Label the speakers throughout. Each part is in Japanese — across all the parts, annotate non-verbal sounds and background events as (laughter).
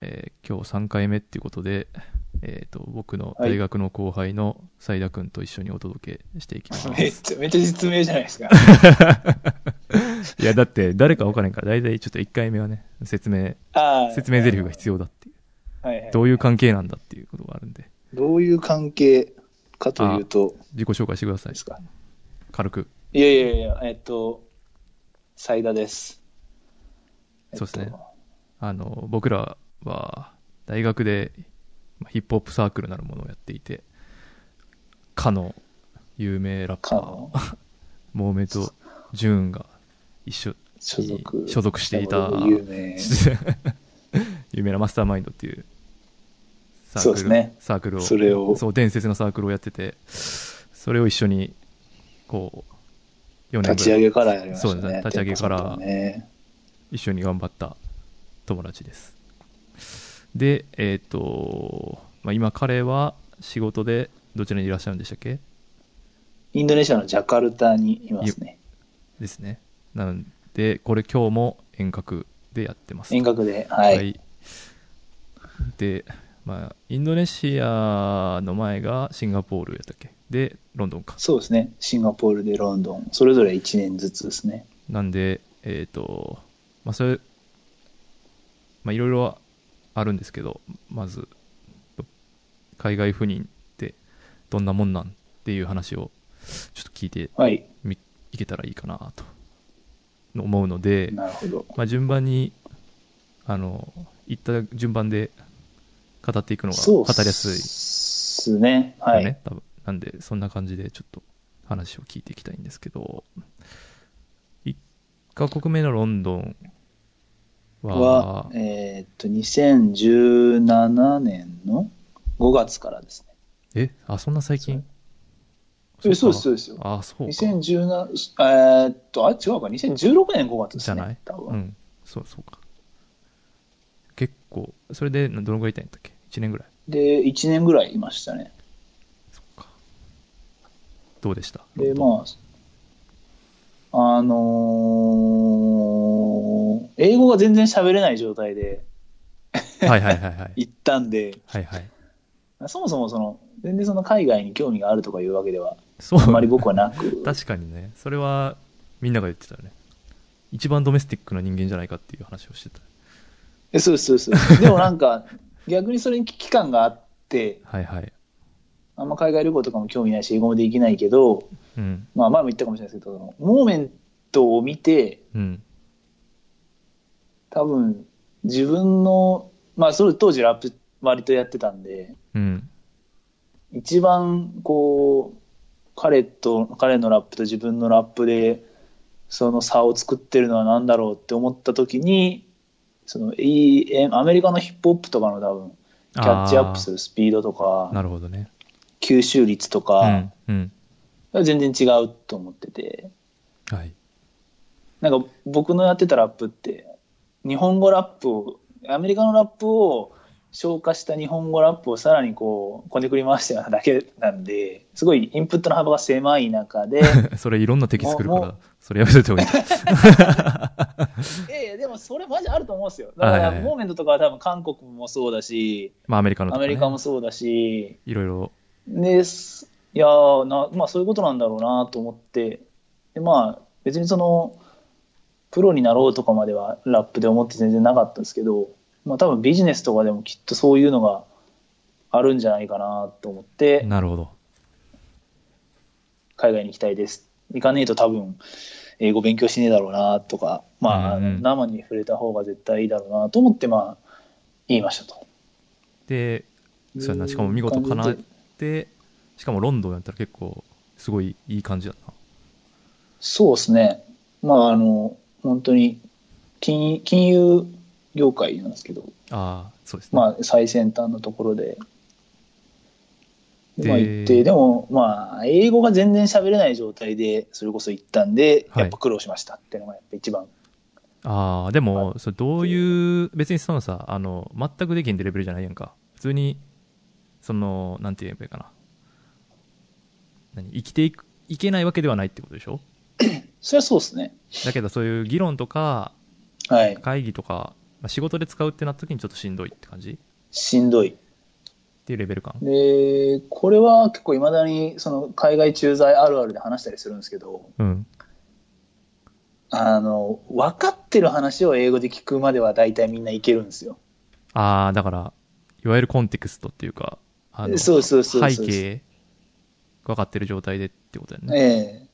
Speaker 1: えー今日3回目っていうことで、えー、と僕の大学の後輩の斉田君と一緒にお届けしていきたいと思い
Speaker 2: め
Speaker 1: ま
Speaker 2: っ
Speaker 1: す。 (laughs)
Speaker 2: ちゃ、めっちゃ実名じゃないですか。
Speaker 1: い、やだって誰か分からんから大体ちょっと1回目はね説明
Speaker 2: ああ。
Speaker 1: 説明台詞が必要だっていう
Speaker 2: はいはい。
Speaker 1: どういう関係なんだっていうことがあるんで
Speaker 2: どういう関係かというと、
Speaker 1: 自己紹介してください
Speaker 2: ですか。
Speaker 1: 軽く
Speaker 2: いやいやいや、えっと、斉田です。
Speaker 1: そうです
Speaker 2: えっ
Speaker 1: ね
Speaker 2: と。
Speaker 1: あの僕らは大学でまあヒップホップサークルなるものをやっていてかの有名ラッパ
Speaker 2: か
Speaker 1: ー
Speaker 2: の
Speaker 1: モーメとジューンが一緒
Speaker 2: 所属。
Speaker 1: (laughs) 所属してい
Speaker 2: (laughs)
Speaker 1: た (laughs)
Speaker 2: 有名。
Speaker 1: 有名なマスターマインドっていうサー
Speaker 2: そう
Speaker 1: ク
Speaker 2: で
Speaker 1: ル
Speaker 2: すね
Speaker 1: サークルを
Speaker 2: それを
Speaker 1: そう伝説のサークルをやっててそれを一緒にこう4年
Speaker 2: 立
Speaker 1: ぐ
Speaker 2: ち
Speaker 1: ら
Speaker 2: 上
Speaker 1: い
Speaker 2: げからやりました
Speaker 1: そうですね
Speaker 2: ね。
Speaker 1: 立ち上げから
Speaker 2: テンポさんとね
Speaker 1: 一緒に頑張った友達ですでえっ、と、まあ、今彼は仕事でどちらにいらっしゃるんでしたっけ
Speaker 2: インドネシアのジャカルタにいますね。
Speaker 1: ですねなのでこれ今日も遠隔でやってます
Speaker 2: 遠隔で。はい。
Speaker 1: で、まあ、インドネシアの前がシンガポールやったっけで、ロンドンか。
Speaker 2: そうですね。シンガポールでロンドン。それぞれ1年ずつですね。
Speaker 1: なんで、えっ、と、まあ、それ、まあ、いろいろあるんですけど、まず、海外赴任ってどんなもんなんっていう話をちょっと聞いて
Speaker 2: はい。
Speaker 1: みいけたらいいかなと思うので、
Speaker 2: なるほど。
Speaker 1: まあ、順番にあの行った順番で語っていくのが
Speaker 2: そ
Speaker 1: 語
Speaker 2: う
Speaker 1: りや
Speaker 2: っ
Speaker 1: す
Speaker 2: すね。
Speaker 1: い
Speaker 2: は
Speaker 1: よ
Speaker 2: い。
Speaker 1: ね、多分なんでそんな感じでちょっと話を聞いていきたいんですけど1カ国目のロンドンは
Speaker 2: は、えーっと、2017年の5月からですね。
Speaker 1: えあそんな最近
Speaker 2: えそうです、
Speaker 1: か
Speaker 2: そうですよ。
Speaker 1: あそうか
Speaker 2: 2017、えーっと、あ、違うか、2016年5月ですね。
Speaker 1: じゃない
Speaker 2: 多
Speaker 1: う
Speaker 2: 分。
Speaker 1: んそうそうか結構それでなどのぐらいいたんやったっけ1年ぐらい
Speaker 2: で、1年ぐらいいましたね。
Speaker 1: そっかどうでした
Speaker 2: で、まあ、あのー英語が全然喋れない状態で
Speaker 1: あはいはいはい
Speaker 2: (laughs)
Speaker 1: はい
Speaker 2: 行ったんで、
Speaker 1: はいはい
Speaker 2: そもそもその、全然その海外に興味があるとかいうわけでは、
Speaker 1: そう、
Speaker 2: あんまり僕はな
Speaker 1: (laughs)
Speaker 2: く
Speaker 1: 確かにねそれはみんなが言ってたよね一番ドメスティックな人間じゃないかっていう話をしてた
Speaker 2: えそうですそうです。でもなんか、逆にそれに危機感があって、
Speaker 1: はいはい
Speaker 2: あんま海外旅行とかも興味ないし、英語もできないけど、
Speaker 1: うん
Speaker 2: まあ前も言ったかもしれないですけど、そのモーメントを見て、
Speaker 1: うん
Speaker 2: 多分自分の、まあそれ当時ラップ割とやってたんで、
Speaker 1: うん
Speaker 2: 一番こう、彼と、彼のラップと自分のラップで、その差を作ってるのは何だろうって思った時に、その EM、アメリカのヒップホップとかの多分、キャッチアップするスピードと
Speaker 1: あーな
Speaker 2: か、
Speaker 1: るほどね
Speaker 2: 吸収率と
Speaker 1: う
Speaker 2: か
Speaker 1: ん、うん
Speaker 2: 全然違うと思ってて、
Speaker 1: はい (laughs)
Speaker 2: なんか僕のやってたラップって、日本語ラップを、アメリカのラップを消化した日本語ラップをさらにこう、こねくり回したようなだけなんで、すごいインプットの幅が狭い中
Speaker 1: (laughs)
Speaker 2: で、
Speaker 1: それいろんな敵作るか
Speaker 2: も
Speaker 1: ら
Speaker 2: う
Speaker 1: それやめといた方
Speaker 2: (laughs)
Speaker 1: がいい
Speaker 2: いやいや、でもそれマジあると思うんですよ。だか
Speaker 1: はい
Speaker 2: ら、
Speaker 1: はいはい
Speaker 2: モーメントとかは多分韓国もそうだし、
Speaker 1: まあアメリカの
Speaker 2: ア
Speaker 1: とかね
Speaker 2: メリカもそうだし、
Speaker 1: いろいろ
Speaker 2: です。いやーな、まあそういうことなんだろうなと思って、でまあ別にその、プロになろうとかまではラップで思って全然なかったんですけど、まあ多分ビジネスとかでもきっとそういうのがあるんじゃないかなと思って、
Speaker 1: なるほど
Speaker 2: 海外に行きたいです。行かねえと多分、英語勉強しねえだろうなとか、まあ、
Speaker 1: うんうん
Speaker 2: 生に触れた方が絶対いいだろうなと思って、まあ、言いましたと。
Speaker 1: でそうやなしかも見事叶ってしかもロンドンやったら結構すごいいい感じだな
Speaker 2: そうですね。まあ、あの、本当に、金金融業界なんですけど、
Speaker 1: ああそうですね、
Speaker 2: まあ、最先端のところで、でまあ、
Speaker 1: で
Speaker 2: 行って、でも、まあ、英語が全然喋れない状態で、それこそ行ったんで、
Speaker 1: はい
Speaker 2: やっぱ苦労しましたっていうのが、やっぱ一番。
Speaker 1: ああ、でも、それどういう、別にそのさ、あの、全くできんってレベルじゃないやんか。普通に、その、なんて言えばいいかな。何生きていく、いけないわけではないってことでしょ
Speaker 2: それはそうですね。
Speaker 1: だけどそういう議論とか、
Speaker 2: はい。
Speaker 1: 会議とかまあ、仕事で使うってなった時にちょっとしんどいって感じっ
Speaker 2: しんどい。
Speaker 1: ていうレベル感。
Speaker 2: で、これは結構いまだにその海外駐在あるあるで話したりするんですけど、
Speaker 1: うん。
Speaker 2: あの、分かってる話を英語で聞くまでは大体みんないけるんですよ。
Speaker 1: ああ、だから、いわゆるコンテクストっていうか、あの
Speaker 2: そうそうそうそう
Speaker 1: 背景が分かってる状態でってことだよね。
Speaker 2: ええ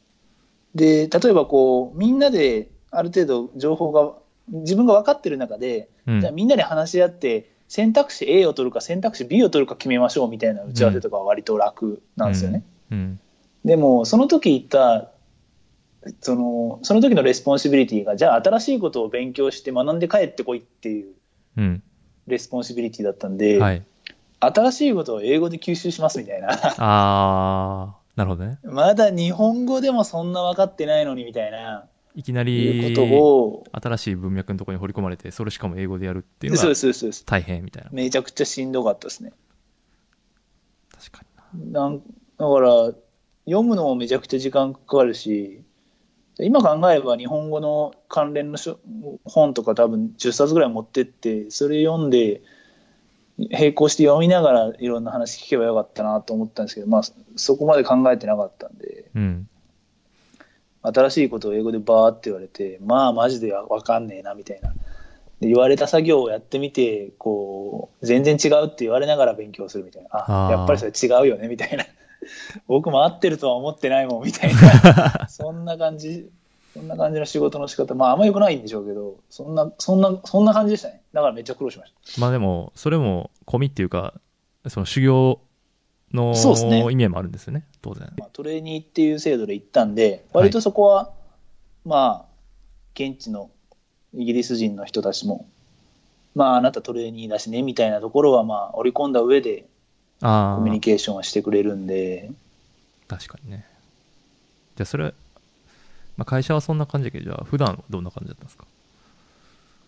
Speaker 2: で、例えばこう、みんなである程度情報が、自分が分かってる中で、
Speaker 1: うん
Speaker 2: じゃあみんなで話し合って、選択肢 A を取るか選択肢 B を取るか決めましょうみたいな打ち合わせとかは割と楽なんですよね。
Speaker 1: うん。
Speaker 2: でも、その時言った、その、その時のレスポンシビリティが、じゃあ新しいことを勉強して学んで帰ってこいっていう
Speaker 1: うん。
Speaker 2: レスポンシビリティだったんで、
Speaker 1: はい。
Speaker 2: 新しいことを英語で吸収しますみたいな。
Speaker 1: ああ、なるほどね。
Speaker 2: まだ日本語でもそんな分かってないのにみたいな、
Speaker 1: いきな
Speaker 2: いう
Speaker 1: り、
Speaker 2: ことを、
Speaker 1: 新しい文脈のところに掘り込まれて、それしかも英語でやるっていう
Speaker 2: で
Speaker 1: の
Speaker 2: そうで
Speaker 1: が
Speaker 2: す、そうですそうです。
Speaker 1: 大変みたいな。
Speaker 2: めちゃくちゃしんどかったですね。
Speaker 1: 確かにな。
Speaker 2: なんだから、読むのもめちゃくちゃ時間かかるし、今考えれば日本語の関連の書本とか多分10冊ぐらい持ってって、それ読んで、並行して読みながらいろんな話聞けばよかったなと思ったんですけど、まあそそこまで考えてなかったんで、
Speaker 1: うん。
Speaker 2: 新しいことを英語でバーって言われて、まあマジでわかんねえなみたいな。で言われた作業をやってみて、こう、全然違うって言われながら勉強するみたいな。あ、
Speaker 1: あー
Speaker 2: やっぱりそれ違うよねみたいな。 (laughs) 僕も合ってるとは思ってないもんみたい
Speaker 1: (laughs)
Speaker 2: な。そんな感じ、そんな感じの仕事の仕方。まああんま良くないんでしょうけど、そんな、そんな、そんな感じでしたね。だからめっちゃ苦労しまし
Speaker 1: まあでも、それも込みっていうか、その修行の
Speaker 2: そうっすね
Speaker 1: 意味もあるんですよね、当然。
Speaker 2: た。まあ、トレーニーっていう制度で行ったんで、割とそこは、まあ、現地のイギリス人の人たちも、まあ、あなたトレーニーだしね、みたいなところは、まあ、織り込んだ上でコ
Speaker 1: あ
Speaker 2: ミュニ
Speaker 1: あ、
Speaker 2: ケーションはしてくれるんで、
Speaker 1: 確かにね。じゃあそれ、まあ、会社はそんな感じだけど、じゃあ普段はどんな感じだったんですか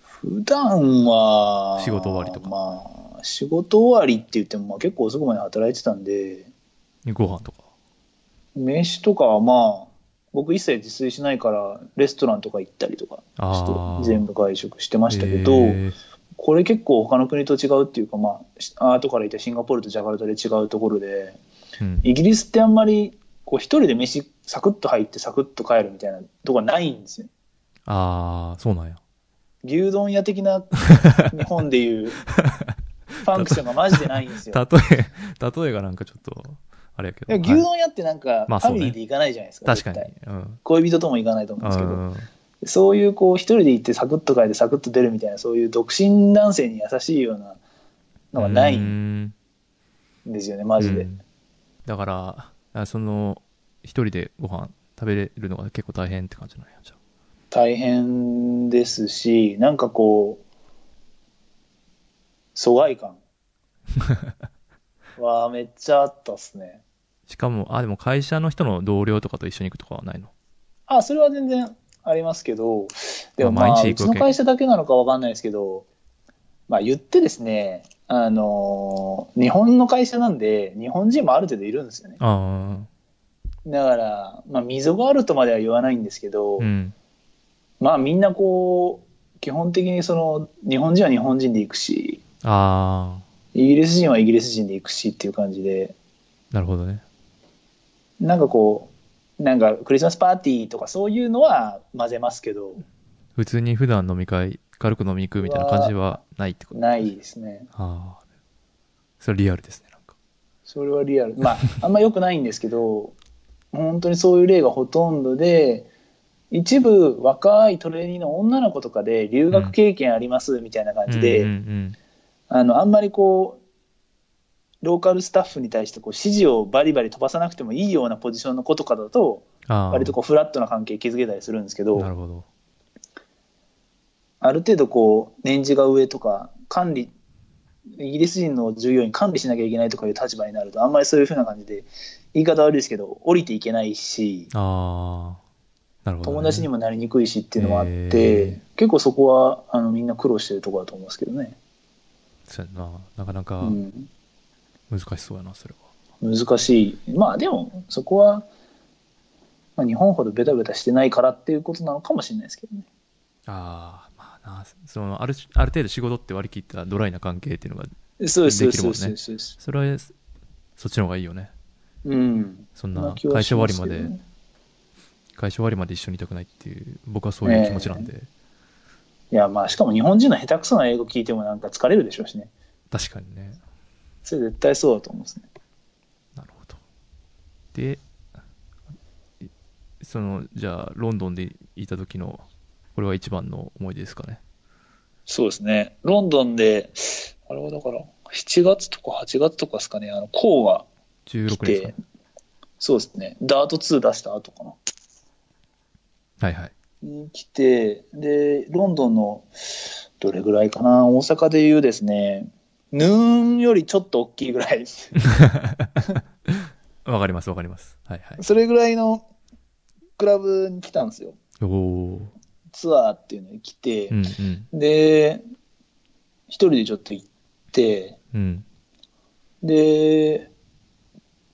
Speaker 2: 普段は、
Speaker 1: 仕事終わりとか
Speaker 2: まあ、仕事終わりって言っても、まあ、結構遅くまで働いてたんで、
Speaker 1: ご飯とか。
Speaker 2: 飯とかはまあ、僕一切自炊しないから、レストランとか行ったりとかして
Speaker 1: ああ。、
Speaker 2: 全部外食してましたけど、
Speaker 1: えー
Speaker 2: これ結構他の国と違うっていうか、まあし、後から言ったシンガポールとジャカルタで違うところで、
Speaker 1: うん、
Speaker 2: イギリスってあんまり、こう一人で飯サクッと入ってサクッと帰るみたいなとこはないんですよ。
Speaker 1: ああ、そうなんや。
Speaker 2: 牛丼屋的
Speaker 1: (laughs)
Speaker 2: な日本でいうファンクションがマジでないんですよ。
Speaker 1: 例え、 (laughs) 例えがなんかちょっと、あれやけど。
Speaker 2: でも牛
Speaker 1: はい
Speaker 2: 丼屋ってなんかフ
Speaker 1: まあそ
Speaker 2: ァ
Speaker 1: うね
Speaker 2: ミリーで行かないじゃないですか。
Speaker 1: 確かに
Speaker 2: 絶対。
Speaker 1: うん。
Speaker 2: 恋人とも行かないと思うんですけど、そういうこう一人で行ってサクッと帰ってサクッと出るみたいな、そういう独身男性に優しいようなのがないん
Speaker 1: ん
Speaker 2: ですよね、マジ
Speaker 1: う
Speaker 2: で。
Speaker 1: んだからあその一人でご飯食べれるのが結構大変って感じなんやじゃあ
Speaker 2: 大変ですし、なんかこう、疎
Speaker 1: (laughs)
Speaker 2: 外感はめっちゃあったっすね。
Speaker 1: しかもあでも会社の人の同僚とかと一緒に行くとかはないの
Speaker 2: あ、それは全然ありますけど、でも
Speaker 1: まあ
Speaker 2: まあ、
Speaker 1: 毎日行
Speaker 2: う
Speaker 1: く
Speaker 2: ち
Speaker 1: わ
Speaker 2: の
Speaker 1: け
Speaker 2: 会社だけなのかわかんないですけど、まあ言ってですね、あのー日本の会社なんで、日本人もある程度いるんですよね。
Speaker 1: あ
Speaker 2: だから、まあ溝があるとまでは言わないんですけど、
Speaker 1: あうん
Speaker 2: まあみんなこう、基本的にその、日本人は日本人で行くし、
Speaker 1: あ
Speaker 2: イギリス人はイギリス人で行くしっていう感じで、
Speaker 1: あなるほどね
Speaker 2: なんかこう、なんかクリスマスパーティーとかそういうのは混ぜますけど、
Speaker 1: 普通に普段飲み会軽く飲み行くみたいな感じはないってこと
Speaker 2: ないですね。
Speaker 1: ああそれリアルですねなんか
Speaker 2: それはリアル。まあ、あんま良くないんですけど、本当にそういう例がほとんどで、一部若いトレーニーの女の子とかで留学経験ありますみたいな感じで、
Speaker 1: うんうん
Speaker 2: あの、あんまりこう、ローカルスタッフに対してこう指示をバリバリ飛ばさなくてもいいようなポジションの子とかだと、
Speaker 1: うん、ああ
Speaker 2: 割とこうフラットな関係築けたりするんですけど、
Speaker 1: なるほど
Speaker 2: ある程度こう年次が上とか管理イギリス人の従業員管理しなきゃいけないとかいう立場になるとあんまりそういうふうな感じで言い方悪いですけど降りていけないし
Speaker 1: ああなるほど、
Speaker 2: 友達に
Speaker 1: も
Speaker 2: もなりにくいしっていうのもあって、
Speaker 1: え
Speaker 2: 結構そこはあのみんな苦労してるところだと思うんですけどね、
Speaker 1: そうやななかなか
Speaker 2: うん、
Speaker 1: 難しそうやなそれは、
Speaker 2: 難しいまあでもそこは、まあ、日本ほどベタベタしてないからっていうことなのかもしれないですけどね
Speaker 1: ああまああそのあるある程度仕事って割り切ったドライな関係っていうのが
Speaker 2: そうです、そ
Speaker 1: で
Speaker 2: うで
Speaker 1: き
Speaker 2: す、
Speaker 1: るも
Speaker 2: そうんで
Speaker 1: ね
Speaker 2: すそうですそうです。
Speaker 1: それはそっちの方がいいよね
Speaker 2: うん。
Speaker 1: そん
Speaker 2: ま
Speaker 1: な
Speaker 2: あ気は
Speaker 1: 会
Speaker 2: し
Speaker 1: 社終わ
Speaker 2: ま
Speaker 1: り
Speaker 2: す
Speaker 1: ま
Speaker 2: けど
Speaker 1: で、
Speaker 2: ね
Speaker 1: 会社終わりまで一緒にいたくないっていう僕はそういう気持ちなんで、
Speaker 2: いや、まあ、しかも日本人の下手くそな英語聞いてもなんか疲れるでしょうしね。
Speaker 1: 確かにね
Speaker 2: それ絶対そうだと思うんですね。
Speaker 1: なるほどでいそのじゃあロンドンでいた時のこれは一番の思い出ですかね
Speaker 2: そうですね。ロンドンで、あれはだから、7月とか8月とかですかね、あの、コーが
Speaker 1: 16
Speaker 2: 来
Speaker 1: 年ですか
Speaker 2: て
Speaker 1: ね、
Speaker 2: そうですね、ダート2出した後かな。
Speaker 1: はいはい
Speaker 2: に来て、で、ロンドンの、どれぐらいかな、大阪でいうですね、ヌーンよりちょっと大きいぐら
Speaker 1: (laughs)
Speaker 2: い、
Speaker 1: わかりますわかりますはいはい
Speaker 2: それぐらいのクラブに来たんですよ。
Speaker 1: おお
Speaker 2: ツアーっていうのに来て
Speaker 1: ーう、んうん
Speaker 2: で、一人でちょっと行って、
Speaker 1: うん
Speaker 2: で、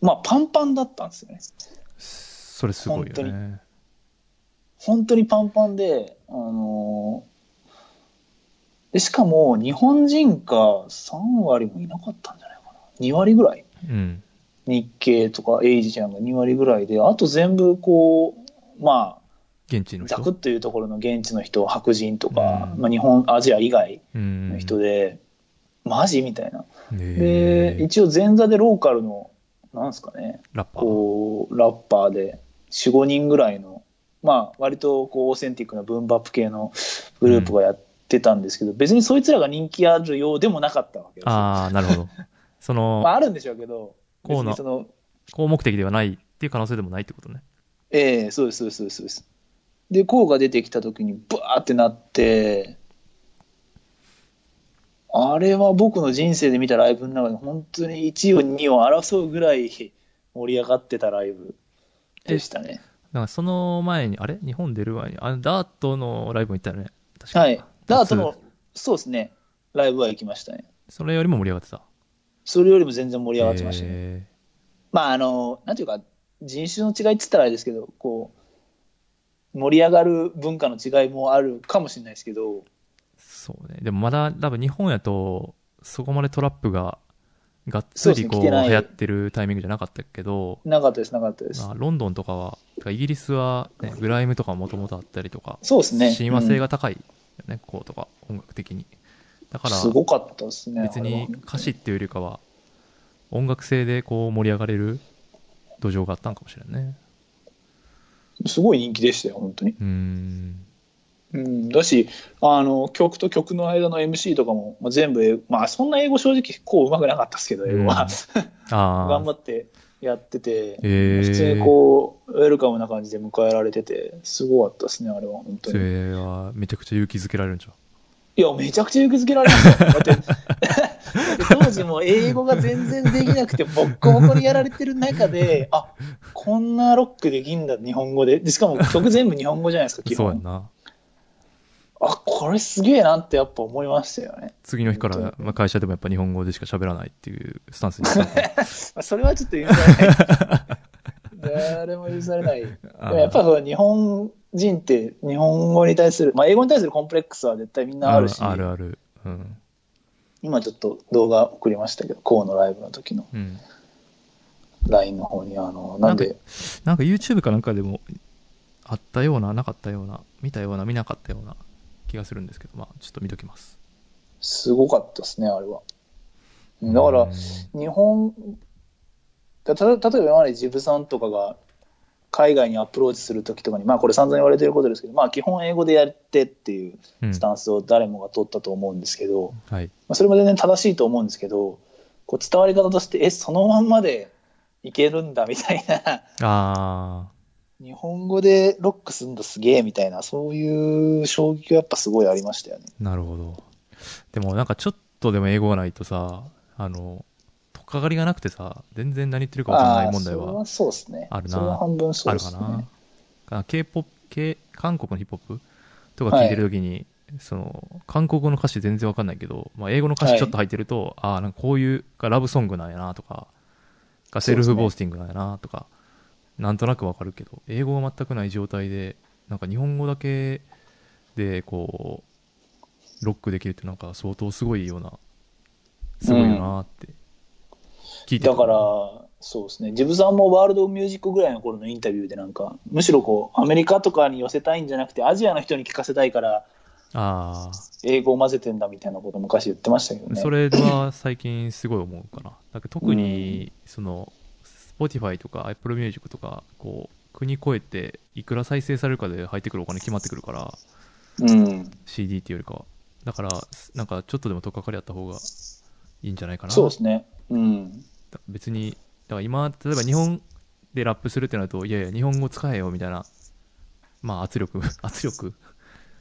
Speaker 2: まあパンパンだったんですよね。
Speaker 1: それすごいよね
Speaker 2: 本当にパンパンで、あのーで、しかも日本人か3割もいなかったんじゃないかな。2割ぐらい。
Speaker 1: うん
Speaker 2: 日系とかエイジちゃんが2割ぐらいで、あと全部こう、ま
Speaker 1: 現地
Speaker 2: あ、
Speaker 1: の
Speaker 2: ザクッ
Speaker 1: 人
Speaker 2: というところの現地の人、白人とか、
Speaker 1: うん
Speaker 2: まあ日本、アジア以外
Speaker 1: うん
Speaker 2: の人で、マジみたいな。
Speaker 1: ね
Speaker 2: で、
Speaker 1: え
Speaker 2: 一応前座でローカルの、なんですかね、
Speaker 1: ラッパー
Speaker 2: こう、ラッパーで、4、5人ぐらいの、まあ、割とこう、オーセンティックなブンバップ系のグループがやってたんですけど、別にそいつらが人気あるようでもなかったわけですよ。
Speaker 1: ああなる
Speaker 2: (laughs)
Speaker 1: ほどそ
Speaker 2: ま
Speaker 1: の
Speaker 2: あ、あるんでしょうけど、
Speaker 1: こう
Speaker 2: 別
Speaker 1: な
Speaker 2: にその、
Speaker 1: 高目的ではないっていう可能性でもないってことね
Speaker 2: ええそうです、そうです、そうですそうです。で、こうが出てきた時に、バーってなって、あれは僕の人生で見たライブの中で、本当に1位を2位を争うぐらい盛り上がってたライブでしたね。
Speaker 1: なんかその前にあれ日本出る前にあのダートのライブも行ったよね確か
Speaker 2: はい。ダート
Speaker 1: 多
Speaker 2: の、そうですね、ライブは行きましたね。
Speaker 1: それよりも盛り上がってた
Speaker 2: それよりも全然盛り上がってましたね。
Speaker 1: へ
Speaker 2: まあ、あの、なんていうか、人種の違いって言ったらあれですけど、こう、盛り上がる文化の違いもあるかもしれないですけど、
Speaker 1: ーそうねでもまだ多分日本やとそこまでトラップががっつりこ
Speaker 2: そうう
Speaker 1: 流
Speaker 2: ですね来てない
Speaker 1: 行ってるタイミングじゃなかったけど、
Speaker 2: なかったです、なかったです
Speaker 1: ま。あ、ロンドンとかはてかイギリスは、ね、グライムとかもともとあったりとか
Speaker 2: そうですね。
Speaker 1: 親和性
Speaker 2: が、
Speaker 1: が高いよね、こうとか音楽的にだから
Speaker 2: すごかったですね。
Speaker 1: 別に歌詞
Speaker 2: あ
Speaker 1: っていうよりかは音楽性でこう盛り上がれる土壌があったんかもしれないね
Speaker 2: れはすごい人気でしたよ、本当に。
Speaker 1: うーん
Speaker 2: うん、だしあの、曲と曲の間の MC とかも、まあ、全部英語、まあ、そんな英語正直、こう上手くなかったですけど、英語
Speaker 1: (laughs)
Speaker 2: は。
Speaker 1: ああ
Speaker 2: 頑張ってやってて、
Speaker 1: へー
Speaker 2: 普通にこう、ウェルカムな感じで迎えられてて、すごかったですね、あれは、本当
Speaker 1: そ
Speaker 2: に。
Speaker 1: れはめちゃくちゃ勇気づけられるんちゃう
Speaker 2: いや、めちゃくちゃ勇気づけられましたよ。だって、 (laughs) だって当時も英語が全然できなくて、ボッコボコにやられてる中で、あこんなロックできんだ、日本語で。でしかも曲全部日本語じゃないですか、
Speaker 1: (laughs)
Speaker 2: 基
Speaker 1: そうやん
Speaker 2: 本。
Speaker 1: な
Speaker 2: あ、これすげえなってやっぱ思いましたよね。
Speaker 1: 次の日から、まあ、会社でもやっぱ日本語でしか喋らないっていうスタンスに
Speaker 2: (laughs)
Speaker 1: なった
Speaker 2: まあそれはちょっと許され
Speaker 1: (laughs)
Speaker 2: ない。誰も許されない。
Speaker 1: あ
Speaker 2: でもやっぱりその日本人って日本語に対する、まあ、英語に対するコンプレックスは絶対みんなあるし、
Speaker 1: あるあるうん、
Speaker 2: 今ちょっと動画送りましたけど、コウのライブの時の
Speaker 1: うん、
Speaker 2: LINE の方に、あの、なんで、
Speaker 1: なんか YouTube かなんかでもあったようななかったような見たような見なかったような気がするんですけどまあちょっと見ときます
Speaker 2: すごかったですね、あれは。だから、日本、だた例えば今までジブさんとかが海外にアプローチする時とかに、まあこれ散々言われてることですけど、まあ基本英語でやってっていう
Speaker 1: うん
Speaker 2: スタンスを誰もが取ったと思うんですけど、
Speaker 1: はい
Speaker 2: まあ、それも全然正しいと思うんですけど、こう伝わり方として、え、そのまんまでいけるんだみたいな、
Speaker 1: ああ
Speaker 2: 日本語でロックするんだすげえみたいな、そういう衝撃はやっぱすごいありましたよね。
Speaker 1: なるほどでもなんかちょっとでも英語がないとさあのとっかかりがなくてさ全然何言ってるか分かんない問題
Speaker 2: あーそ
Speaker 1: は
Speaker 2: れはそうですね。
Speaker 1: あるな
Speaker 2: それは半分そ
Speaker 1: あ
Speaker 2: うで
Speaker 1: るか
Speaker 2: すね。
Speaker 1: な、k p o p 韓国のヒップホップとか聞いてる時に、その韓国語の歌詞全然わかんないけど、まあ、英語の歌詞ちょっと入ってると、ああなんかこういうがラブソングなんやなとかがセルフボースティングなんやなとか、なんとなくわかるけど英語が全くない状態でなんか日本語だけでこうロックできるってなんか相当すごいような、すごいよなって聞いてた
Speaker 2: だから、そうですね、ジブさんもワールドミュージックぐらいの頃のインタビューで、なんか、むしろこう、アメリカとかに寄せたいんじゃなくて、アジアの人に聞かせたいから、
Speaker 1: ああ、
Speaker 2: 英語を混ぜてんだみたいなこと、昔言ってましたけどね。
Speaker 1: それは最近すごい思うかな。なんか特に、その、Spotify とか Apple Music とか、こう、国越えて、いくら再生されるかで入ってくるお金決まってくるから、
Speaker 2: うん、
Speaker 1: CD っていうよりかは。だから、なんかちょっとでも取っかかりあった方がいいんじゃないかな。
Speaker 2: そうですね。うん、
Speaker 1: だ別に、だから今、例えば日本でラップするってなると、いやいや、日本語使えよ、みたいな、まあ圧力、 (laughs) 圧力、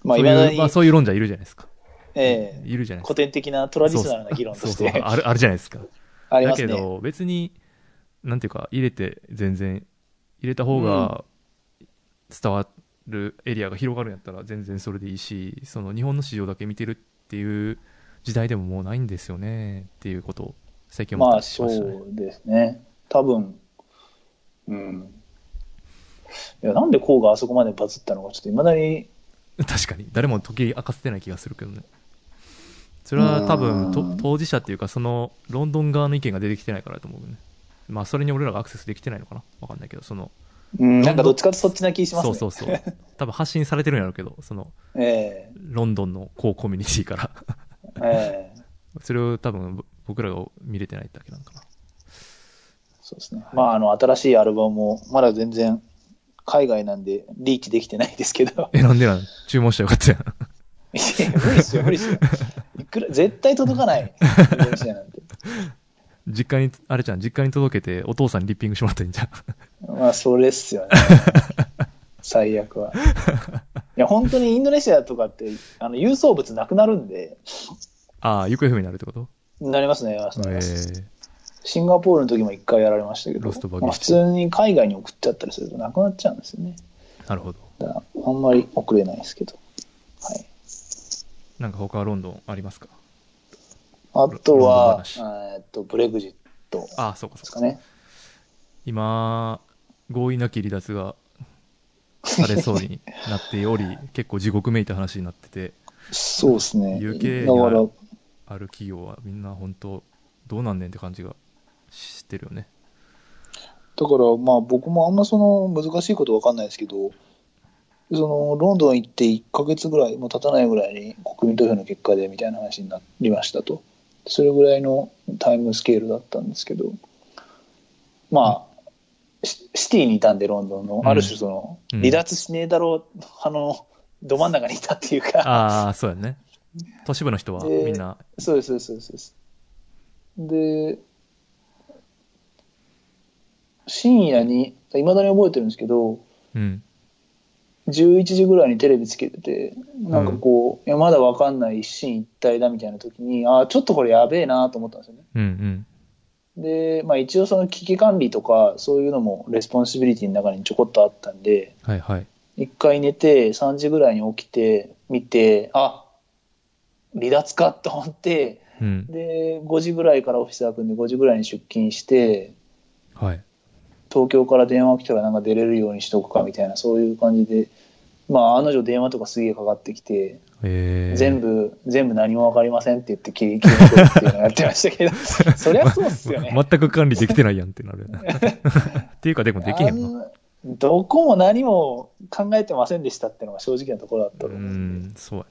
Speaker 2: まあ、
Speaker 1: そ
Speaker 2: いうまだ
Speaker 1: いう、
Speaker 2: に、
Speaker 1: まあそういう論者いるじゃないですか。
Speaker 2: ええ
Speaker 1: いるじゃないですか
Speaker 2: 古。典的なトラディショナルな議論とし
Speaker 1: そうそうそう
Speaker 2: て
Speaker 1: あるあるじゃないですか。
Speaker 2: あり
Speaker 1: だ
Speaker 2: ます
Speaker 1: け
Speaker 2: ね。
Speaker 1: ど、別に、なんていうか、入れて全然、入れた方が伝わるエリアが広がるんやったら全然それでいいし、その日本の市場だけ見てるっていう時代でももうないんですよねっていうことを最近思った
Speaker 2: まあ
Speaker 1: りしましたね。
Speaker 2: そうですね。多分、うん。いや、なんでこうがあそこまでバズったのか、ちょっといまだに、
Speaker 1: (laughs) 確かに。誰も時計明かせてない気がするけどね。それは多分
Speaker 2: う
Speaker 1: と
Speaker 2: ん
Speaker 1: 当事者っていうか、そのロンドン側の意見が出てきてないからだと思うけどね。まあそれに俺らがアクセスできてないのかなわかんないけど、その、
Speaker 2: うん、なんかどっちかとそっちな気します
Speaker 1: そ
Speaker 2: ね。
Speaker 1: うそうそう。多分発信されてるんやろうけど、その、
Speaker 2: え
Speaker 1: ロンドンの高コミュニティから。 (laughs)
Speaker 2: えええ
Speaker 1: それを多分ぼ僕らが見れてないだけなのかな。
Speaker 2: そうですね。まあ、あの、新しいアルバムも、まだ全然、海外なんで、リーチできてないです
Speaker 1: (laughs)
Speaker 2: けど。
Speaker 1: (laughs) え、なんでなん注文したらよかったやん。
Speaker 2: いや無理っすよ、無理っすよ。いくら、絶対届か
Speaker 1: (laughs)
Speaker 2: ない。日本人なんて
Speaker 1: (laughs) 実家に、あれじゃん、実家に届けてお父さんにリッピングしてもらったらいいんじゃん。 (laughs)
Speaker 2: まあ、それっすよね。最悪は。いや、本当にインドネシアとかって、あの、郵送物なくなるんで、
Speaker 1: ああ、行方不明になるってこと
Speaker 2: なりますね、
Speaker 1: ええ
Speaker 2: シンガポールの時も一回やられましたけど、
Speaker 1: ロストバゲージ
Speaker 2: まあ、普通に海外に送っちゃったりするとなくなっちゃうんですよね。
Speaker 1: なるほど。
Speaker 2: だから、あんまり送れないですけど。はい。
Speaker 1: なんか他はロンドンありますかロ
Speaker 2: あと
Speaker 1: ンドン
Speaker 2: は、
Speaker 1: 話
Speaker 2: えーっと、ブレグジットで
Speaker 1: ああ、そうかそ
Speaker 2: す
Speaker 1: う
Speaker 2: か
Speaker 1: か。
Speaker 2: ね。
Speaker 1: 今、合意なき離脱がされそうになってお (laughs) り、結構地獄めいた話になってて、
Speaker 2: (laughs) そうですね。
Speaker 1: UK
Speaker 2: だから
Speaker 1: が、ある企業はみんな本当、どうなんねんって感じがしてるよね。
Speaker 2: だからまあ僕もあんまその難しいことわかんないですけど、そのロンドン行って1ヶ月ぐらいもう経たないぐらいに国民投票の結果でみたいな話になりましたと。それぐらいのタイムスケールだったんですけど、まあ、シシティにいたんでロンドンの、
Speaker 1: うん
Speaker 2: ある種その、
Speaker 1: うん
Speaker 2: 離脱しねえだろう、あの、ど真ん中にいたっていうか、
Speaker 1: ああ、そうやね。都市部の人はみんな、
Speaker 2: そうです、そうです、そうです。で、深夜に、いまだに覚えてるんですけど、
Speaker 1: うん。
Speaker 2: 11時ぐらいにテレビつけてて、なんかこう、いやまだわかんない一進一退だみたいな時に、ああ、ちょっとこれやべえなと思ったんですよね。
Speaker 1: うんうん。
Speaker 2: で、まあ一応その危機管理とか、そういうのもレスポンシビリティの中にちょこっとあったんで、
Speaker 1: はいはい。
Speaker 2: 一回寝て、3時ぐらいに起きて、見て、あ離脱かと思って、
Speaker 1: うん。
Speaker 2: で、5時ぐらいからオフィス開くんで、5時ぐらいに出勤して、
Speaker 1: はい。
Speaker 2: 東京から電話来たらなんか出れるようにしておくかみたいな、そういう感じで、まあ、あの女電話とかすげえかかってきて、
Speaker 1: えー、
Speaker 2: 全部、全部何もわかりませんって言って切り切り抜くっていうのをやってました
Speaker 1: (laughs)
Speaker 2: けど、そりゃそうっすよね。
Speaker 1: 全く管理できてないやんってなる。
Speaker 2: (laughs)
Speaker 1: っていうか、でもできへんの。
Speaker 2: あんどこも何も考えてませんでしたっていうのが正直なところだったと
Speaker 1: う
Speaker 2: 思うんで
Speaker 1: ん、そうや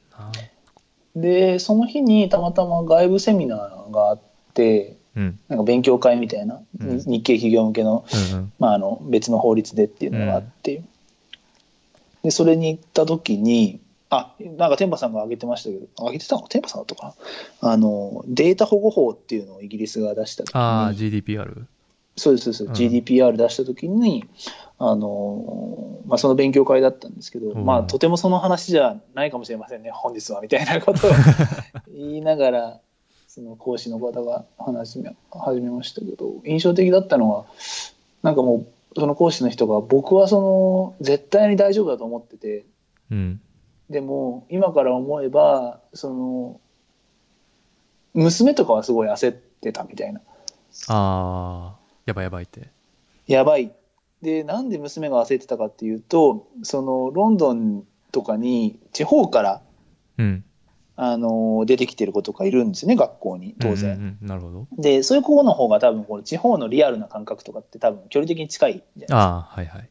Speaker 1: な。
Speaker 2: で、その日にたまたま外部セミナーがあって、
Speaker 1: うん。
Speaker 2: なんか勉強会みたいな、
Speaker 1: うん
Speaker 2: 日系企業向けの
Speaker 1: うんうん。
Speaker 2: まあ、あの別の法律でっていうのがあって、でそれに行った時にあなんか天馬さんが挙げてましたけど挙げてたの天馬さんだったかなあのデータ保護法っていうのをイギリスが出した時
Speaker 1: ああ、
Speaker 2: に
Speaker 1: GDPR?
Speaker 2: そうですそうです、
Speaker 1: うん
Speaker 2: GDPR 出した時にあの、まあ、その勉強会だったんですけど、
Speaker 1: うん
Speaker 2: まあ、とてもその話じゃないかもしれませんね本日はみたいな
Speaker 1: (laughs)
Speaker 2: ことを言いながらその講師の方が話しめ始めましたけど印象的だったのはなんかもうその講師の人が僕はその絶対に大丈夫だと思ってて
Speaker 1: うん。
Speaker 2: でも今から思えばその娘とかはすごい焦ってたみたいな。
Speaker 1: ああ、やばいやばいって。
Speaker 2: やばい。で、なんで娘が焦ってたかっていうと、そのロンドンとかに地方から
Speaker 1: うん。
Speaker 2: ああの出てきてる子とかいるんですよね、学校に、当然。
Speaker 1: うんうんうんなるほど。
Speaker 2: で、そういう子の方が多分、この地方のリアルな感覚とかって多分、距離的に近いじゃない
Speaker 1: ああ、はいはい。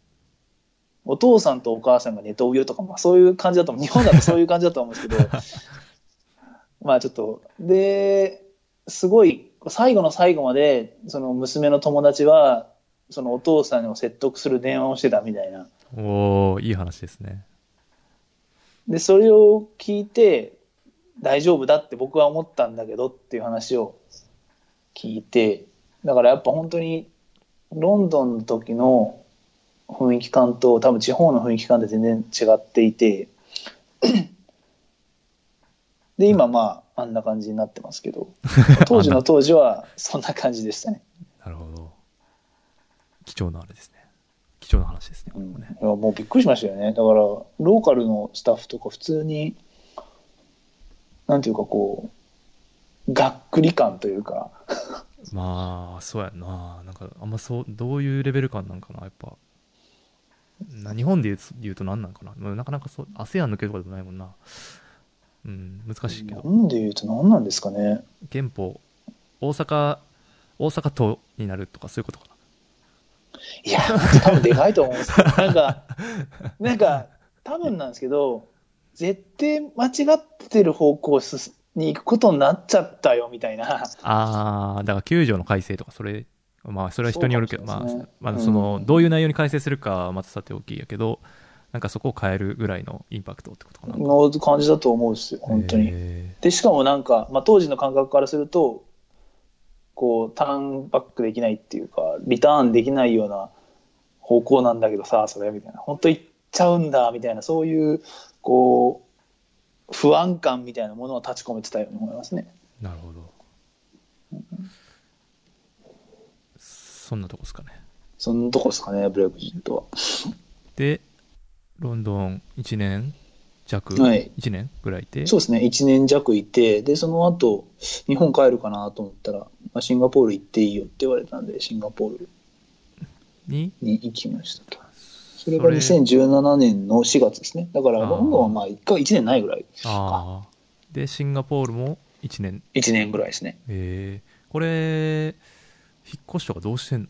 Speaker 2: お父さんとお母さんが寝とうよとか、まあそういう感じだと思う。日本だとそういう感じだと思うんですけど、
Speaker 1: (laughs)
Speaker 2: まあちょっと、で、すごい、最後の最後まで、その娘の友達は、そのお父さんを説得する電話をしてたみたいな。
Speaker 1: おおいい話ですね。
Speaker 2: で、それを聞いて、大丈夫だって僕は思ったんだけどっていう話を聞いて、だからやっぱ本当に、ロンドンの時の雰囲気感と多分地方の雰囲気感って全然違っていて、で、今まあ、あんな感じになってますけど、当時の当時はそんな感じでしたね。
Speaker 1: なるほど。貴重なあれですね。貴重な話ですね。こ
Speaker 2: う
Speaker 1: れ
Speaker 2: ん、い
Speaker 1: もね
Speaker 2: やもうびっくりしましたよね。だから、ローカルのスタッフとか普通に、なんていうかこう、がっくり感というか、
Speaker 1: まあ、そうやんな。なんか、あんまそう、どういうレベル感なんかな、やっぱ。な日本で言うと言うと何なんかな。まあなかなかそう、ASEAN 抜けるとかでもないもんな。うん、難しいけど
Speaker 2: な。んで言うと何なんですかね。
Speaker 1: 憲法、大阪、大阪都になるとかそういうことかな。
Speaker 2: いや、多分でかいと思うんです
Speaker 1: (laughs)
Speaker 2: けど、なんか、なんか、多分なんですけど、絶対間違ってる方向すすに行くことになっちゃったよみたいな。
Speaker 1: ああ、だから9条の改正とか、それ、まあ、それは人によるけど、
Speaker 2: そうか
Speaker 1: ま
Speaker 2: もしれな
Speaker 1: あ
Speaker 2: いですね、
Speaker 1: まあ、
Speaker 2: うん
Speaker 1: その、どういう内容に改正するかはまたさておきやけど、なんかそこを変えるぐらいのインパクトってことかな。
Speaker 2: の感じだと思うんですよ、本当に。
Speaker 1: へ
Speaker 2: で、しかもなんか、まあ、当時の感覚からすると、こう、ターンバックできないっていうか、リターンできないような方向なんだけどさ、それみたいな。本当行っちゃうんだ、みたいな、そういう、こう、不安感みたいなものを立ち込めてたように思いますね。
Speaker 1: ーなるほど。そんなとこですかね。
Speaker 2: そのとこですかね、ブレイクジット
Speaker 1: で、ロンドン1年弱、
Speaker 2: はい
Speaker 1: 1年ぐらいいて
Speaker 2: は。、そうですね、1年弱いて、で、その後、日本帰るかなと思ったら、まあ、シンガポール行っていいよって言われたんで、シンガポール
Speaker 1: に、
Speaker 2: に行きましたと。そ
Speaker 1: そ
Speaker 2: れが2017年の4月ですね。だから、
Speaker 1: あー
Speaker 2: ロンドンはまあ1か1年ないぐらい。
Speaker 1: ああ。で、シンガポールも1年。
Speaker 2: 1年ぐらいですね。
Speaker 1: えー、これ、引っ越しとかどうしてんの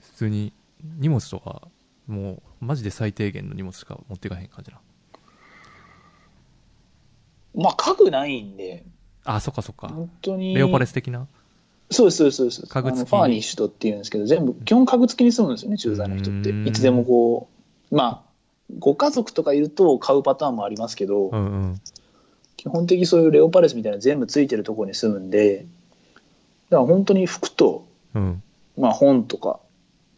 Speaker 1: 普通に荷物とか、もうマジで最低限の荷物しか持っていかへん感じな。
Speaker 2: まあ、家具ないんで、
Speaker 1: あ、そっかそっか。
Speaker 2: 本当に。
Speaker 1: レオパレス的な
Speaker 2: そうです、そうです、そうです。
Speaker 1: 家具付き
Speaker 2: あのファーニッシュドっていうんですけど、全部、基本家具付きに住むんですよね、駐在の人って。
Speaker 1: うん
Speaker 2: いつでもこう、まあ、ご家族とかいると買うパターンもありますけど、
Speaker 1: うんうん。
Speaker 2: 基本的にそういうレオパレスみたいな全部ついてるところに住むんで、だから本当に服と、
Speaker 1: うん。
Speaker 2: まあ本とか、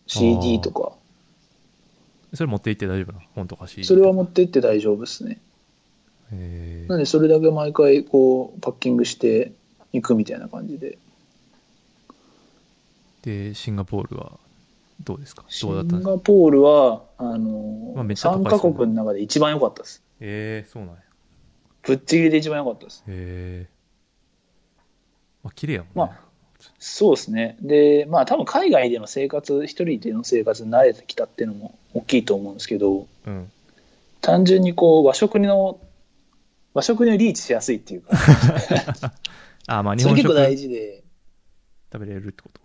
Speaker 2: CD とか、
Speaker 1: それ持って行って大丈夫なの本とか CD
Speaker 2: それは持ってって大丈夫ですね。
Speaker 1: え
Speaker 2: なんでそれだけ毎回こう、パッキングしていくみたいな感じで。
Speaker 1: ー、で、シンガポールはどうですか
Speaker 2: シ
Speaker 1: どうだったん
Speaker 2: ン
Speaker 1: ですか
Speaker 2: ガポールは、あの、
Speaker 1: まあめっちゃ都会
Speaker 2: 3
Speaker 1: っ
Speaker 2: カ
Speaker 1: すね
Speaker 2: 国の中で一番良かったです。
Speaker 1: えー、そうなんや。
Speaker 2: ぶっちぎりで一番良かったです。
Speaker 1: えー。まあ、綺麗やもんね。
Speaker 2: まあそうですね。で、まあ多分海外での生活、一人での生活に慣れてきたっていうのも大きいと思うんですけど、
Speaker 1: うん。
Speaker 2: 単純にこう和食の和食にリーチしやすいっていうか
Speaker 1: あ、まあ、日
Speaker 2: それ
Speaker 1: 本
Speaker 2: 結
Speaker 1: 食
Speaker 2: 構大
Speaker 1: 食
Speaker 2: 事で、
Speaker 1: べれるってこと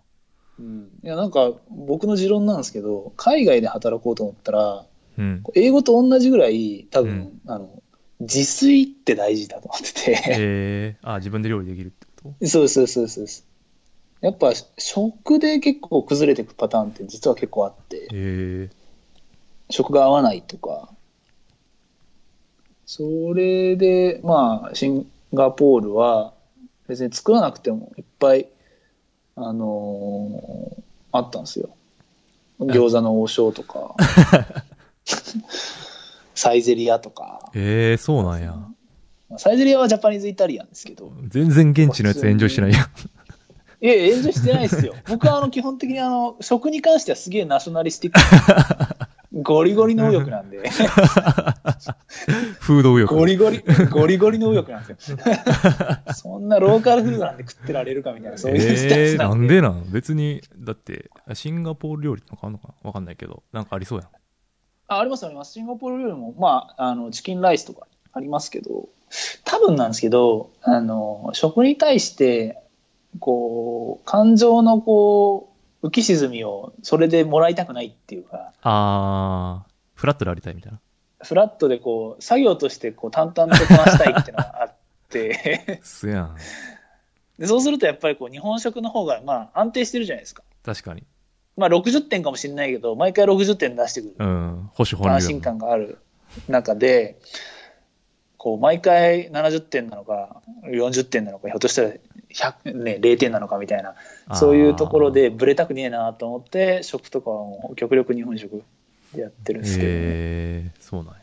Speaker 2: うん、いやなんか僕の持論なんですけど海外で働こうと思ったら
Speaker 1: うん。
Speaker 2: 英語と同じぐらい多分、あの自炊って大事だと思ってて、
Speaker 1: えー、あ、自分で料理できるってこと
Speaker 2: (laughs) そうそうそうそうそうやっぱ食で結構崩れていくパターンって実は結構あって
Speaker 1: え
Speaker 2: 食が合わないとかそれでまあシンガポールは別に作らなくてもいっぱいあのーあったんですよ餃子の王将とかサイゼリアとか
Speaker 1: ー、えー、そうなんや。
Speaker 2: まあサイゼリアはジャパニーズイタリアンですけど
Speaker 1: 全然現地のやつエンジョイしてないやん。
Speaker 2: いやいや、炎上してないです (laughs) よ。僕はあの基本的にあの食に関してはすげえナショナリスティック。 (laughs) ゴリゴリの右翼なんで。
Speaker 1: フード右翼。
Speaker 2: ゴリゴリ、ゴリゴリの右翼なんです (laughs) よ。そんなローカルフードなんて食ってられるかみたいな、そういうスタン
Speaker 1: え
Speaker 2: ス
Speaker 1: ー、な
Speaker 2: なん
Speaker 1: ん
Speaker 2: で。
Speaker 1: でなん別に、だって、シンガポール料理とかあるのかなわかんないけど、なんかありそうやん。
Speaker 2: あありますあります。シンガポール料理も、まあ、あの、チキンライスとかありますけど、多分なんですけど、あの、食に対して、こう、感情のこう、浮き沈みをそれでもらいたくないっていうか、
Speaker 1: あー、フラットでありたいみたいな。
Speaker 2: フラットでこう、作業としてこう、淡々とこなしたいっていうのがあって、 (laughs)
Speaker 1: すやん。
Speaker 2: でそうするとやっぱりこう、日本食の方が、まあ、安定してるじゃないですか。
Speaker 1: 確かに。
Speaker 2: まあ、60点かもしれないけど、毎回60点出してくる。
Speaker 1: うん。保守本
Speaker 2: 安
Speaker 1: 流
Speaker 2: 心。感がある中で、こう毎回70点なのか、40点なのか、ひょっとしたら100、ね、0点なのかみたいな、
Speaker 1: あー
Speaker 2: そういうところ。でぶれたくねえなと思って、食とかはもう極力日本食でやってるんですけどね、
Speaker 1: へえー、そうなんや。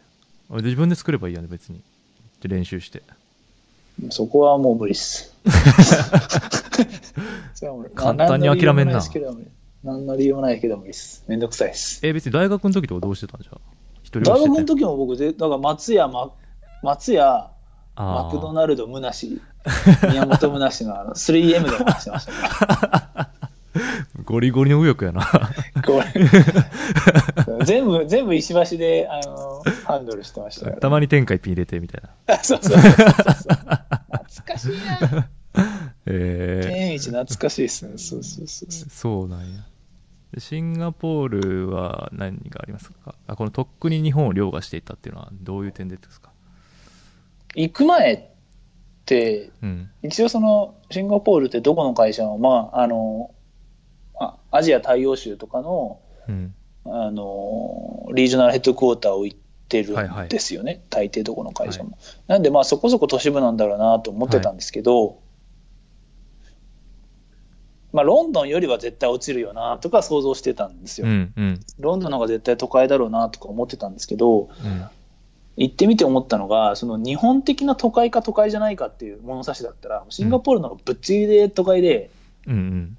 Speaker 1: あで自分で作ればいいやん、別に。で練習して。
Speaker 2: そこはもう無理
Speaker 1: (laughs)
Speaker 2: っす。それはもう
Speaker 1: 簡単に諦めんな。
Speaker 2: 何の理由もないですけど無理何の理由もないけど無理っす。めんどくさいっす。
Speaker 1: え、別に大学の時とかどうしてたんじゃ一人暮ら
Speaker 2: 大
Speaker 1: し
Speaker 2: 学
Speaker 1: して
Speaker 2: の
Speaker 1: て。
Speaker 2: 時も僕ぜ、だから松屋、ま、松屋、
Speaker 1: あー
Speaker 2: マクドナルド・ムナシ、宮本ムナシのあの 3M で回してましたか
Speaker 1: ゴリゴリの右翼やな。
Speaker 2: (laughs) らこ
Speaker 1: (laughs)
Speaker 2: れ全部、全部石橋で、あの、ハンドルしてましたか
Speaker 1: (laughs) たまに天下一品入れてみたいな。
Speaker 2: ら。 (laughs) そうそうそうそう懐かしいな。
Speaker 1: え
Speaker 2: 天一懐かしいですね。そうそうそうそ
Speaker 1: ー、そうなんや。でシンガポールは何がありますかあこのとっくに日本を凌駕していったっていうのはどういう点でですか
Speaker 2: う。行く前って、
Speaker 1: うん。
Speaker 2: 一応その、シンガポールってどこの会社の、まあ、あの、あアジア大洋州とかの、
Speaker 1: うん。
Speaker 2: あのリージョナルヘッドクォーターを行ってるんですよね、大抵どこの会社も。なんで、まあ、そこそこ都市部なんだろうなと思ってたんですけど、まあ、ロンドンよりは絶対落ちるよなとか想像してたんですよ、
Speaker 1: うん。うん。
Speaker 2: ロンドンの方が絶対都会だろうなとか思ってたんですけど、
Speaker 1: うん。
Speaker 2: 行ってみて思ったのが、その日本的な都会か都会じゃないかっていう物差しだったら、シンガポールの方がぶっちぎりで都会で、
Speaker 1: うんうん。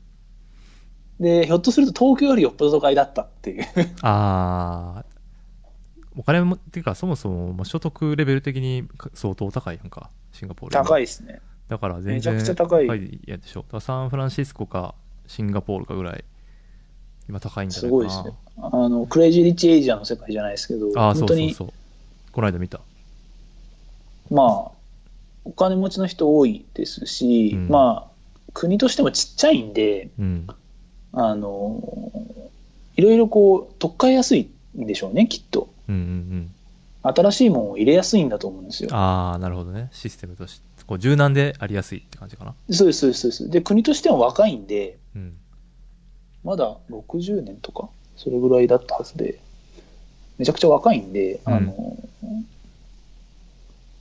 Speaker 2: でひょっとすると東京よりよっぽど都会だったっていう。
Speaker 1: ああ。お金も、っていうか、そもそも、まあ、所得レベル的にか相当高いやんか、シンガポール。
Speaker 2: 高
Speaker 1: い。
Speaker 2: いですね。
Speaker 1: だから全然。
Speaker 2: めちゃくちゃ高い
Speaker 1: やでしょ。だからサンフランシスコかシンガポールかぐらい、今高いんじゃ
Speaker 2: す
Speaker 1: ないか
Speaker 2: ごい
Speaker 1: な。
Speaker 2: ですね。あの、クレイジー・リッチ・エイジアの世界じゃないですけど、
Speaker 1: ああ、そ
Speaker 2: 本
Speaker 1: うそ
Speaker 2: 当
Speaker 1: う
Speaker 2: に、
Speaker 1: そう。この間見た。
Speaker 2: まあ、お金持ちの人多いですし、
Speaker 1: うん
Speaker 2: まあ、国としてもちっちゃいんで、
Speaker 1: うん。
Speaker 2: あの、いろいろこう、取っ換えやすいんでしょうね、きっと。
Speaker 1: うんうんうん。
Speaker 2: 新しいものを入れやすいんだと思うんですよ。
Speaker 1: ああ、なるほどね。システムとして、こう柔軟でありやすいって感じかな。
Speaker 2: そうです、そうです、そうです。で、国としても若いんで、
Speaker 1: うん。
Speaker 2: まだ60年とか、それぐらいだったはずで、めちゃくちゃ若いんで、
Speaker 1: うん
Speaker 2: あの、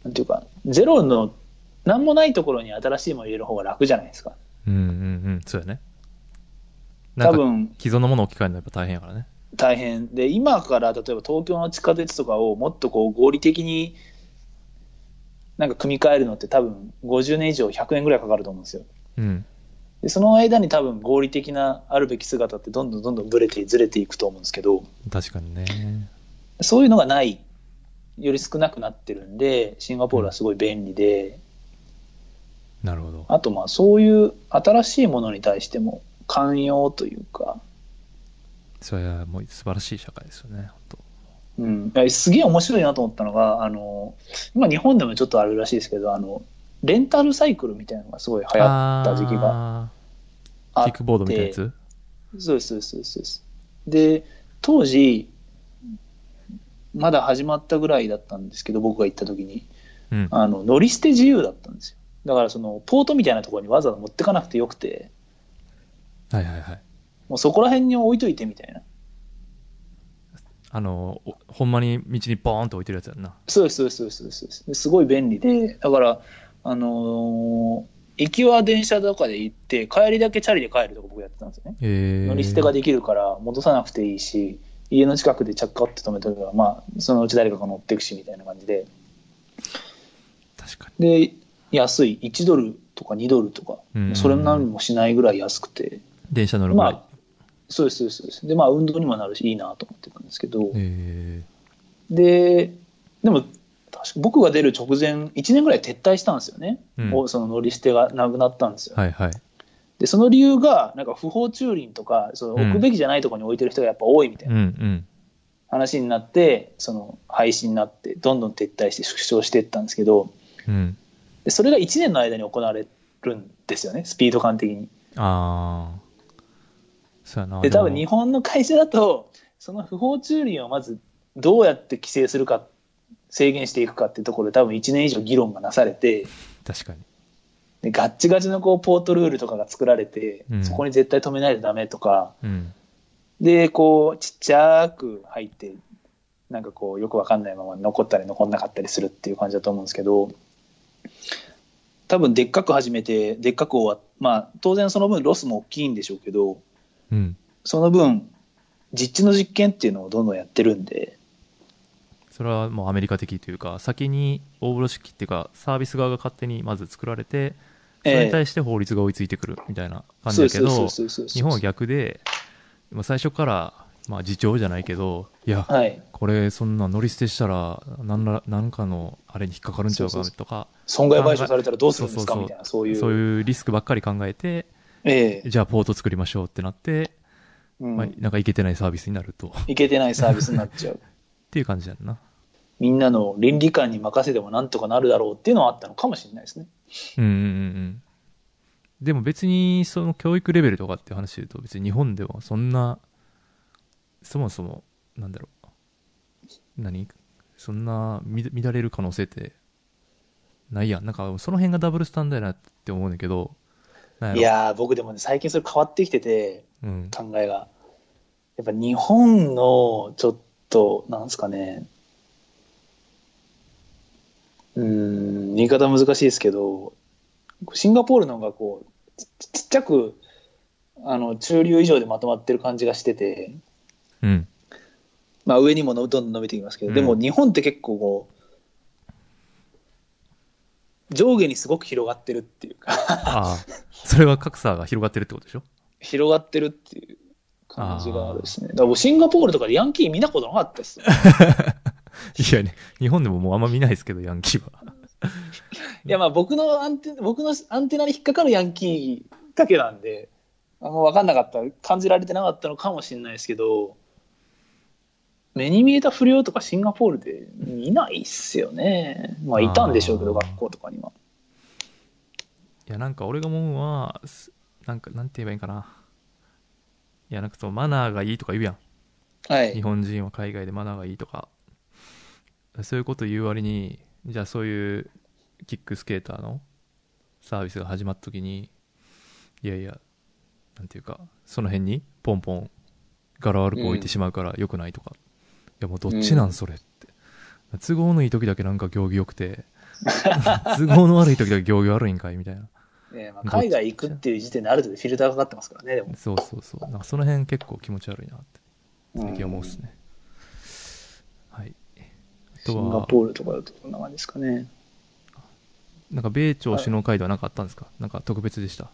Speaker 2: なんていうか、ゼロの、なんもないところに新しいもの入れる方が楽じゃないですか。
Speaker 1: うんうんうん。そうやね。なん
Speaker 2: 多
Speaker 1: か、
Speaker 2: 分、
Speaker 1: 既存のものを置き換えるのやっぱ大変やからね。
Speaker 2: 大変で、今から例えば東京の地下鉄とかをもっとこう合理的に、なんか組み替えるのって多分50年以上100年ぐらいかかると思うんですよ。
Speaker 1: うん。
Speaker 2: で、その間に多分合理的なあるべき姿ってどんどんどんどんブレてずれていくと思うんですけど、
Speaker 1: 確かにね。
Speaker 2: そういうのがない、より少なくなってるんで、シンガポールはすごい便利で、
Speaker 1: なるほど。
Speaker 2: あとまあそういう新しいものに対しても寛容というか、
Speaker 1: それはもう素晴らしい社会ですよね、本
Speaker 2: うん、いやすげえ面白いなと思ったのが、あの、今日本でもちょっとあるらしいですけど、あの、レンタルサイクルみたいなのがすごい
Speaker 1: 当。
Speaker 2: 流行った時期が
Speaker 1: あ
Speaker 2: あ
Speaker 1: ー
Speaker 2: っ
Speaker 1: キ
Speaker 2: て。
Speaker 1: ックボードみたいなやつ
Speaker 2: そうです、そうです、そうですそうです。で、当時、まだ始まったぐらいだったんですけど、僕が行った時に。
Speaker 1: うん。
Speaker 2: あの乗り捨て自由だったんですよだからそのポートみたいなところにわざわざ持ってかなくてよくて
Speaker 1: はいはいはい。
Speaker 2: もうそこら辺に置いといてみたいな
Speaker 1: あの、おほんまに道にボーンと置いてるやつやんな。
Speaker 2: そうですそうですそうですそうですですごい便利でだからあのー行きは電車とかで行って帰りだけチャリで帰るとか僕やってたんですよね
Speaker 1: えー、
Speaker 2: 乗り捨てができるから戻さなくていいし家の近くでチャッカって止めとけばまあそのうち誰かが乗ってくしみたいな感じで
Speaker 1: 確か
Speaker 2: で安い1ドルとか2ドルとか、
Speaker 1: うん
Speaker 2: それなんもしないぐらい安くて
Speaker 1: に。電車乗るぐらい。
Speaker 2: まそうです、そうですそうです。で、まあ、運動にもなるし、いいなと思ってたんですけど、
Speaker 1: え
Speaker 2: で、でも、確か僕が出る直前、1年ぐらい撤退したんですよね。
Speaker 1: うん
Speaker 2: おその乗り捨てがなくなったんですよ。
Speaker 1: ー、はいはい。
Speaker 2: で、その理由が、なんか不法駐輪とか、その
Speaker 1: うん
Speaker 2: 置くべきじゃないところに置いてる人がやっぱ多いみたいうなん
Speaker 1: うん。
Speaker 2: 話になって、その廃止になって、どんどん撤退して縮小していったんですけど、
Speaker 1: うん。
Speaker 2: でそれが1年の間に行われるんですよね、スピード感的に。
Speaker 1: ああ。そうやな。
Speaker 2: で、
Speaker 1: で
Speaker 2: 多
Speaker 1: も
Speaker 2: 分日本の会社だと、その不法駐輪をまずどうやって規制するか、制限していくかっていうところで、多分1年以上議論がなされて、
Speaker 1: 確かに。
Speaker 2: でガッチガチのこうポートルールとかが作られて、
Speaker 1: うん
Speaker 2: そこに絶対止めないとダメとか、
Speaker 1: うん。
Speaker 2: で、こう、ちっちゃく入って、なんかこう、よくわかんないまま残ったり残んなかったりするっていう感じだと思うんですけど、多分でっかく始めて、でっかく終わっまあ、当然その分ロスも大きいんでしょうけど、
Speaker 1: うん。
Speaker 2: その分、実地の実験っていうのをどんどんやってるんで、
Speaker 1: それはもうアメリカ的というか、先に大風呂敷っていうか、サービス側が勝手にまず作られて、それに対して法律が追いついてくるみたいな感じだけど、日
Speaker 2: 日
Speaker 1: 本は逆で、まあ最初から、まあ、自重じゃないけど、いや、
Speaker 2: はい、
Speaker 1: これ、そんな乗り捨てしたら、なんら、なんかのあれに引っかかるんちゃう
Speaker 2: そう
Speaker 1: か
Speaker 2: そう
Speaker 1: とか、
Speaker 2: 損害賠償されたらどうするんですか
Speaker 1: そうそうそう
Speaker 2: みたいな、そういう。
Speaker 1: そういうリスクばっかり考えて、
Speaker 2: ええ
Speaker 1: じゃあポート作りましょうってなって、
Speaker 2: うん
Speaker 1: まあ、なんかいけてないサービスになると、っ
Speaker 2: いけてないサービスになっちゃう。
Speaker 1: (laughs) ていう感じやんな。
Speaker 2: みんなの倫理観に任せてもなんとかなるだろうっていうのはあったのかもしれないですね。
Speaker 1: うんうんうんうん。でも別に、その教育レベルとかっていう話で言うと、別に日本ではそんな、そもそも、なんだろう、何そんなみ乱れる可能性って、ないやん。なんか、その辺がダブルスタンダードやなって思うんだけど、なん
Speaker 2: い
Speaker 1: や
Speaker 2: やー、僕でもね、最近それ変わってきてて、
Speaker 1: ろ。うん。
Speaker 2: 考えが。やっぱ日本の、ちょっと、なんですかね、うーん、言い方難しいですけど、シンガポールの方がこう、ちちっちゃく、あの、中流以上でまとまってる感じがしてて、
Speaker 1: うん。
Speaker 2: まあ上にものどんどん伸びていきますけど、でも
Speaker 1: うん
Speaker 2: 日本って結構こう、上下にすごく広がってるっていうか、 (laughs)
Speaker 1: ああ、それは格差が広がってるってことでしょ
Speaker 2: 広がってるっていう感じがあるですね。だから僕シンガポールとかでヤンキー見たことなかったですよ。
Speaker 1: (laughs) いやね、日本でももうあんま見ないですけど、ヤンキーは。
Speaker 2: いやまあ僕のアンテ、僕のアンテナに引っかかるヤンキーだけなんで、あんま分かんなかった、感じられてなかったのかもしれないですけど、目に見えた不良とかシンガポールでいないっすよね。まあいたんでしょうけど、
Speaker 1: あー
Speaker 2: 学校とかには。
Speaker 1: いや、なんか俺が思うのは、すなんか、なんて言えばいいんかな。いや、なんかそのマナーがいいとか言うやん。
Speaker 2: は
Speaker 1: 日
Speaker 2: い。
Speaker 1: 本人は海外でマナーがいいとか。そういうこと言う割に、じゃあそういうキックスケーターのサービスが始まった時に、いやいや、なんていうか、その辺にポンポン柄悪く置いてしまうから良くないとか。いや、もうどっちなんそれって。都合のいい時だけなんか行儀良くて、都合の悪い時だけ行儀悪いんかいみたいな。
Speaker 2: ねまあ、海外行くっていう時点である程度フィルターかかってますからね、でも。
Speaker 1: そうそうそう。なんかその辺結構気持ち悪いなって最近思うっすね。はい。あ
Speaker 2: シ
Speaker 1: と
Speaker 2: ンガ
Speaker 1: は、
Speaker 2: ポールとかだとこんな感じですかね。
Speaker 1: なんか米朝首脳会談なんかあったんですかなんか特別でした。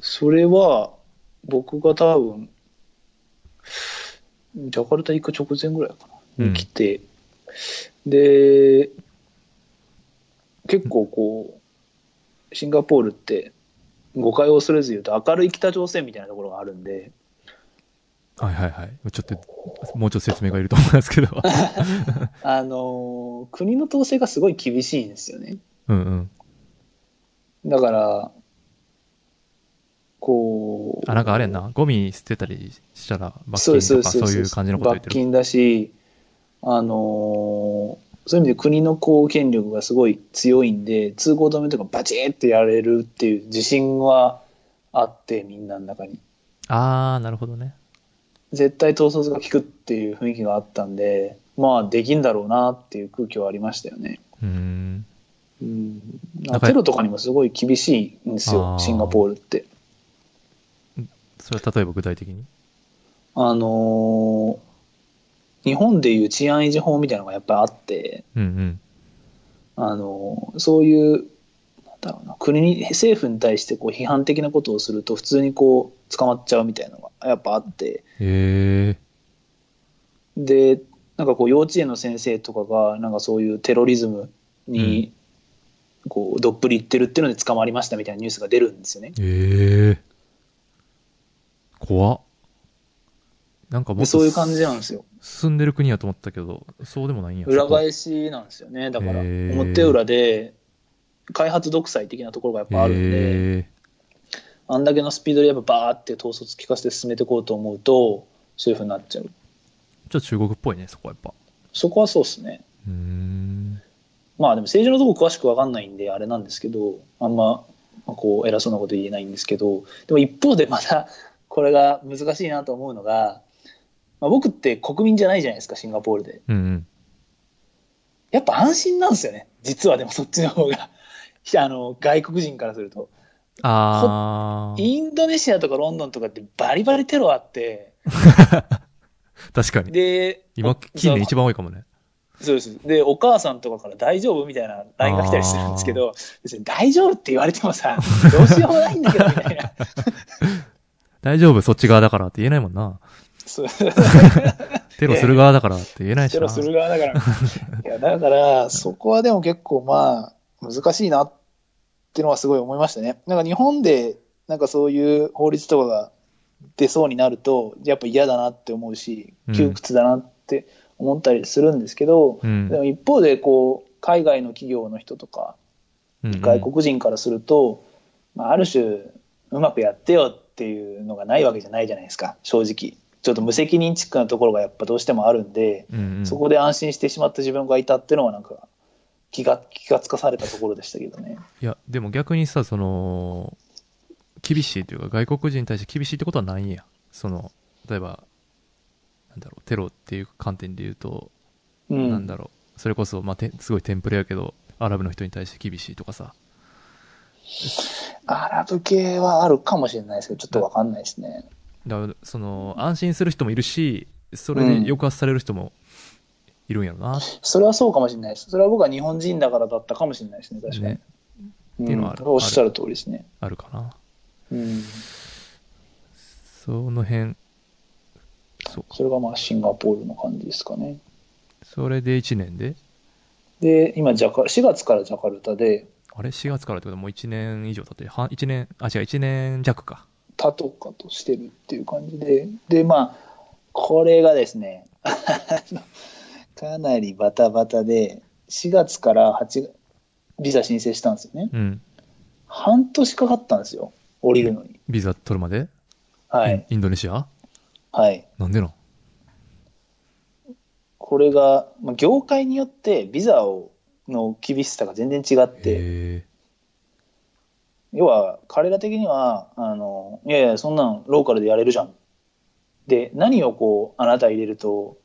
Speaker 2: それは、僕が多分、ジャカルタ行く直前ぐらいかな、
Speaker 1: うん
Speaker 2: に来て、で、結構こう、シンガポールって、誤解を恐れず言うと、明るい北朝鮮みたいなところがあるんで、
Speaker 1: はいはいはい。ちょっと、もうちょっと説明がいると思うんですけど。
Speaker 2: (laughs) あのー国の統制がすごい厳しいんですよね。
Speaker 1: うんうん。
Speaker 2: だから、こう。
Speaker 1: あ、なんかあれやんな。ゴミ捨てたりしたら罰
Speaker 2: そう
Speaker 1: 金
Speaker 2: ですそう
Speaker 1: と
Speaker 2: で
Speaker 1: か
Speaker 2: す
Speaker 1: そう
Speaker 2: です
Speaker 1: いう感じのこと言って
Speaker 2: 罰
Speaker 1: る。
Speaker 2: 金だし、あのーそういう意味で国のこう権力がすごい強いんで、通行止めとかバチーってやれるっていう自信はあって、みんなの中に。
Speaker 1: あー、なるほどね。
Speaker 2: 絶対統率が効くっていう雰囲気があったんで、まあできんだろうなっていう空気はありましたよね。
Speaker 1: うーん。
Speaker 2: うん、
Speaker 1: なんか
Speaker 2: テロとかにもすごい厳しいんです
Speaker 1: あ
Speaker 2: よ
Speaker 1: ー、
Speaker 2: シンガポールって。
Speaker 1: それは例えば具体的に。
Speaker 2: あのー日本でいう治安維持法みたいなのがやっぱりあって、
Speaker 1: うん
Speaker 2: あのそういうなんだろうな国に政府に対してこう批判的なことをすると普通にこう捕まっちゃうみたいなのがやっぱあって
Speaker 1: うん。へえ。
Speaker 2: でなんかこう幼稚園の先生とかがなんかそういうテロリズムにこうどっぷりいってるっていうので捕まりましたみたいなニュースが出るんですよね。
Speaker 1: ええ怖っなんかも
Speaker 2: で
Speaker 1: っと
Speaker 2: そういう感じなんですよ。
Speaker 1: 進んでる国やと思ったけど、そうでもないんや。
Speaker 2: 裏返しなんですよね。だから、
Speaker 1: へー
Speaker 2: 表裏で、開発独裁的なところがやっぱあるんで、
Speaker 1: え
Speaker 2: あんだけのスピードでやっぱバーって統率聞かせて進めていこうと思うと、そういうふうになっちゃう。
Speaker 1: ー、ちょっと中国っぽいね、そこはやっぱ。
Speaker 2: そこはそうですね。
Speaker 1: うーん。
Speaker 2: まあでも政治のとこ詳しく分かんないんであれなんですけどあんままあこう偉そうなこと言えないんですけどでも一方でまた (laughs) これが難しいなと思うのが、まあ、僕って国民じゃないじゃないですかシンガポールで
Speaker 1: うんうん。
Speaker 2: やっぱ安心なんですよね実はでもそっちの方が (laughs) あの外国人からすると
Speaker 1: あー、
Speaker 2: インドネシアとかロンドンとかってバリバリテロあって
Speaker 1: 確かに。
Speaker 2: で
Speaker 1: 今、近年一
Speaker 2: 番
Speaker 1: 番多いかもね。
Speaker 2: そうですでお母さんとかから大丈夫みたいな LINE が来たりするんですけど別に大丈夫って言われてもさ (laughs) どうしようもないんだけどみたいな
Speaker 1: (laughs) 大丈夫、そっち側だからって言えないもんな。
Speaker 2: そう
Speaker 1: テロする側だからって言えない
Speaker 2: (laughs)
Speaker 1: し
Speaker 2: テ
Speaker 1: な。
Speaker 2: ロする側だから。いや、だから、そこはでも結構まあ、難しいなっていうのはすごい思いましたね。なんか日本で、なんかそういう法律とかが出そうになると、やっぱ嫌だなって思うし
Speaker 1: う、ん
Speaker 2: 窮屈だなって思ったりするんですけど、
Speaker 1: うん
Speaker 2: でも一方で、こう、海外の企業の人とか、
Speaker 1: うんうん
Speaker 2: 外国人からすると、まあ、ある種うまくやってよっていうのがないわけじゃないじゃないですか正直ちょっと無責任チックなところがやっぱどうしてもあるんで、
Speaker 1: うんうん
Speaker 2: そこで安心してしまった自分がいたっていうのはなんか気が気がつかされたところでしたけどね
Speaker 1: いや、でも逆にさ、その、厳しいというか、外国人に対して厳しいってことはないんや。その、例えば、なんだろう、テロっていう観点で言うと、
Speaker 2: うん
Speaker 1: なんだろう、それこそ、まあ、てすごいテンプレやけど、アラブの人に対して厳しいとかさ。
Speaker 2: アラブ系はあるかもしれないですけどちょっとわかんないですね
Speaker 1: だから、その、安心する人もいるし、それで抑圧される人もいるんやろな、
Speaker 2: それはそうかもしれないですそれは僕は日本人だからだったかもしれないですね確かに、
Speaker 1: ね、
Speaker 2: うん
Speaker 1: っていうのはある
Speaker 2: おっしゃる通りですね
Speaker 1: あるかな。
Speaker 2: うん
Speaker 1: その辺、そうか。
Speaker 2: それがまあシンガポールの感じですかね
Speaker 1: それで1年で、
Speaker 2: で今ジャカ4月からジャカルタで
Speaker 1: あれ ?4 月からってことはもう1年以上経ってる、半1年、あ、違う、1年弱か。
Speaker 2: 他とかとしてるっていう感じででまあこれがですね (laughs) あのかなりバタバタで4月から8月ビザ申請したんですよね
Speaker 1: うん。
Speaker 2: 半年かかったんですよ降りるのに
Speaker 1: ビザ取るまで、
Speaker 2: は
Speaker 1: イン
Speaker 2: い
Speaker 1: インドネシア
Speaker 2: はい
Speaker 1: なんでなん
Speaker 2: これが、まあ、業界によってビザをの厳しさが全然違って
Speaker 1: へ
Speaker 2: 要は彼ら的にはあのいやいやそんなんローカルでやれるじゃんで何をこうあなた入れると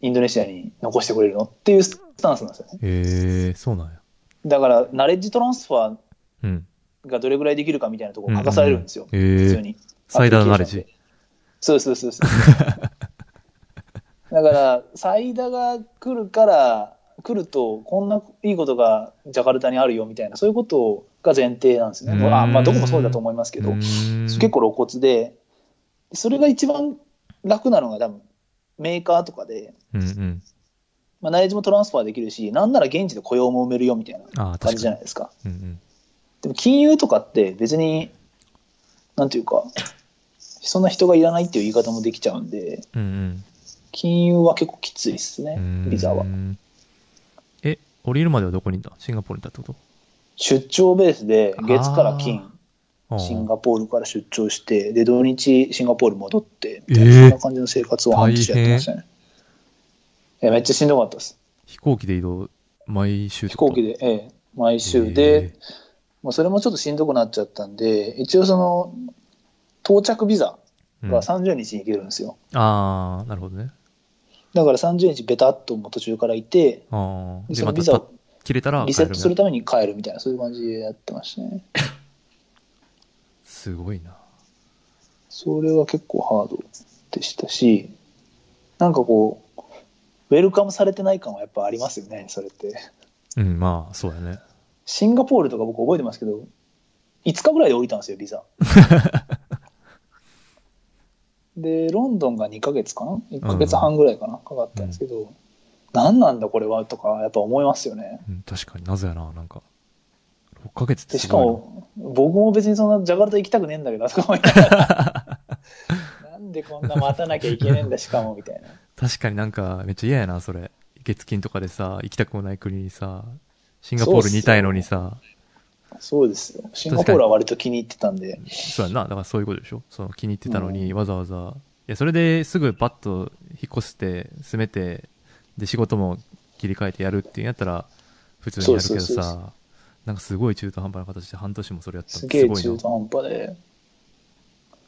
Speaker 2: インドネシアに残してくれるのっていうスタンスなんですよね
Speaker 1: え。へえ、そうなんや。
Speaker 2: だからナレッジトランスファ
Speaker 1: うん。
Speaker 2: ーがどれぐらいできるかみたいなところ書かされるんですよ、
Speaker 1: うんうんうんへえ
Speaker 2: 普通に
Speaker 1: サイダーナレッジ。
Speaker 2: そうそうそうそうだから最大が来るから来るとこんないいことがジャカルタにあるよみたいなそういうことが前提なんですね、
Speaker 1: うん
Speaker 2: まあまあどこもそうだと思いますけど、
Speaker 1: 結
Speaker 2: 結構露骨で、それが一番楽なのが多分メーカーとかで、
Speaker 1: うんうん。
Speaker 2: まあ、ナレッジもトランスファーできるし、なんなら現地で雇用も埋めるよみたいな
Speaker 1: ああ、
Speaker 2: 感
Speaker 1: 確
Speaker 2: じじゃ
Speaker 1: かに
Speaker 2: ないですか。。
Speaker 1: うんうん
Speaker 2: でも金融とかって別に、なんていうか、そんな人がいらないっていう言い方もできちゃうんで、
Speaker 1: うん
Speaker 2: 金融は結構きついです
Speaker 1: う
Speaker 2: ね
Speaker 1: ん。、
Speaker 2: ビザは
Speaker 1: う。ん。え、降りるまではどこにいたシンガポールにいたってこと
Speaker 2: 出張ベースで月から
Speaker 1: あ
Speaker 2: 金、
Speaker 1: ああ
Speaker 2: シンガポールから出張して、で、土日シンガポール戻って、
Speaker 1: え
Speaker 2: みたいな
Speaker 1: え
Speaker 2: そんな感じの生活を半年やってましたね。いやめっちゃしんどかったです。
Speaker 1: 飛行機で移動、毎週
Speaker 2: 飛行機
Speaker 1: で。
Speaker 2: で、ええ、毎週
Speaker 1: え
Speaker 2: で、まあそれもちょっとしんどくなっちゃったんで、一応その、到着ビザ
Speaker 1: うん
Speaker 2: が30日に行けるんですよ。
Speaker 1: ああ、なるほどね。
Speaker 2: だから30日ベタっともう途中からいて、
Speaker 1: ああ。
Speaker 2: で
Speaker 1: で、
Speaker 2: そ
Speaker 1: ま
Speaker 2: の
Speaker 1: た
Speaker 2: ビザ
Speaker 1: た
Speaker 2: を
Speaker 1: 切れたら帰
Speaker 2: リセ
Speaker 1: れ
Speaker 2: ッ
Speaker 1: る
Speaker 2: ト
Speaker 1: ね
Speaker 2: するために帰るみたいな、そういう感じでやってましたね。
Speaker 1: すごいな。
Speaker 2: それは結構ハードでしたし、なんかこう、ウェルカムされてない感はやっぱありますよね、それって。
Speaker 1: うん、まあ、そうだね。
Speaker 2: シンガポールとか僕覚えてますけど、5日ぐらいで降りたんですよ、ビザ。で、ロンドンが2ヶ月かな ?1 ヶ月半ぐらいかな、かかったんですけど、何なんだこれはとか、やっぱ思いますよね。
Speaker 1: うん、確かに謎やな、なんか。6ヶ月って
Speaker 2: ですしか
Speaker 1: ごいな。 (laughs)
Speaker 2: も、僕も別にそんなジャカルタ行きたくねえんだけど、とか思いながらなんなんでこんな待たなきゃいけねえんだ、しかも、みたいな。
Speaker 1: 確かになんかめっちゃ嫌やな、それ。月金とかでさ、行きたくもない国にさ、シンガポールにいたいのにさ、
Speaker 2: そうですよ。シンガポールは割と気に入ってたんで。
Speaker 1: そうやんな、だからそういうことでしょ。その気に入ってたのにわざわざ、いや、それですぐパッと引っ越して、住めて、で、仕事も切り替えてやるっていうんやったら、普通にやるけど
Speaker 2: そうそうそう
Speaker 1: さ、なんかすごい中途半端な形で半年もそれやったの
Speaker 2: すげえ
Speaker 1: ごい
Speaker 2: 中
Speaker 1: な。
Speaker 2: 途半端で。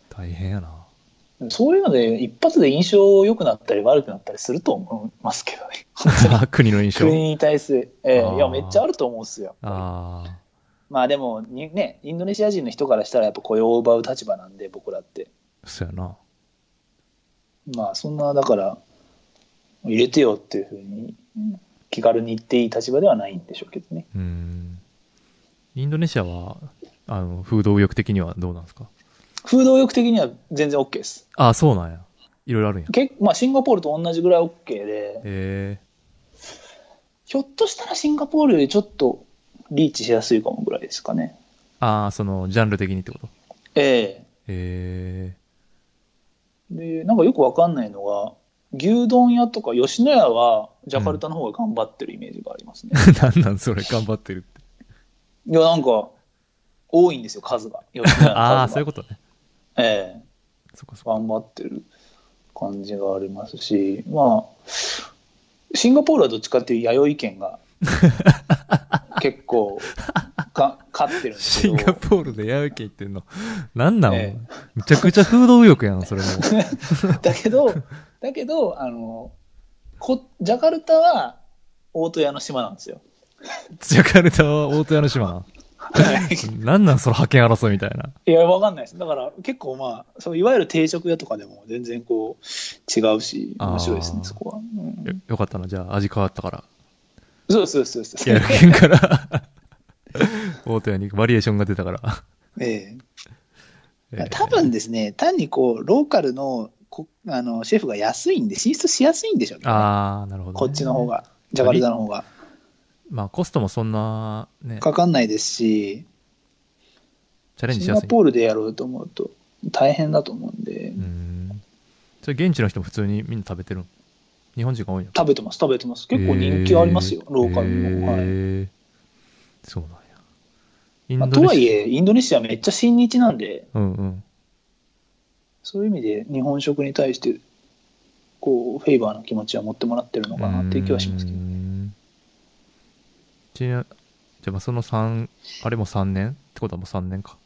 Speaker 1: 大変やな。 (laughs)
Speaker 2: そういうので、一発で印象良くなったり悪くなったりすると思いますけどね。
Speaker 1: 国の印象。
Speaker 2: 国に対する、ええ
Speaker 1: あー
Speaker 2: いや、めっちゃあると思うんですよ。
Speaker 1: ああ。
Speaker 2: まあでもに、ね、インドネシア人の人からしたら、やっぱ雇用を奪う立場なんで、僕らって。
Speaker 1: そうやな。
Speaker 2: まあ、そんな、だから、入れてよっていうふうに、気軽に言っていい立場ではないんでしょうけどね。
Speaker 1: うん。インドネシアは、あの、風土右翼的にはどうなんですか
Speaker 2: 風土欲的には全然 OK です。
Speaker 1: ああ、そうなんや。いろいろあるんや。
Speaker 2: 結まあ、シンガポールと同じぐらい OK で、
Speaker 1: え
Speaker 2: ひょっとしたらシンガポールよりちょっとリーチしやすいかもぐらいですかね。
Speaker 1: ー、ああ、その、ジャンル的にってこと
Speaker 2: え
Speaker 1: え
Speaker 2: えで、なんかよくわかんないのが、牛丼屋とか吉野家はジャカルタの方が頑張ってるイメージがありますね。
Speaker 1: えー。なんなんそれ、頑張ってるって。
Speaker 2: いや、なんか、多いんですよ、数が。吉野家の数が
Speaker 1: ああ、そういうことね。
Speaker 2: ええ
Speaker 1: そっかそっか。
Speaker 2: 頑張ってる感じがありますし、まあ、シンガポールはどっちかっていう弥生県
Speaker 1: (laughs)
Speaker 2: が結構か勝ってるんです
Speaker 1: シ
Speaker 2: けど
Speaker 1: ンガポールでヤウケ行ってんの。なんなん、
Speaker 2: ええ
Speaker 1: むちゃくちゃ風土右翼やん、それも。
Speaker 2: だけど、だけど、あの、こジャカルタは大戸屋の島なんで
Speaker 1: (laughs)
Speaker 2: すよ。
Speaker 1: ジャカルタは大戸屋の島。なんなんその覇権争いみたいな。
Speaker 2: いや、わかんないです。だから結構まあ、そのいわゆる定食屋とかでも全然こう、違うし、面白いですね
Speaker 1: あ、ー
Speaker 2: そこは。うん
Speaker 1: よよかったな、じゃあ味変わったから。
Speaker 2: そうですそうですそう
Speaker 1: や
Speaker 2: で
Speaker 1: る
Speaker 2: す。
Speaker 1: けんから、大手にバリエーションが出たから。
Speaker 2: (laughs) ええ
Speaker 1: えー
Speaker 2: 多分ですね、単にこう、ローカルのこあのシェフが安いんで、進出しやすいんでしょうね。
Speaker 1: ああ、なるほど、ね。
Speaker 2: こっちの方。が、ジャカルタの方が。
Speaker 1: まあ、コストもそんな、ね、
Speaker 2: かかんないですし、
Speaker 1: チャレンジ
Speaker 2: シ
Speaker 1: し
Speaker 2: ン
Speaker 1: や
Speaker 2: ガ
Speaker 1: すい。
Speaker 2: ポールでやろうと思うと大変だと思うんで。
Speaker 1: うん。それ現地の人も普通にみんな食べてるの日本人が多いの
Speaker 2: 食べてます、食べてます。結構人気ありますよ、
Speaker 1: え
Speaker 2: ローカルの。はい
Speaker 1: えーそうなんや。イ
Speaker 2: まあ
Speaker 1: ンド
Speaker 2: と
Speaker 1: ネシア。
Speaker 2: はいえ、インドネシアめっちゃ親日なんで、
Speaker 1: うんうん。
Speaker 2: そういう意味で日本食に対して、こう、フェイバーな気持ちは持ってもらってるのかなっていう気はしますけど。
Speaker 1: うんちなじゃあまあその3、あれも3年ってことはもう3年か。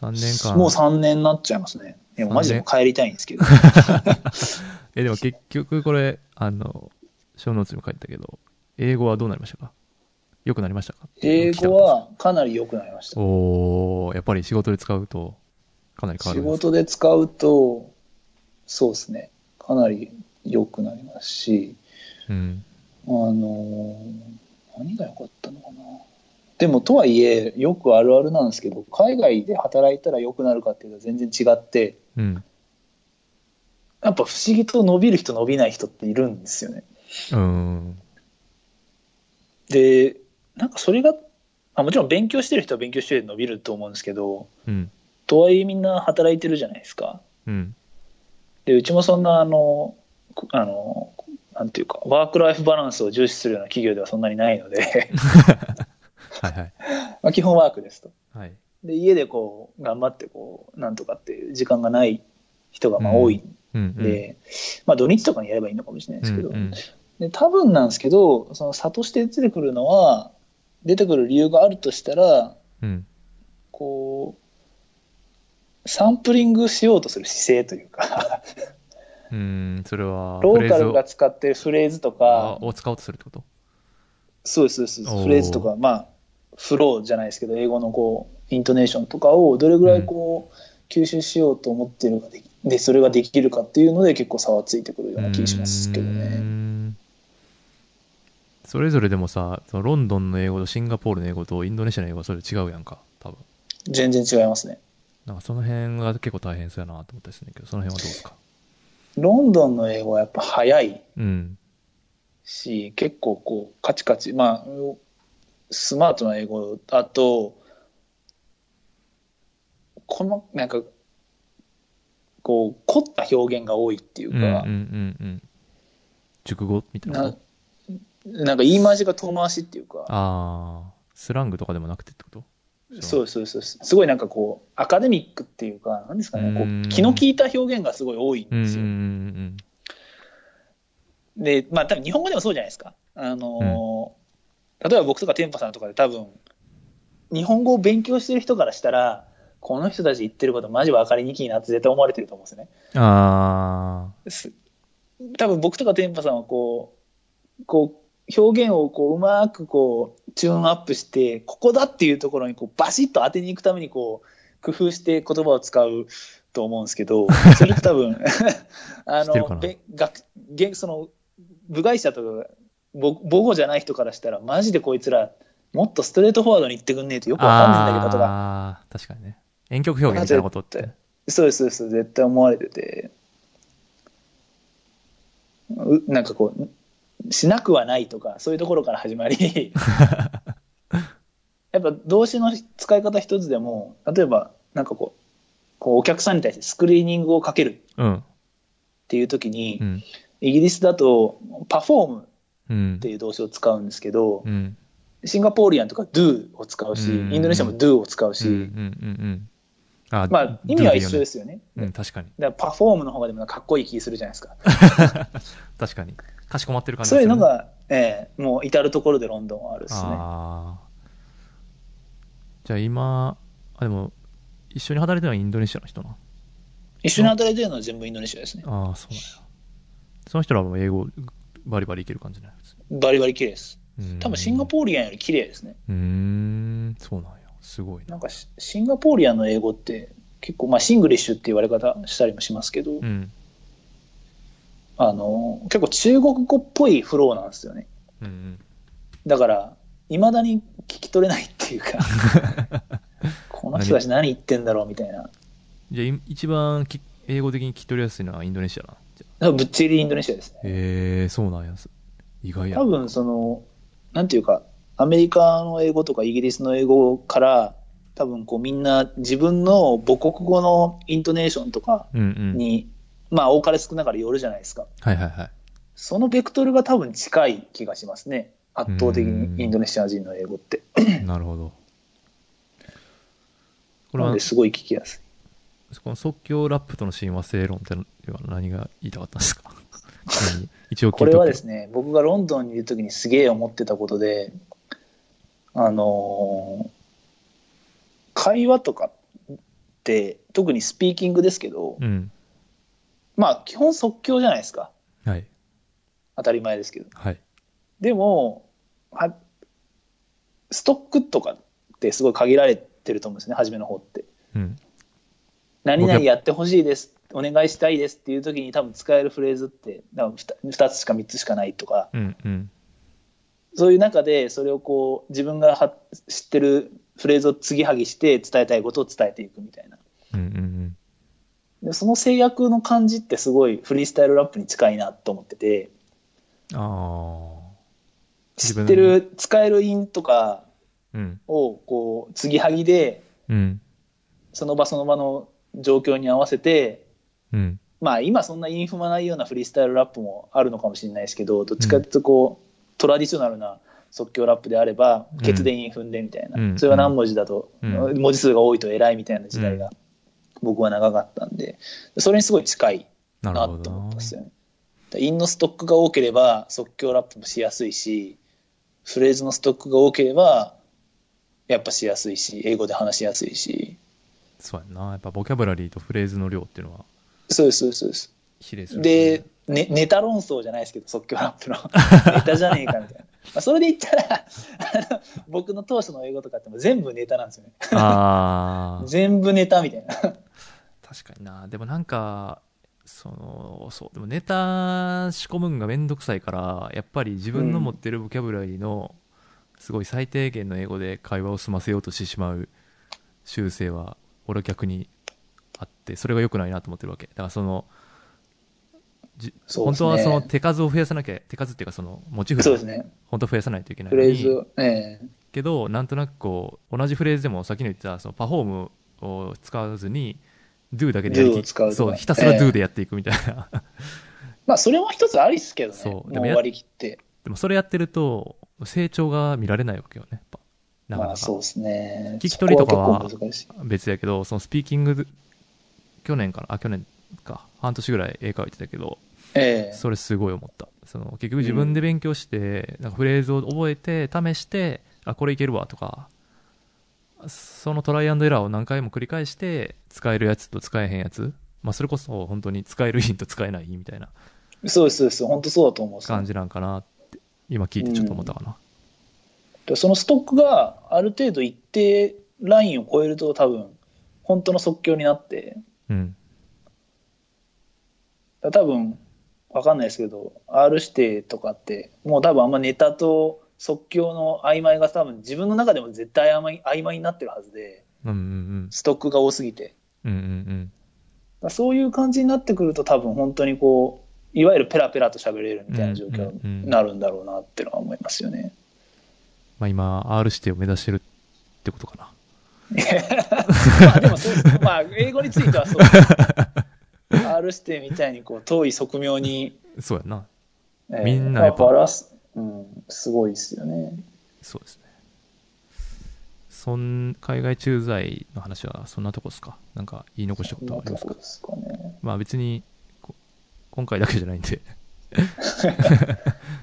Speaker 1: 3年間。
Speaker 2: もう3年になっちゃいますね。いや、マジでもう帰りたいんですけど。
Speaker 1: え、でも結局これ、あの、小ノーツにも書いてたけど、英語はどうなりましたか良くなりましたか
Speaker 2: 英語。はかなり良くなりました。
Speaker 1: おー、やっぱり仕事で使うと、かなり変わ
Speaker 2: 仕
Speaker 1: るんです。
Speaker 2: 事で使うと、そうですね、かなり良くなりますし、
Speaker 1: うん。
Speaker 2: あのー何が良かったのかな。でも、とはいえ、よくあるあるなんですけど、海外で働いたら良くなるかっていうと全然違って、
Speaker 1: うん。
Speaker 2: やっぱ不思議と伸びる人、伸びない人っているんですよね。
Speaker 1: うん。
Speaker 2: で、なんかそれが、あもちろん勉強してる人は勉強してるで伸びると思うんですけど、
Speaker 1: うん。
Speaker 2: とはいえみんな働いてるじゃないですか。
Speaker 1: うん。
Speaker 2: で、うちもそんな、あの、くあの、なんていうか、ワークライフバランスを重視するような企業ではそんなにないの
Speaker 1: (laughs)
Speaker 2: で、
Speaker 1: はいはい。
Speaker 2: まあ基本ワークですと。
Speaker 1: はい。
Speaker 2: で家でこう頑張ってこうなんとかっていう時間がない人がまあ多いん
Speaker 1: うん、うん。
Speaker 2: で、まあ、土日とかにやればいいのかもしれないですけど、
Speaker 1: うんうん
Speaker 2: で多分なんですけどその差として出てくるのは出てくる理由があるとしたら
Speaker 1: うん。
Speaker 2: こうサンプリングしようとする姿勢というか
Speaker 1: うん、それは、
Speaker 2: ロ
Speaker 1: フレ
Speaker 2: ーカ
Speaker 1: ーズ
Speaker 2: ルが
Speaker 1: を
Speaker 2: 使ってるフレーズと
Speaker 1: あ
Speaker 2: か
Speaker 1: を使おうとするってこと
Speaker 2: そうですそうで
Speaker 1: おー
Speaker 2: すフレーズとかまあフローじゃないですけど英語のこうイントネーションとかをどれぐらいこう、吸収しようと思ってるかででそれができるかっていうので結構差はついてくるような気がしますけど
Speaker 1: うー
Speaker 2: ね
Speaker 1: んそれぞれでもさ、そのロンドンの英語とシンガポールの英語とインドネシアの英語はそれ違うやんか、多分。
Speaker 2: 全然違いますね
Speaker 1: なんかその辺が結構大変そうやなと思ったりするんだけど、その辺はどうですか
Speaker 2: ロンドンの英語はやっぱ早い
Speaker 1: うん。
Speaker 2: し結構こうカチカチまあスマートな英語だとこのなんかここう凝った表現が多いっていう
Speaker 1: うんうんうん
Speaker 2: か、
Speaker 1: うん熟語みたいなこ
Speaker 2: な
Speaker 1: と
Speaker 2: なんか言い回しが遠回しっていうか
Speaker 1: ああスラングとかでもなくてってこと
Speaker 2: そうそうそうすごいなんかこうアカデミックっていうかなんですかねこ
Speaker 1: うん
Speaker 2: う気の利いた表現がすごい多いん
Speaker 1: うんうん
Speaker 2: で
Speaker 1: うん
Speaker 2: すよ、
Speaker 1: うん
Speaker 2: でまあ多分日本語でもそうじゃないですかあのー、例えば僕とか天パさんとかで多分日本語を勉強してる人からしたらこの人たち言ってることマジ分かりにくいなって絶対思われてると思うんですよね
Speaker 1: あ
Speaker 2: す多分僕とか天パさんはこうこう表現をこううまくこうチューンアップしてここだっていうところにこうバシッと当てに行くためにこう工夫して言葉を使うと思うんです
Speaker 1: (laughs)
Speaker 2: けどそれって多分 (laughs) あ
Speaker 1: 知ってるか
Speaker 2: の
Speaker 1: な
Speaker 2: べ学げその部外者とかぼ母語じゃない人からしたらマジでこいつらもっとストレートフォワードに言ってくんねえとよ
Speaker 1: あ
Speaker 2: くわかんねえんだけどとか
Speaker 1: ああ確かにね遠曲表現みたいなことって
Speaker 2: そうですそうです絶対思われててうなんかこうしなくはないとかそういうところから始
Speaker 1: (laughs)
Speaker 2: まりやっぱ動詞の使い方一つでも例えばなんかこうこうお客さんに対してスクリーニングをかけるっ
Speaker 1: うん
Speaker 2: ていう時に、
Speaker 1: うん
Speaker 2: イギリスだとパフォーム
Speaker 1: うん
Speaker 2: っていう動詞を使うんですけど、
Speaker 1: うん
Speaker 2: シンガポーリアンとか do を使うし、
Speaker 1: うん
Speaker 2: インドネシアも do を使うし、
Speaker 1: うんうんうんあー
Speaker 2: まあ意味は一緒
Speaker 1: ルールよね
Speaker 2: ですよね。
Speaker 1: うん確かに
Speaker 2: だからパフォームの方がでもなんかかっこいい気するじゃないですか。
Speaker 1: 確かにかしこまってる感じ
Speaker 2: そういうの
Speaker 1: ね
Speaker 2: が、ええもう至る所でロンドンはあるですね。
Speaker 1: ああじゃあ今あでも一緒に働いてるのはインドネシアの人な
Speaker 2: 一緒に働いてるのは全部インドネシアですね。
Speaker 1: ああそうなんやその人らはもう英語バリバリいける感じね普通
Speaker 2: バリバリ綺麗です。
Speaker 1: うん
Speaker 2: 多分シンガポーリアンより綺麗ですね。
Speaker 1: うーんそうなんやすごいな
Speaker 2: なんかシシンガポーリアンの英語って結構、まあシングリッシュって言われ方したりもしますけど、
Speaker 1: うん
Speaker 2: あの、結構中国語っぽいフローなんですよね。
Speaker 1: うんうん
Speaker 2: だから、いまだに聞き取れないって
Speaker 1: (laughs)
Speaker 2: いうか、この人たち何言ってんだろうみたいな。
Speaker 1: じゃあい一番き英語的に聞き取りやすいのはインドネシアなじゃあ
Speaker 2: 多分ぶっちぎりインドネシアですね。
Speaker 1: へえそうなんやす意外やな
Speaker 2: 多分その、なんていうか、アメリカの英語とかイギリスの英語から、多分こうみんな自分の母国語のイントネーションとか
Speaker 1: うんうん
Speaker 2: に、まあ多かれ少なかれよるじゃないですか。
Speaker 1: はいはいはい
Speaker 2: そのベクトルが多分近い気がしますね。圧倒的
Speaker 1: うん
Speaker 2: にインドネシア人の英語って。
Speaker 1: なるほど。これ
Speaker 2: な
Speaker 1: は
Speaker 2: んですごい聞きやす
Speaker 1: この即興ラップとの親和性論ってのは何が言いたかったんです
Speaker 2: (laughs)
Speaker 1: かちなみに一応
Speaker 2: い。これはです
Speaker 1: ね。
Speaker 2: ね、僕がロンドンにいるときにすげえ思ってたことで、あのー会話とかって、特にスピーキングですけど、
Speaker 1: うん。
Speaker 2: まあ基本即興じゃないですか
Speaker 1: はい。
Speaker 2: 当たり前ですけど
Speaker 1: はい。
Speaker 2: でもはストックとかってすごい限られてると思うんですね初めの方って
Speaker 1: うん。
Speaker 2: 何々やってほしいですお願いしたいですっていう時に多分使えるフレーズって多分 2, つしか3つしかないとか
Speaker 1: うんうん。
Speaker 2: そういう中でそれをこう自分がは知ってるフレーズを継ぎはぎして伝えたいことを伝えていくみたいな
Speaker 1: うんうんうん。
Speaker 2: でその制約の感じってすごいフリースタイルラップに近いなと思ってて
Speaker 1: あ
Speaker 2: 知
Speaker 1: 自
Speaker 2: っ
Speaker 1: 分
Speaker 2: てる使える韻とか
Speaker 1: あ。うん。
Speaker 2: をこう継ぎはぎで
Speaker 1: うん。
Speaker 2: その場その場の状況に合わせて
Speaker 1: うん。
Speaker 2: まあ今そんなインフマないようなフリースタイルラップもあるのかもしれないですけどどっちかっていうとこう、トラディショナルな即興ラップであれば
Speaker 1: ん
Speaker 2: ケツでイン踏んでみたいな、
Speaker 1: うん
Speaker 2: それは何文字だと、
Speaker 1: うん
Speaker 2: 文字数が多いと偉いみたいな時代が僕は長かったんでそれにすごい近い
Speaker 1: なる
Speaker 2: な
Speaker 1: ほ
Speaker 2: と
Speaker 1: ど
Speaker 2: 思っ
Speaker 1: な
Speaker 2: たんですよね。インのストックが多ければ即興ラップもしやすいしフレーズのストックが多ければやっぱしやすいし英語で話しやすいし
Speaker 1: そうやんな。やっぱボキャブラリーとフレーズの量っていうのは
Speaker 2: そうですそうですそうです
Speaker 1: 比例する。
Speaker 2: で、、ね、ネタ論争じゃないですけど即興ラップのネタじゃねえかみたいな、まあ、それで言ったらあの僕の当初の英語とかってもう全部ネタなんですよね
Speaker 1: ああ。
Speaker 2: 全部ネタみたいな
Speaker 1: 確かになでもなんかそのそうでもネタ仕込むんがめんどくさいからやっぱり自分の持ってるボキャブラリーのすごい最低限の英語で会話を済ませようとしてしまう習性は俺は逆にあってそれが良くないなと思ってるわけだからそのじ
Speaker 2: そう
Speaker 1: 本
Speaker 2: です
Speaker 1: 当
Speaker 2: ね
Speaker 1: はその手数を増やさなきゃ手数っていうかそのモチーフ
Speaker 2: そうですね
Speaker 1: 本当は増やさないといけない
Speaker 2: フ
Speaker 1: のに
Speaker 2: レーズをええ
Speaker 1: けどなんとなくこう同じフレーズでも先に言ってたそのパフォームを使わずに do だけでやり
Speaker 2: do を
Speaker 1: き
Speaker 2: 使うとか
Speaker 1: そう、ひたすら
Speaker 2: ええ
Speaker 1: do でやっていくみたいな。 (laughs)
Speaker 2: まあ、それも一つありっすけどね。
Speaker 1: そう
Speaker 2: もう
Speaker 1: でもや
Speaker 2: 終わりきって。
Speaker 1: でもそれやってると、成長が見られないわけよね、やっぱ。なか
Speaker 2: ま
Speaker 1: な
Speaker 2: あ、そう
Speaker 1: か。
Speaker 2: ですね。
Speaker 1: 聞き取りとかは
Speaker 2: そこ結構難しい。
Speaker 1: 別やけど、そのスピーキング、去年かな、あ、去年か、半年ぐらい英会話行ってたけど、
Speaker 2: ええ
Speaker 1: それすごい思った。その結局自分で勉強して、なんかフレーズを覚えて、試して、あ、これいけるわとか、そのトライアンドエラーを何回も繰り返して、使えるやつと使えへんやつ、まあそれこそ本当に使える品と使えない品みたいな
Speaker 2: そうです、そうです。本当そうだと思うっすね
Speaker 1: 感じなんかなって、今聞いてちょっと思ったかな。
Speaker 2: でそのストックがある程度一定ラインを超えると多分本当の即興になって
Speaker 1: うん。
Speaker 2: だから多分わかんないですけど R 指定とかってもう多分あんまネタと即興の曖昧が多分自分の中でも絶対曖昧曖昧になってるはずで
Speaker 1: うんうん
Speaker 2: ストックが多すぎてだか
Speaker 1: うん。うんうん
Speaker 2: らそういう感じになってくると多分本当にこういわゆるペラペラと喋れるみたいな状況になるんだろうなってのは思いますよね。
Speaker 1: まあ今、R 指定を目指してるってことかな。
Speaker 2: まあでもそうですね。まあ英語についてはそうです。R 視点みたいにこう遠い側面に、
Speaker 1: そうやんな。
Speaker 2: えー
Speaker 1: みんなやっぱ
Speaker 2: まあバランス、うん、すごいですよね。
Speaker 1: そうですね。そん、海外駐在の話はそんなとこですかなんか言い残したこ
Speaker 2: こん
Speaker 1: と
Speaker 2: な
Speaker 1: はあり
Speaker 2: と
Speaker 1: ます
Speaker 2: こ
Speaker 1: か
Speaker 2: ですかね。
Speaker 1: まあ別に、こ今回だけじゃないん
Speaker 2: (laughs)
Speaker 1: で。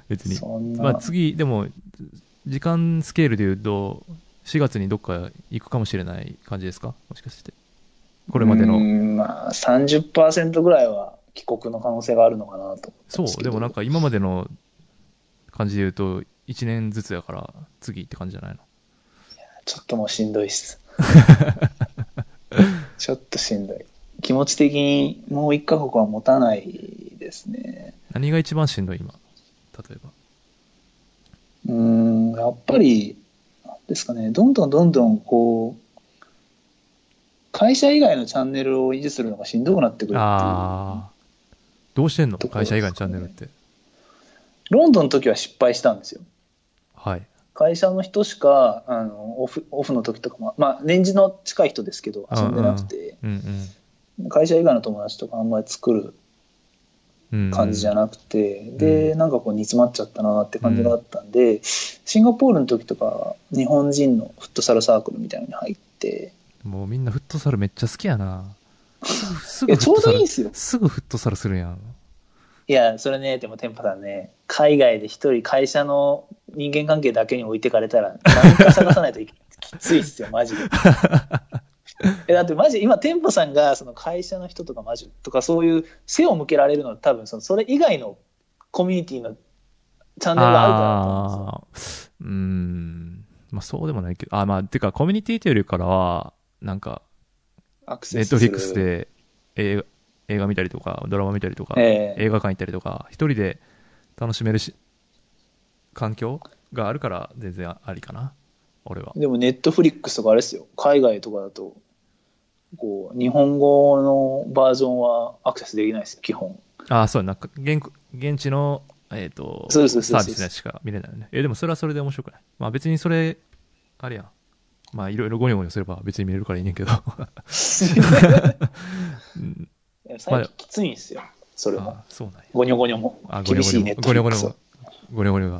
Speaker 1: 別に。
Speaker 2: そんな、
Speaker 1: まあ次、でも、時間スケールで言うと、4月にどっか行くかもしれない感じですかもしかして。これまで
Speaker 2: う
Speaker 1: の。
Speaker 2: んまあ30%ぐらいは帰国の可能性があるのかなと。
Speaker 1: そう、でもなんか今までの感じで言うと、1年ずつやから、次って感じじゃないの
Speaker 2: ちょっともうしんどい
Speaker 1: (laughs)
Speaker 2: っす。ちょっとしんどい。気持ち的にもう一カ国は持たないですね。
Speaker 1: 何が一番しんどい今例えば
Speaker 2: うーん、やっぱり、なんですかね、どんどんどんどん、こう、会社以外のチャンネルを維持するのがしんどくなってくるっていう。
Speaker 1: ああどうしてんの
Speaker 2: ところ
Speaker 1: 会
Speaker 2: ですか
Speaker 1: 社
Speaker 2: ね
Speaker 1: 以外のチャンネルって
Speaker 2: ロンドンの時は失敗したんですよ。
Speaker 1: はい
Speaker 2: 会社の人しか、あの、オフ、オフの時とかも、まあ、年次の近い人ですけど、遊んでなくて、
Speaker 1: うんうん
Speaker 2: 会社以外の友達とかあんまり作る
Speaker 1: うんうん
Speaker 2: 感じじゃ
Speaker 1: い
Speaker 2: なくて、で、なんかこう煮詰まっちゃったなって感じがあったんで、シンガポールの時とか、日本人のフットサルサークルみたいなのに入って、
Speaker 1: もうみんなフットサルめっちゃ好きやなすぐす
Speaker 2: い
Speaker 1: ぐ
Speaker 2: や、
Speaker 1: フ
Speaker 2: ち
Speaker 1: ッ
Speaker 2: ょ
Speaker 1: ト
Speaker 2: う
Speaker 1: サ
Speaker 2: どいい
Speaker 1: ル
Speaker 2: んですよ。
Speaker 1: すぐフットサルするやん
Speaker 2: いや、それね、でも、天パさんね、海外で一人会社の人間関係だけに置いてかれたら、何か探さないといけきついっすよ、マジで。えだってマジ、今、天パさんがその会社の人とかマジとか、そういう背を向けられるのは、多分そのそれ以外のコミュニティのチャンネルがあるからだと思うんですよ。
Speaker 1: ああーうーんまあそうでもないけどあまあてかコミュニティというよりからはなんか
Speaker 2: アク
Speaker 1: ネ
Speaker 2: セ
Speaker 1: ッ
Speaker 2: スす
Speaker 1: ト
Speaker 2: る
Speaker 1: フリックス。で映画映画見たりとかドラマ見たりとか、
Speaker 2: ええ
Speaker 1: 映画館行ったりとか一人で楽しめるし環境があるから全然ありかな俺は
Speaker 2: でも、ネットフリックスとかあれですよ、海外とかだと、こう、日本語のバージョンはアクセスできないですよ、基本。
Speaker 1: ああそうやなんか現現地の、えー、と
Speaker 2: そうです
Speaker 1: サ
Speaker 2: そ
Speaker 1: ービ
Speaker 2: うです
Speaker 1: スのやつしか見れないよねえでもそれはそれで面白くないまあ別にそれあれやんまあいろいろゴニョゴニョすれば別に見れるからいいねんけ
Speaker 2: (laughs)
Speaker 1: どあ
Speaker 2: いや最近きついんですよ、それも。
Speaker 1: あそうなんや
Speaker 2: ゴニョゴニョも
Speaker 1: あ。ゴニ
Speaker 2: 厳しい
Speaker 1: ョ
Speaker 2: ネット
Speaker 1: ゴ
Speaker 2: フ
Speaker 1: ニ
Speaker 2: リ
Speaker 1: ョ
Speaker 2: ッ
Speaker 1: ゴ
Speaker 2: ク
Speaker 1: ニ
Speaker 2: ス
Speaker 1: ョ
Speaker 2: は。
Speaker 1: ゴニョゴニョゴニ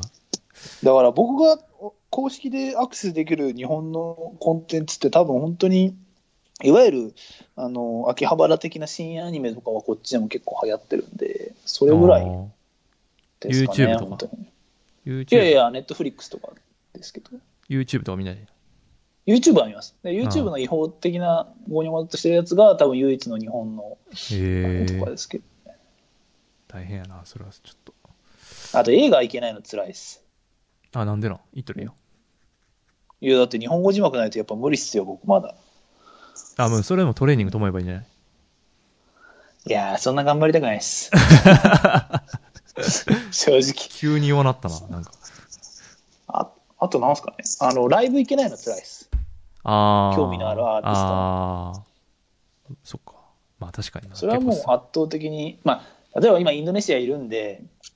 Speaker 1: ョが
Speaker 2: だから僕がお公式でアクセスできる日本のコンテンツって多分本当に、いわゆる、あの、秋葉原的な新アニメとかはこっちでも結構流行ってるんで、それぐらい
Speaker 1: あー
Speaker 2: ですかね、
Speaker 1: YouTube とか
Speaker 2: 本当に。い
Speaker 1: YouTube,
Speaker 2: やいや、ネットフリックスとかですけど。
Speaker 1: YouTube とか見ない
Speaker 2: YouTube は見ます。で YouTube の違法的なゴニョゴニョとしてるやつが多分唯一の日本の
Speaker 1: ええ
Speaker 2: とかですけど。
Speaker 1: 大変やなそれはちょっと
Speaker 2: あと映画行けないの辛いです。
Speaker 1: あなんでなん言っとるよ
Speaker 2: いや、だって日本語字幕ないとやっぱ無理っすよ、僕まだ。
Speaker 1: あもうそれもトレーニングと思えばいいんじゃない
Speaker 2: いやー、そんな頑張りたくない
Speaker 1: (laughs)
Speaker 2: っす。正直。
Speaker 1: 急に弱なったななんか
Speaker 2: ああとなんすかね。あの、ライブ行けないの辛いっす。
Speaker 1: ああ
Speaker 2: 興味のあるアーティスト
Speaker 1: ああそっかまあ確かにな
Speaker 2: それはもう
Speaker 1: 結
Speaker 2: 圧
Speaker 1: 構
Speaker 2: 倒的に、まあ、例えば今インドネシアいるんで、
Speaker 1: そ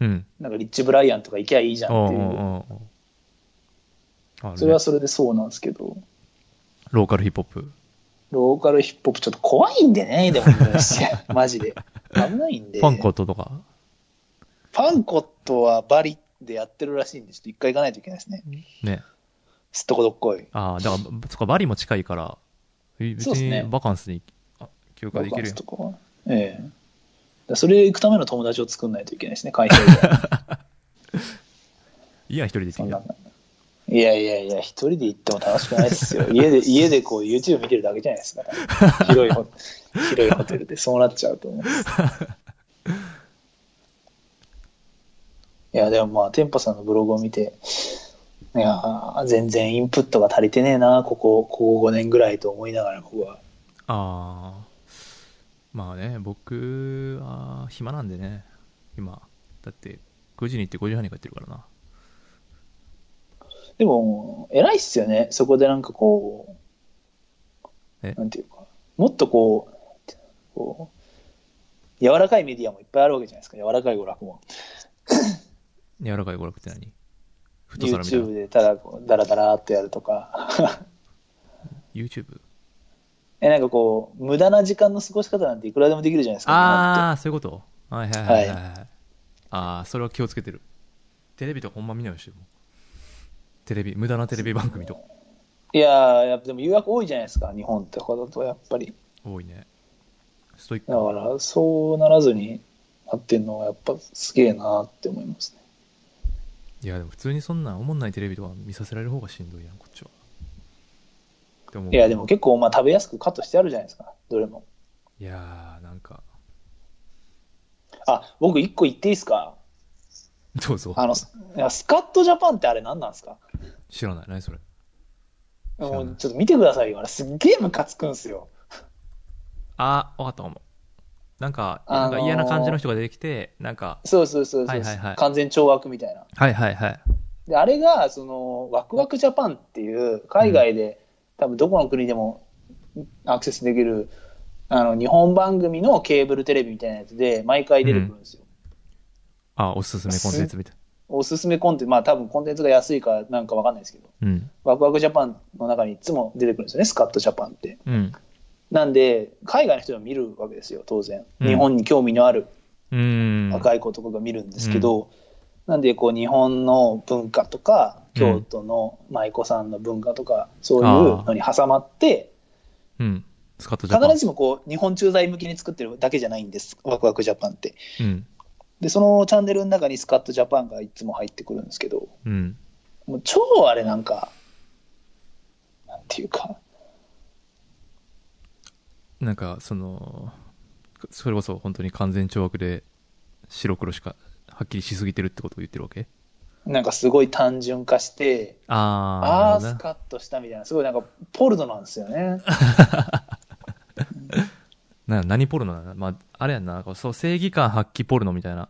Speaker 1: ううん
Speaker 2: なんかリッチ・ブライアンとか行けばいいじゃん
Speaker 1: お
Speaker 2: っ
Speaker 1: う
Speaker 2: てい
Speaker 1: おう
Speaker 2: う。
Speaker 1: おうおうあるね
Speaker 2: それはそれでそうなんですけど。
Speaker 1: ローカルヒップホップ
Speaker 2: ローカルヒップホップちょっと怖いん
Speaker 1: (laughs)
Speaker 2: でね、でも、マジで。危ないんで。
Speaker 1: ファンコットとか。
Speaker 2: パンコットはバリでやってるらしいんで、ちょっと一回行かないといけないですね。
Speaker 1: ね。
Speaker 2: すっとこどっこい。
Speaker 1: ああ、だから、そっか、バリも近いから、え別
Speaker 2: そうっすね
Speaker 1: にバカンスにあ休暇できるよ
Speaker 2: と。かは。ええだからそれ行くための友達を作んないといけないですね、会社で。
Speaker 1: (laughs) いいや、一人で行って
Speaker 2: そ
Speaker 1: き
Speaker 2: ん
Speaker 1: た
Speaker 2: なんいやいやいや、一人で行っても楽しくないです
Speaker 1: (laughs)
Speaker 2: よ。家で、家でこう YouTube 見てるだけじゃないですか。広いホ、広いホテルでそうなっちゃうと思う。いや、でもまあ、店舗さんのブログを見て、いやー、全然インプットが足りてねえな、ここ、ここ5年ぐらいと思いながら、僕は。
Speaker 1: ああ。まあね、僕は暇なんでね、今。だって、9時に行って5時半に帰ってるからな。
Speaker 2: でも、偉いっすよね。そこでなんかこう
Speaker 1: え、
Speaker 2: なんていうか、もっとこう、こう、柔らかいメディアもいっぱいあるわけじゃないですか。柔らかい娯楽も。
Speaker 1: 柔らかい娯楽って何フットサルみたいな
Speaker 2: YouTube。でただこう、ダラダラーっとやるとか。 (laughs)
Speaker 1: YouTube?
Speaker 2: え、なんかこう、無駄な時間の過ごし方なんていくらでもできるじゃないですか。
Speaker 1: ああ、そういうことはいはいはいはい。
Speaker 2: は
Speaker 1: はい、ああ、それは気をつけてる。テレビとかほんま見ないようにしてるもんテレビ、無駄なテレビ番組とか
Speaker 2: いやー、やっぱでも誘惑多いじゃないですか。日本ってことだと、やっぱり。
Speaker 1: 多いね。ストイック
Speaker 2: だから、そうならずになってんのは、やっぱすげえなーって思いますね。
Speaker 1: いや、でも普通にそんなおもんないテレビとか見させられる方がしんどいやん、こっちは。でも
Speaker 2: いや、でも結構、まあ、食べやすくカットしてあるじゃないですか。どれも。
Speaker 1: いやー、なんか、
Speaker 2: あ、僕一個言っていいですか
Speaker 1: どうぞ。
Speaker 2: あの、スいやスカットジャパンってあれ何なんですか
Speaker 1: 知らない。何それ。知らない
Speaker 2: もうちょっと見てくださいよ。あれすっげえムカつくんすよ。
Speaker 1: あー、わかったかも。なんか、
Speaker 2: あのー
Speaker 1: なんか嫌な感じの人が出てきて、なんか、
Speaker 2: そうそうそうそう、
Speaker 1: はいはいはい
Speaker 2: 完全懲悪みたいな。
Speaker 1: はいはいはい。
Speaker 2: で、あれが、その、ワクワクジャパンっていう、海外で、多分どこの国でもアクセスできる、あの、日本番組のケーブルテレビみたいなやつで、毎回出てくるんですよ。
Speaker 1: あー、おすすめコンテンツみたい。
Speaker 2: おすすめコンテンツ、まあ多分コンテンツが安いかなんかわかんないですけど、
Speaker 1: うん。
Speaker 2: ワクワクジャパンの中にいつも出てくるんですよね、スカットジャパンって。
Speaker 1: うん。
Speaker 2: なんで、海外の人が見るわけですよ、当然。
Speaker 1: うん
Speaker 2: 日本に興味のある
Speaker 1: うーん。
Speaker 2: 若い子とかが見るんですけど、なんでこう日本の文化とか、京都の舞妓さんの文化とか、そういうのに挟まって、
Speaker 1: うん。スカットジャ
Speaker 2: 必
Speaker 1: パン。
Speaker 2: ずしもこう日本駐在向けに作ってるだけじゃないんです、ワクワクジャパンって。
Speaker 1: うん。
Speaker 2: で、そのチャンネルの中にスカットジャパンがいつも入ってくるんですけど、
Speaker 1: うん。
Speaker 2: もう超あれなんか、なんていうか、
Speaker 1: なんか、その、それこそ本当に完全懲悪で、白黒しか、はっきりしすぎてるってことを言ってるわけ
Speaker 2: なんかすごい単純化して、
Speaker 1: あ
Speaker 2: あ
Speaker 1: ー、なる
Speaker 2: ース
Speaker 1: ほどな
Speaker 2: カッとしたみたいな、すごいなんかポルノなんですよね。 (laughs)
Speaker 1: な何ポルノなのまあ、あれやんな、なんかそう正義感発揮ポルノみたいな、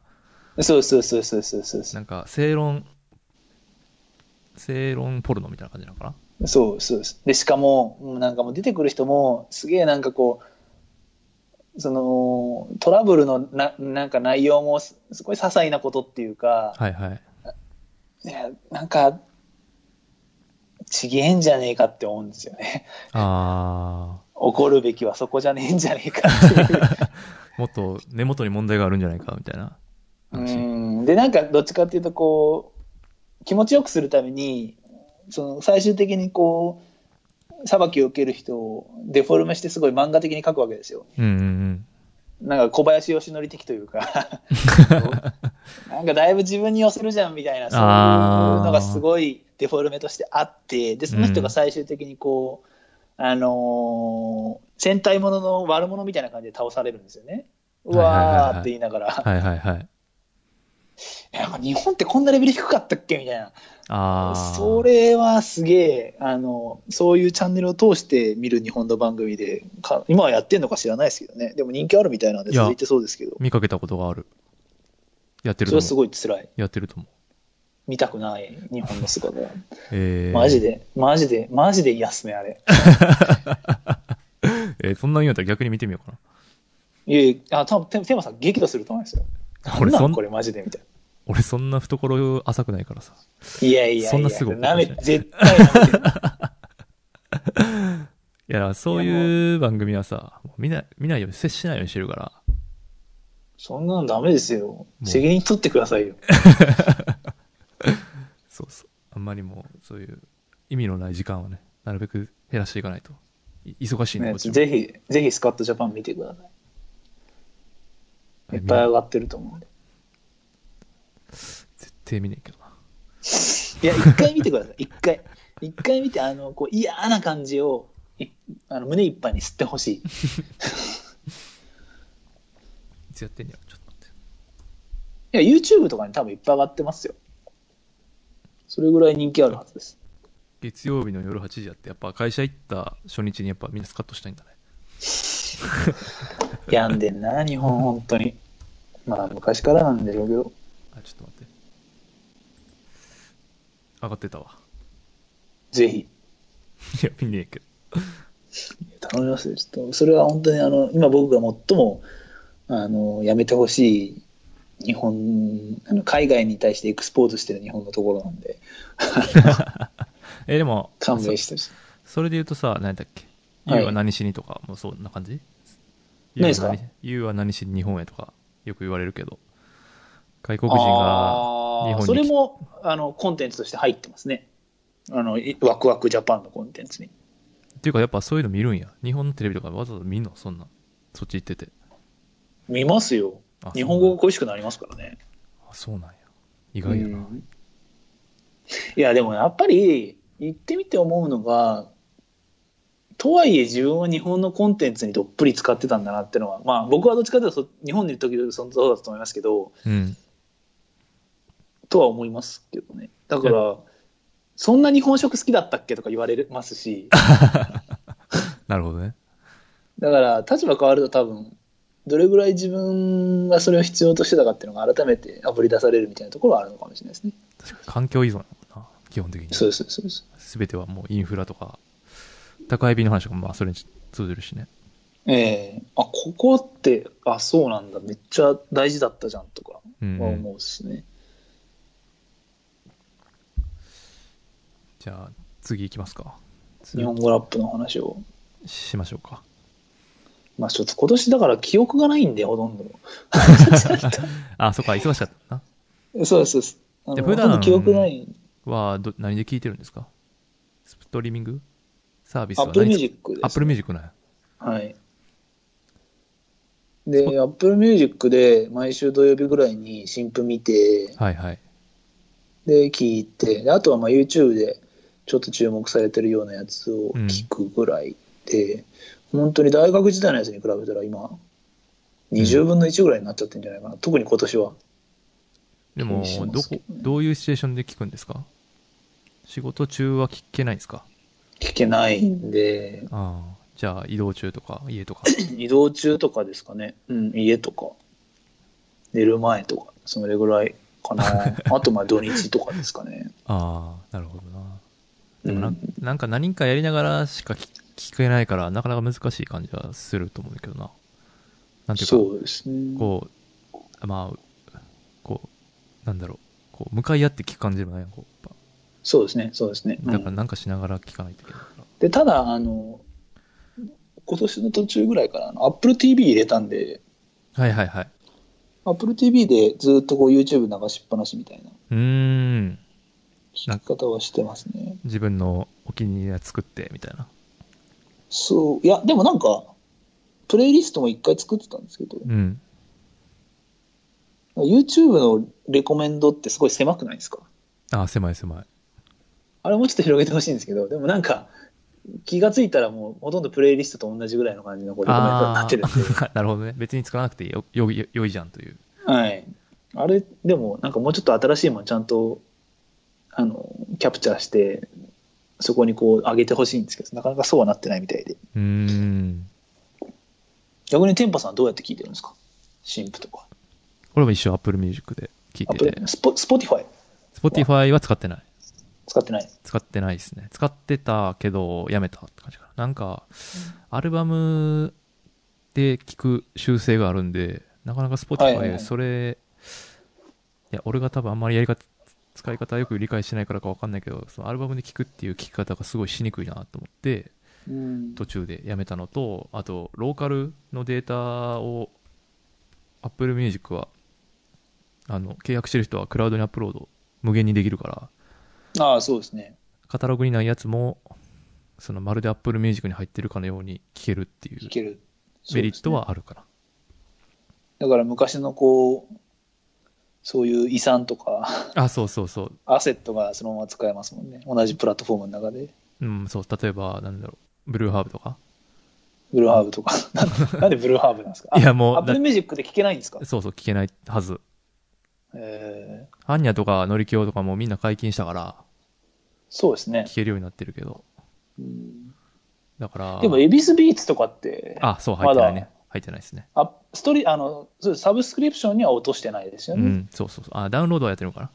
Speaker 2: そうそうそうそうそうそうそ
Speaker 1: なんか正論、正論ポルノみたいな感じなのかな
Speaker 2: う。そうそうですで、しかも、もうなんかもう出てくる人も、すげえなんかこう、そのトラブルのななんか内容もすすごい些細なことっていうか、
Speaker 1: はいはい。
Speaker 2: いやなんか、ちげえんじゃねえかって思うんですよね。 (laughs)
Speaker 1: あ
Speaker 2: 怒るべきはそこじゃねえんじゃねえかっていう。
Speaker 1: ー、もっと根元に問題があるんじゃないかみたいな話。
Speaker 2: うんで、なんかどっちかっていうと、こう、気持ちよくするために、その最終的にこう、裁きを受ける人をデフォルメしてすごい漫画的に書くわけですよ。
Speaker 1: うんうんうん。
Speaker 2: なんか小林義則的というか、 (laughs) なんかだいぶ自分に寄せるじゃんみたいな、そういうのがすごいデフォルメとしてあって、で、その人が最終的にこう、あのー戦隊ものの悪者みたいな感じで倒されるんですよね。うわーって言いながら、
Speaker 1: はいはいはい。
Speaker 2: いやなんか日本ってこんなレベル低かったっけみたいな。
Speaker 1: あー。
Speaker 2: それはすげえ、あの、そういうチャンネルを通して見る日本の番組で、か今はやってんのか知らないですけどね。でも人気あるみたいなんで
Speaker 1: いや
Speaker 2: 続いてそうですけど。
Speaker 1: 見かけたことがある。やってると
Speaker 2: それは
Speaker 1: 思
Speaker 2: す
Speaker 1: う。
Speaker 2: ごい辛い。
Speaker 1: やってると思う。
Speaker 2: 見たくない、日本の姿が。
Speaker 1: えー、
Speaker 2: マジで、マジで、マジで嫌っすね、あれ。
Speaker 1: えーそんな言うんやったら逆に見てみようか
Speaker 2: いやいや、あ、多分テテーマさん激怒すると思うんですよ。
Speaker 1: な。俺
Speaker 2: なん
Speaker 1: そ
Speaker 2: なん
Speaker 1: ん
Speaker 2: こ、れマジでみたいな。
Speaker 1: 俺そんな懐浅くないからさ。
Speaker 2: いやいやいや、
Speaker 1: そんなすぐ怒る
Speaker 2: なめ、絶対舐めてる
Speaker 1: いいや、そういう番組はさ、もう見ない、見ないように、接しないようにしてるから。
Speaker 2: そんなのダメです
Speaker 1: (laughs)
Speaker 2: よ。責任取ってくださいよ。
Speaker 1: そうそう。あんまりもう、そういう意味のない時間はね、なるべく減らしていかないと。い忙しいね、
Speaker 2: ね、
Speaker 1: こっちも
Speaker 2: ぜひ、ぜひスカットジャパン見てください。いっぱい上がってると思うんで。
Speaker 1: 絶対見ねえけどな。
Speaker 2: いや、一回見てください。一回。一回見て、あの、こう、嫌な感じを、いあの胸いっぱいに吸ってほしい。
Speaker 1: いつやってんやろ、ちょっと待って。
Speaker 2: いや、YouTube とかに多分いっぱい上がってますよ。それぐらい人気あるはずです。
Speaker 1: 月曜日の夜8時やって、やっぱ会社行った初日にやっぱみんなスカッとしたいんだね。
Speaker 2: 病んでんな、日本、本当に。まあ、昔からなんでしょうけど。
Speaker 1: あ、ちょっと待って。上がってたわ。 (laughs)
Speaker 2: ぜひ、
Speaker 1: いや、見ねえけど。
Speaker 2: 頼みますよ。ちょっと、それは本当に、あの、今僕が最も、あの、やめてほしい、日本、あの海外に対してエクスポートしてる日本のところなんで、
Speaker 1: え、でも、
Speaker 2: 勘弁してほしい。
Speaker 1: そそれで言うとさ、何だっけ
Speaker 2: はい
Speaker 1: ?You は何しにとか、もうそんな感じ
Speaker 2: 何ですか
Speaker 1: You は何 ?You は何しに日本へとか、よく言われるけど、外国人が、日本に
Speaker 2: あー
Speaker 1: 来
Speaker 2: それもあのコンテンツとして入ってますねあのいワクワクジャパンのコンテンツに
Speaker 1: っていうかやっぱそういうの見るんや。日本のテレビとかわざわざ見んのそんな。そっち行ってて。
Speaker 2: 見ますよ
Speaker 1: あ
Speaker 2: 日本語が恋しくなりますからね
Speaker 1: あ、そうなんや。意外やな。
Speaker 2: うんいやでもやっぱり行ってみて思うのがとはいえ自分は日本のコンテンツにどっぷり使ってたんだなってのはまあ僕はどっちかというとそ日本にいる時でそうだったと思いますけど
Speaker 1: うん。
Speaker 2: とは思いますけどねだからそんな日本食好きだったっけとか言われますし
Speaker 1: なるほどね。
Speaker 2: だから立場変わると多分どれぐらい自分がそれを必要としてたかっていうのが改めてあぶり出されるみたいなところはあるのかもしれないですね。
Speaker 1: 確かに環境依存やもんな。基本的に。
Speaker 2: そうですそうです。
Speaker 1: すべてはもうインフラとか、宅配便の話とかもまあそれに通ずるしね。
Speaker 2: ええあここってあそうなんだめっちゃ大事だったじゃんとかは
Speaker 1: うん、うん。
Speaker 2: 思うしね。
Speaker 1: じゃあ次行きますか。
Speaker 2: 日本語ラップの話を。
Speaker 1: しましょうか。
Speaker 2: まあちょっと今年だから記憶がないんでほとんど。
Speaker 1: あ、そっか、忙しかったな。
Speaker 2: そうですそうです。あの
Speaker 1: いや普
Speaker 2: ほ
Speaker 1: 段
Speaker 2: とんど記憶ない。
Speaker 1: は、ど、何で聞いてるんですかストリーミングサービス
Speaker 2: ア
Speaker 1: は
Speaker 2: ップルミュー
Speaker 1: ジ
Speaker 2: ジ
Speaker 1: ッ
Speaker 2: ックです、
Speaker 1: アップルミュージックなんや。
Speaker 2: はい。で、Apple Music で毎週土曜日ぐらいに新譜見て、
Speaker 1: はいはい。
Speaker 2: で、聞いて、であとはまあ YouTube でちょっと注目されてるようなやつを聞くぐらいで、本当に大学時代のやつに比べたら今、20分の1ぐらいになっちゃってるんじゃないかな。特に今年は。
Speaker 1: でも
Speaker 2: 気にし、ま
Speaker 1: ど
Speaker 2: すけ
Speaker 1: こ
Speaker 2: どね、
Speaker 1: どういうシチュエーションで聞くんですか仕事中は聞けないんですか
Speaker 2: 聞けないんで、
Speaker 1: ああ、じゃあ移動中とか家
Speaker 2: (coughs)
Speaker 1: とか。
Speaker 2: 移動中とかですかね。うん、家とか、寝る前とか、それぐらいか
Speaker 1: (laughs)
Speaker 2: な。あとまあ土日とかですかね。
Speaker 1: ああ、なるほどな。
Speaker 2: う
Speaker 1: でもなんんなんか何かやりながらしか聞聞けないから、なかなか難しい感じはすると思うんだけどな。なんていうか、
Speaker 2: そうですね。
Speaker 1: こう、まあ、こう、なんだろう、こう、向かい合って聞く感じでもないやんこうやっ
Speaker 2: そうですね、そうですね。
Speaker 1: ぱだから
Speaker 2: うん
Speaker 1: なんかしながら聞かないといけないから。
Speaker 2: で、ただ、あの、今年の途中ぐらいから、あの Apple TV 入れたんで、
Speaker 1: はいはいはい。
Speaker 2: Apple TV でずっとこう YouTube 流しっぱなしみたいな
Speaker 1: うーん。
Speaker 2: 聞き方はしてますね。
Speaker 1: 自分のお気に入りのやつ作って、みたいな。
Speaker 2: そう、いや、でもなんか、プレイリストも一回作ってたんですけど、
Speaker 1: うん。
Speaker 2: YouTube のレコメンドってすごい狭くないですか
Speaker 1: ああ、狭い狭い。
Speaker 2: あれもうちょっと広げてほしいんですけど、でもなんか、気がついたらもうほとんどプレイリストと同じぐらいの感じのこうレコメンドになってるんで。
Speaker 1: あー (laughs) なるほどね。別に作らなくてよ、よ、よよいじゃんという。
Speaker 2: はい。あれ、でも、なんかもうちょっと新しいもんちゃんと、あの、キャプチャーして、そこにこう上げてほしいんですけど、なかなかそうはなってないみたいで。
Speaker 1: うーん。
Speaker 2: 逆にテンパさんはどうやって聞いてるんですか新婦とか。
Speaker 1: 俺も一緒 Apple Music で聞
Speaker 2: ア
Speaker 1: い
Speaker 2: プ
Speaker 1: て
Speaker 2: リ
Speaker 1: て。
Speaker 2: スポ、スポティファイ
Speaker 1: Spotify は使ってない。
Speaker 2: 使ってない。
Speaker 1: 使ってないですね。使ってたけど、やめたって感じかな。なんか、アルバムで聞く習性があるんで、なかなか
Speaker 2: はいはいは
Speaker 1: Spotify、
Speaker 2: い
Speaker 1: それ、いや、俺が多分あんまりやり方、使い方よく理解してないからかわかんないけど、そのアルバムで聞くっていう聞き方がすごいしにくいなと思って、
Speaker 2: うん
Speaker 1: 途中でやめたのとあとローカルのデータを Apple Music はあの契約してる人はクラウドにアップロード無限にできるから
Speaker 2: ああ、そうですね。
Speaker 1: カタログにないやつもそのまるで Apple Music に入ってるかのように聴けるってい
Speaker 2: 弾
Speaker 1: う
Speaker 2: ける。そうですね
Speaker 1: メリットはあるから
Speaker 2: だから昔のこう、そういう遺産とか、 (laughs)
Speaker 1: あそうそうそう
Speaker 2: アセットがそのまま使えますもんね。同じプラットフォームの中で。
Speaker 1: うんそう例えばなんだろうブルーハーブとか
Speaker 2: ブルーハー
Speaker 1: (laughs)
Speaker 2: ブとか。なんなんでブルーハーブなんですか
Speaker 1: いやもう
Speaker 2: アップルミュージックで聴けないんですか
Speaker 1: そうそう聴けないはず
Speaker 2: えー
Speaker 1: ハンニャとかノリキョウとかもみんな解禁したから
Speaker 2: そうですね
Speaker 1: 聴。けるようになってるけど
Speaker 2: うん
Speaker 1: だから
Speaker 2: でも、エビスビーツとかって、
Speaker 1: あそう入ってないね入ってないですね
Speaker 2: あストリあのそうサブスクリプションには落としてないですよ
Speaker 1: う
Speaker 2: ね。
Speaker 1: んそうそうそうあダウンロードはやってるのか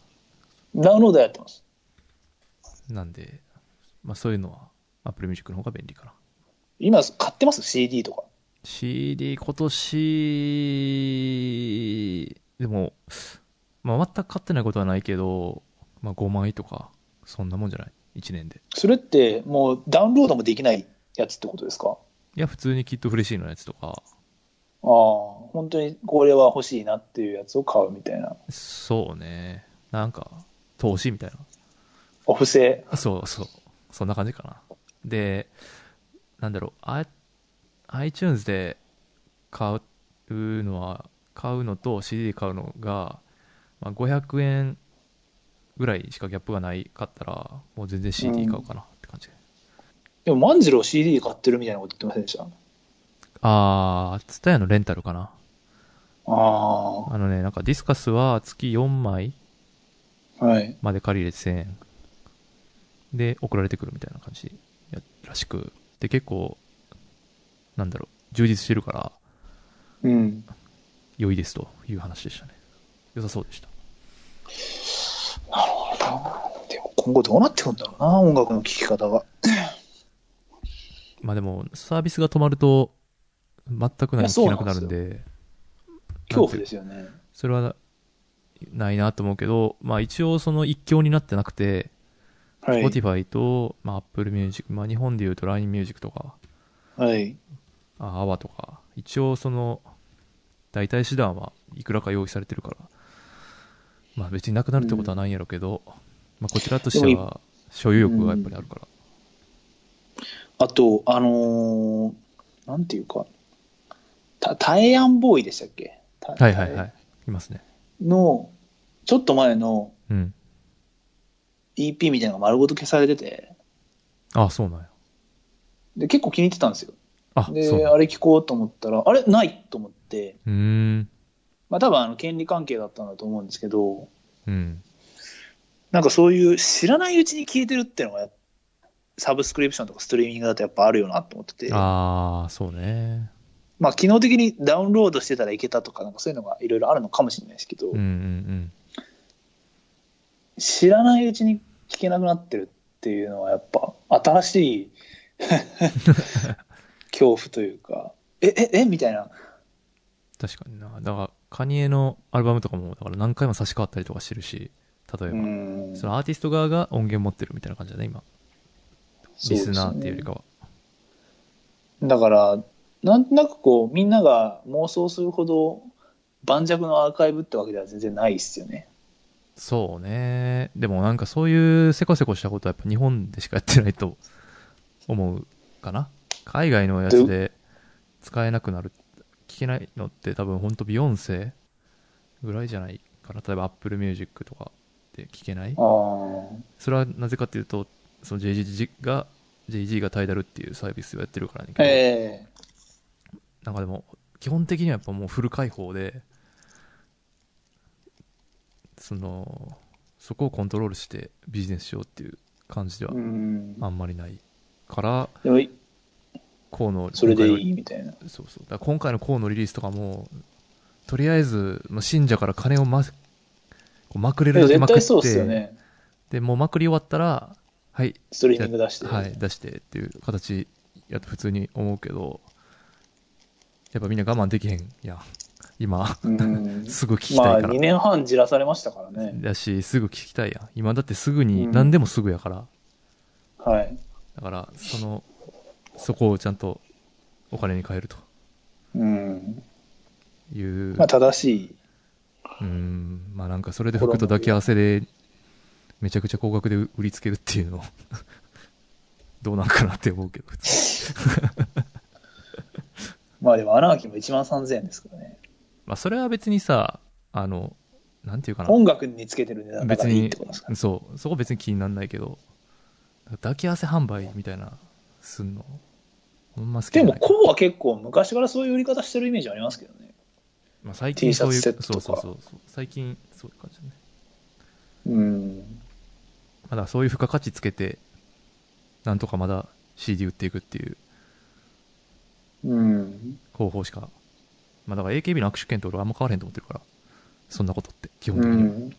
Speaker 1: な
Speaker 2: ダウンロードはやってます。
Speaker 1: なんで、まあ、そういうのは Apple Music の方が便利かな。
Speaker 2: 今、買ってます ?CD とか。
Speaker 1: CD 今年、でも、まあ、全く買ってないことはないけど、まあ、5枚とか、そんなもんじゃない ?1 年で。
Speaker 2: それって、もうダウンロードもできないやつってことですか
Speaker 1: いや、普通にきっとフレシーのやつとか、
Speaker 2: ああ、本当にこれは欲しいなっていうやつを買うみたいな。
Speaker 1: そうね。なんか、投資みたいな。
Speaker 2: お布施。
Speaker 1: あそうそう。そんな感じかな。で、なんだろう、あ iTunes で買うのは、買うのと CD 買うのが、まあ、500円ぐらいしかギャップがないかったら、もう全然 CD 買うかなって感じ。
Speaker 2: でも、万次郎 CD 買ってるみたいなこと言ってませんでしたあ
Speaker 1: あー、ツタヤのレンタルかな。
Speaker 2: あ、
Speaker 1: あのね、なんかディスカスは月4枚
Speaker 2: はい。
Speaker 1: まで借りれて1000円で送られてくるみたいな感じやらしく。で、結構、なんだろう、充実してるから、
Speaker 2: うん。
Speaker 1: 良いですという話でしたね良さそうでした
Speaker 2: でも今後どうなってくんだろうな、音楽の聴き方が。
Speaker 1: まあでもサービスが止まると全く何も聞けなくなるんで
Speaker 2: 恐怖ですよね。
Speaker 1: それはないなと思うけどまあ一応その一強になってなくて、
Speaker 2: はい。
Speaker 1: Spotify と、まあ、Apple Music、まあ、日本でいうと LINE Music とか
Speaker 2: はい。
Speaker 1: あ AWA とか一応その代替手段はいくらか用意されてるからまあ別になくなるってことはないんやろうけど、まあ、こちらとして
Speaker 2: でも
Speaker 1: は所有欲がやっぱりあるから、
Speaker 2: あと、あのーなんていうか、たタエヤンボーイでしたっけた
Speaker 1: はいはいはいいますね
Speaker 2: の、ちょっと前の
Speaker 1: うん
Speaker 2: EP みたいなのが丸ごと消されてて、
Speaker 1: ああそうなんや
Speaker 2: で結構気に入ってたんですよ。
Speaker 1: あ、そう
Speaker 2: で、
Speaker 1: なんだ
Speaker 2: あれ聞こうと思ったら、あれないと思って、
Speaker 1: うーん。
Speaker 2: まあ多分あの権利関係だったんだと思うんですけど、
Speaker 1: うん。
Speaker 2: なんかそういう知らないうちに聞いてるっていうのが、サブスクリプションとかストリーミングだとやっぱあるよなと思ってて、
Speaker 1: ああ、そうね。
Speaker 2: まあ機能的にダウンロードしてたらいけたとか、なんかそういうのがいろいろあるのかもしれないですけど、
Speaker 1: うんうんうん。
Speaker 2: 知らないうちに聞けなくなってるっていうのはやっぱ新し
Speaker 1: (laughs)
Speaker 2: い恐怖というか、え、え、えみたいな。
Speaker 1: 確かにな。だから、カニエのアルバムとかも、だから何回も差し替わったりとかしてるし、例え
Speaker 2: う
Speaker 1: ば、
Speaker 2: ん。
Speaker 1: そのアーティスト側が音源持ってるみたいな感じだね、今。リスナーっていうよりかは。
Speaker 2: だから、なんとなくこう、みんなが妄想するほど盤石のアーカイブってわけでは全然ないっすよね。
Speaker 1: そうね。でもなんかそういうせこせこしたことはやっぱ日本でしかやってないと思うかな。海外のやつで使えなくなる、聞けないのって多分ほんとビヨンセぐらいじゃないかな。例えば Apple Music とかで聞けない
Speaker 2: ああ。
Speaker 1: それはなぜかっていうと、その JG が、JG がタイダルっていうサービスをやってるからねんけど、
Speaker 2: ええ
Speaker 1: なんかでも、基本的にはやっぱもうフル開放で、その、そこをコントロールしてビジネスしようっていう感じでは
Speaker 2: うん。
Speaker 1: あんまりないから、
Speaker 2: でも、
Speaker 1: こうの、
Speaker 2: それで
Speaker 1: 今回
Speaker 2: いいみたいな。
Speaker 1: のそうそう。だから今回のこうのリリースとかも、とりあえず、まあ信者から金をま、こうまくれ
Speaker 2: で
Speaker 1: る
Speaker 2: も
Speaker 1: だけ
Speaker 2: 絶
Speaker 1: まくっ
Speaker 2: 対
Speaker 1: て、
Speaker 2: そうっすよね。
Speaker 1: で、もうまくり終わったら、はい、
Speaker 2: ストリーミング出して。
Speaker 1: はい、出してっていう形やと普通に思うけど、やっぱみんな我慢できへんやん。今、
Speaker 2: う
Speaker 1: (laughs)
Speaker 2: ん。
Speaker 1: すぐ聞き
Speaker 2: ま
Speaker 1: た
Speaker 2: あ、
Speaker 1: いから
Speaker 2: 2。年半じらされましたからね。
Speaker 1: だし、すぐ聞きたいやん。今だってすぐに、
Speaker 2: うん
Speaker 1: 何でもすぐやから。
Speaker 2: はい。
Speaker 1: だから、その、そこをちゃんとお金に変えると
Speaker 2: うん。
Speaker 1: いう、
Speaker 2: まあ、正しい。
Speaker 1: うんまあなんかそれで服とだけ汗でめちゃくちゃ高額で売りつけるっていうの (laughs) どうなんかなって思うけど普通
Speaker 2: まあでも、アナーキーも1万3000円ですからね。
Speaker 1: まあそれは別にさあのなんていうかな
Speaker 2: 音楽につけてる値段だからいいってことですかね。
Speaker 1: そうそこ別に気にならないけど抱き合わせ販売みたいなすんのほんま好きじ
Speaker 2: で
Speaker 1: ゃ
Speaker 2: も、
Speaker 1: ない
Speaker 2: こうは結構昔からそういう売り方してるイメージありますけどね。
Speaker 1: まあ、最近
Speaker 2: T シャ
Speaker 1: そうい
Speaker 2: ツ
Speaker 1: う
Speaker 2: セットと
Speaker 1: そう
Speaker 2: か
Speaker 1: そうそうそう最近そういう感じだね
Speaker 2: うん。
Speaker 1: まあだからそういう付加価値つけてなんとかまだ CD 売っていくっていう
Speaker 2: うん。
Speaker 1: 方法しかまあだから AKB の握手券と俺はあんま変わらへんと思ってるからそんなことって基本
Speaker 2: う
Speaker 1: 的に、
Speaker 2: ん。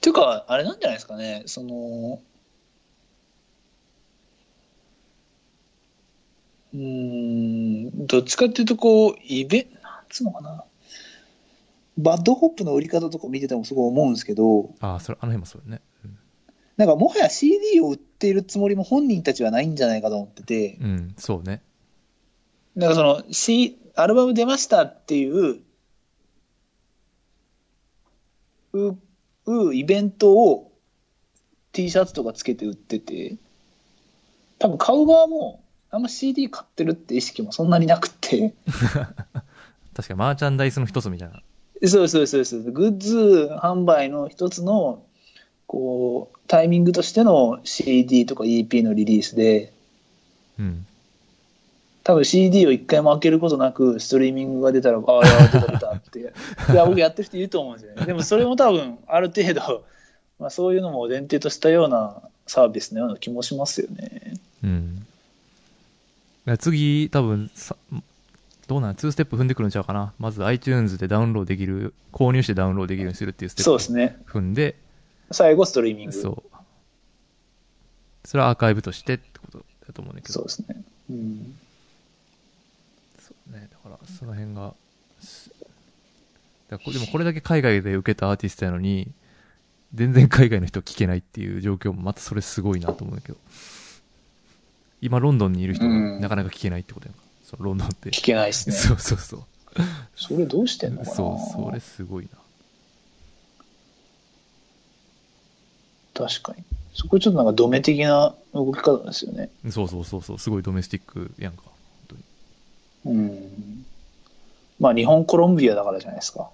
Speaker 2: ていうか、あれなんじゃないですかね。その、うん、どっちかっていうと、こう、イベ、なんつうのかな。バッドホップの売り方とか見ててもすごい思うんですけど、
Speaker 1: ああそれあの辺もそうよね
Speaker 2: なんかもはや CD を売っているつもりも本人たちはないんじゃないかと思ってて、
Speaker 1: うん、うんそうね
Speaker 2: なんかその、C、アルバム出ましたっていう、う、う、イベントを T シャツとかつけて売ってて、多分買う側も、あんま CD 買ってるって意識もそんなになくて、
Speaker 1: 確かにマーチャンダイスの一つみたいな
Speaker 2: そうそうそうそう、グッズ販売の一つの、こう、タイミングとしての CD とか EP のリリースで、
Speaker 1: うん
Speaker 2: 多分 CD を一回も開けることなく、ストリーミングが出たら、ああ、や出た出たって。い
Speaker 1: (laughs)
Speaker 2: や、僕やってる人いると思うんですよね。でもそれも多分、ある程度、まあそういうのも前提としたようなサービスのような気もしますよね。
Speaker 1: うんだから次多分さどうなん2ステップ踏んでくるんちゃうかなまず iTunes でダウンロードできる購入してダウンロードできるようにするっていうステップ
Speaker 2: そう
Speaker 1: を
Speaker 2: ですね。
Speaker 1: 踏んで
Speaker 2: 最後、ストリーミング。そう
Speaker 1: そう。それはアーカイブとしてってことだと思うんだけど。
Speaker 2: ですね。うん。
Speaker 1: そうね。だから、その辺が、すだからこでもこれだけ海外で受けたアーティストやのに、全然海外の人聞けないっていう状況もまたそれすごいなと思うんだけど。今、ロンドンにいる人が
Speaker 2: うん
Speaker 1: なかなか聞けないってことやんか。そのロンドンって。
Speaker 2: 聞けないですね。
Speaker 1: そうそうそう。
Speaker 2: それどうしてんのかな
Speaker 1: そう、それすごいな。
Speaker 2: 確かに。そこちょっとなんか、ドメ的な動き方ですよね。
Speaker 1: そうそうそうそう、すごいドメスティックやんか。本当に
Speaker 2: うん。まあ、日本コロンビアだからじゃないですか。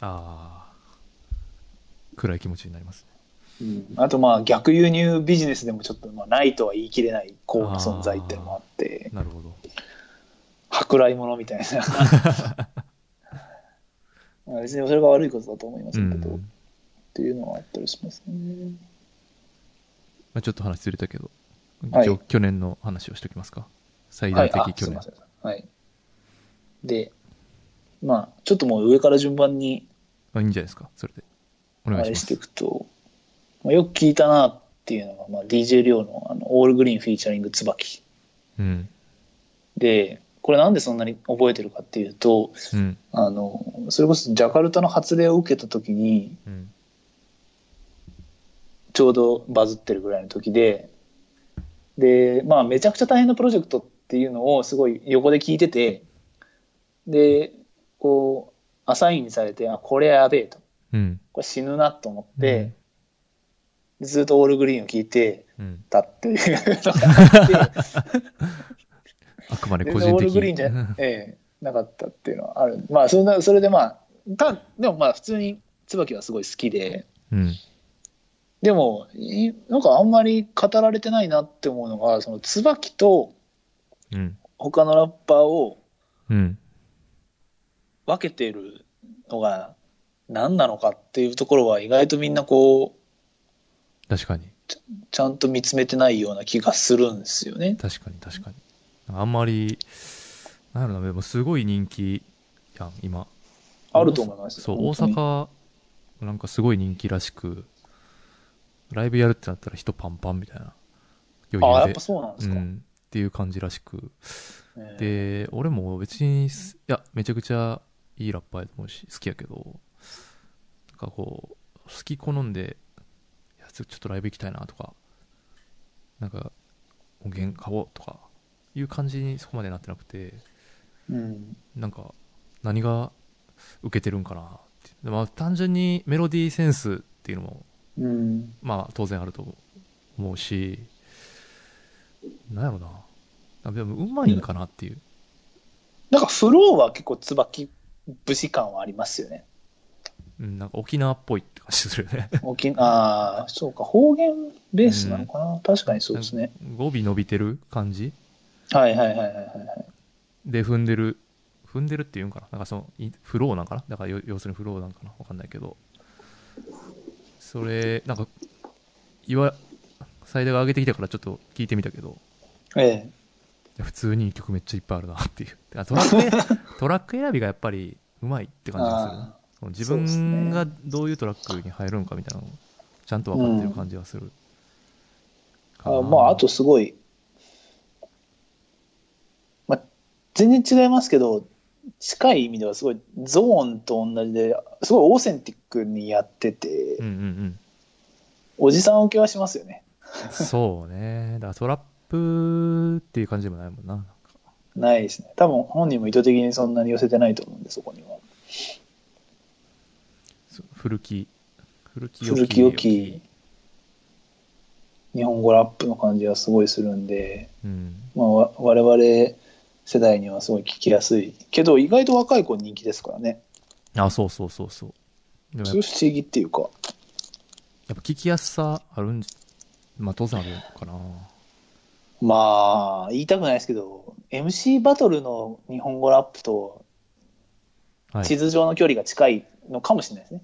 Speaker 1: ああ。暗い気持ちになりますね。
Speaker 2: あとまあ逆輸入ビジネスでもちょっとまあないとは言い切れない高の存在っていうのもあって、
Speaker 1: なるほど。
Speaker 2: 舶来物みた
Speaker 1: (laughs)
Speaker 2: いな。まあ別にそれが悪いことだと思いますけど、
Speaker 1: う
Speaker 2: っ
Speaker 1: ん
Speaker 2: ていうのはあったりしますね。
Speaker 1: まあ、ちょっと話ずれたけど、
Speaker 2: はい
Speaker 1: 一応去年の話をしておきますか。最
Speaker 2: は
Speaker 1: 大
Speaker 2: い、あ
Speaker 1: 的、去
Speaker 2: すい
Speaker 1: 年。
Speaker 2: ません。はい。で、まあちょっともう上から順番に
Speaker 1: あいいんじゃないですか、それで。お
Speaker 2: あ
Speaker 1: 願い
Speaker 2: れし
Speaker 1: して
Speaker 2: い
Speaker 1: ま
Speaker 2: くと、まあ、よく聞いたなっていうのが、まあ、DJ リョウのあのオールグリーンフィーチャリング椿。
Speaker 1: す。うん。
Speaker 2: で、これなんでそんなに覚えてるかっていうと、
Speaker 1: うん。
Speaker 2: あの、それこそジャカルタの発令を受けた時に、
Speaker 1: うん。
Speaker 2: ちょうどバズってるぐらいの時で、で、まあ、めちゃくちゃ大変なプロジェクトっていうのをすごい横で聞いてて、で、こう、アサインにされて、あ、これやべえと。
Speaker 1: うん。
Speaker 2: これ死ぬなと思って、ずっとオールグリーンを聞いて
Speaker 1: うん、
Speaker 2: たっ
Speaker 1: (laughs)
Speaker 2: ていうのがあって、
Speaker 1: あくまで
Speaker 2: 全
Speaker 1: 個
Speaker 2: 然
Speaker 1: 人
Speaker 2: オー
Speaker 1: 的
Speaker 2: ルグリー
Speaker 1: (laughs)
Speaker 2: ンじゃ、ええ、なかったっていうのはある。まあ、そんな、それでまあ、た、でもまあ、普通に椿はすごい好きで、
Speaker 1: うん。
Speaker 2: でも、いなんかあんまり語られてないなって思うのが、その椿と
Speaker 1: うん。
Speaker 2: 他のラッパーを
Speaker 1: うん。
Speaker 2: 分けてるのが何なのかっていうところは意外とみんなこ
Speaker 1: 確かに。
Speaker 2: う、ちゃんと見つめてないような気がするんですよね。
Speaker 1: 確かに、確かに。あんまり、なんやろな、でもすごい人気やん、今。
Speaker 2: あると思いますよ
Speaker 1: そう、大
Speaker 2: 本当に
Speaker 1: 阪、なんかすごい人気らしく、ライブやるってなったら人パンパンみたいな。
Speaker 2: ああ、や
Speaker 1: 余
Speaker 2: っ
Speaker 1: 裕
Speaker 2: ぱそうなんです
Speaker 1: で。う
Speaker 2: か。
Speaker 1: ん。っていう感じらしく。
Speaker 2: ええ
Speaker 1: で、俺も別にす、いや、めちゃくちゃいいラッパーやと思うし、好きやけど、なんかこう、好き好んで、いやちょちょっとライブ行きたいなとか、なんか、音源買おうとかいう感じにそこまでなってなくて
Speaker 2: うん。
Speaker 1: なんか何が受けてるんかなってでまあ単純にメロディーセンスっていうのも
Speaker 2: うん。
Speaker 1: まあ当然あると思うしなんやろなあでもうまいんかなっていう
Speaker 2: なんかフローは結構椿節感はありますよね。
Speaker 1: うん、なんか沖縄っぽいって感じするよね。 (laughs)
Speaker 2: 沖 (laughs) ああ、そうか、方言ベースなのかな、確かにそうですね。
Speaker 1: 語尾伸びてる感じ
Speaker 2: はいはいはいはいはい。
Speaker 1: で踏んでる、踏んでるっていうんかななんかその、いフローなんかなだからよ要するにフローなんかなわかんないけど。それ、なんか、いわ、サイダーが上げてきたからちょっと聞いてみたけど、
Speaker 2: え
Speaker 1: いや普通にいい曲めっちゃいっぱいあるなっていう。あトラック、 (laughs) トラック選びがやっぱりうまいって感じがするな
Speaker 2: あ。
Speaker 1: その自
Speaker 2: そうですね
Speaker 1: 分がどういうトラックに入るんかみたいなのをちゃんと分かってる感じがする。
Speaker 2: えあまあ、あとすごい、まあ、全然違いますけど、近い意味ではすごいゾーンと同じで、すごいオーセンティックにやってて、
Speaker 1: うんうんうん。
Speaker 2: おじさん受けはしますよね。
Speaker 1: そうね。だからトラップっていう感じでもないもんな。なんか
Speaker 2: ないですね。多分本人も意図的にそんなに寄せてないと思うんで、そこには。
Speaker 1: そう古き、古き
Speaker 2: 古き良き日本語ラップの感じはすごいするんで、
Speaker 1: うん。
Speaker 2: まあ、わ我々世代にはすごい聞きやすいけど意外と若い子に人気ですからね
Speaker 1: あ、そうそうそうそう。でも
Speaker 2: そ
Speaker 1: や
Speaker 2: れ
Speaker 1: っ
Speaker 2: は不思議っていうか
Speaker 1: ぱ聞きやすさあるんじまあ当然あるかな。
Speaker 2: まあ言いたくないですけど MC バトルの日本語ラップと
Speaker 1: はい。
Speaker 2: 地図上の距離が近いのかもしれないですね、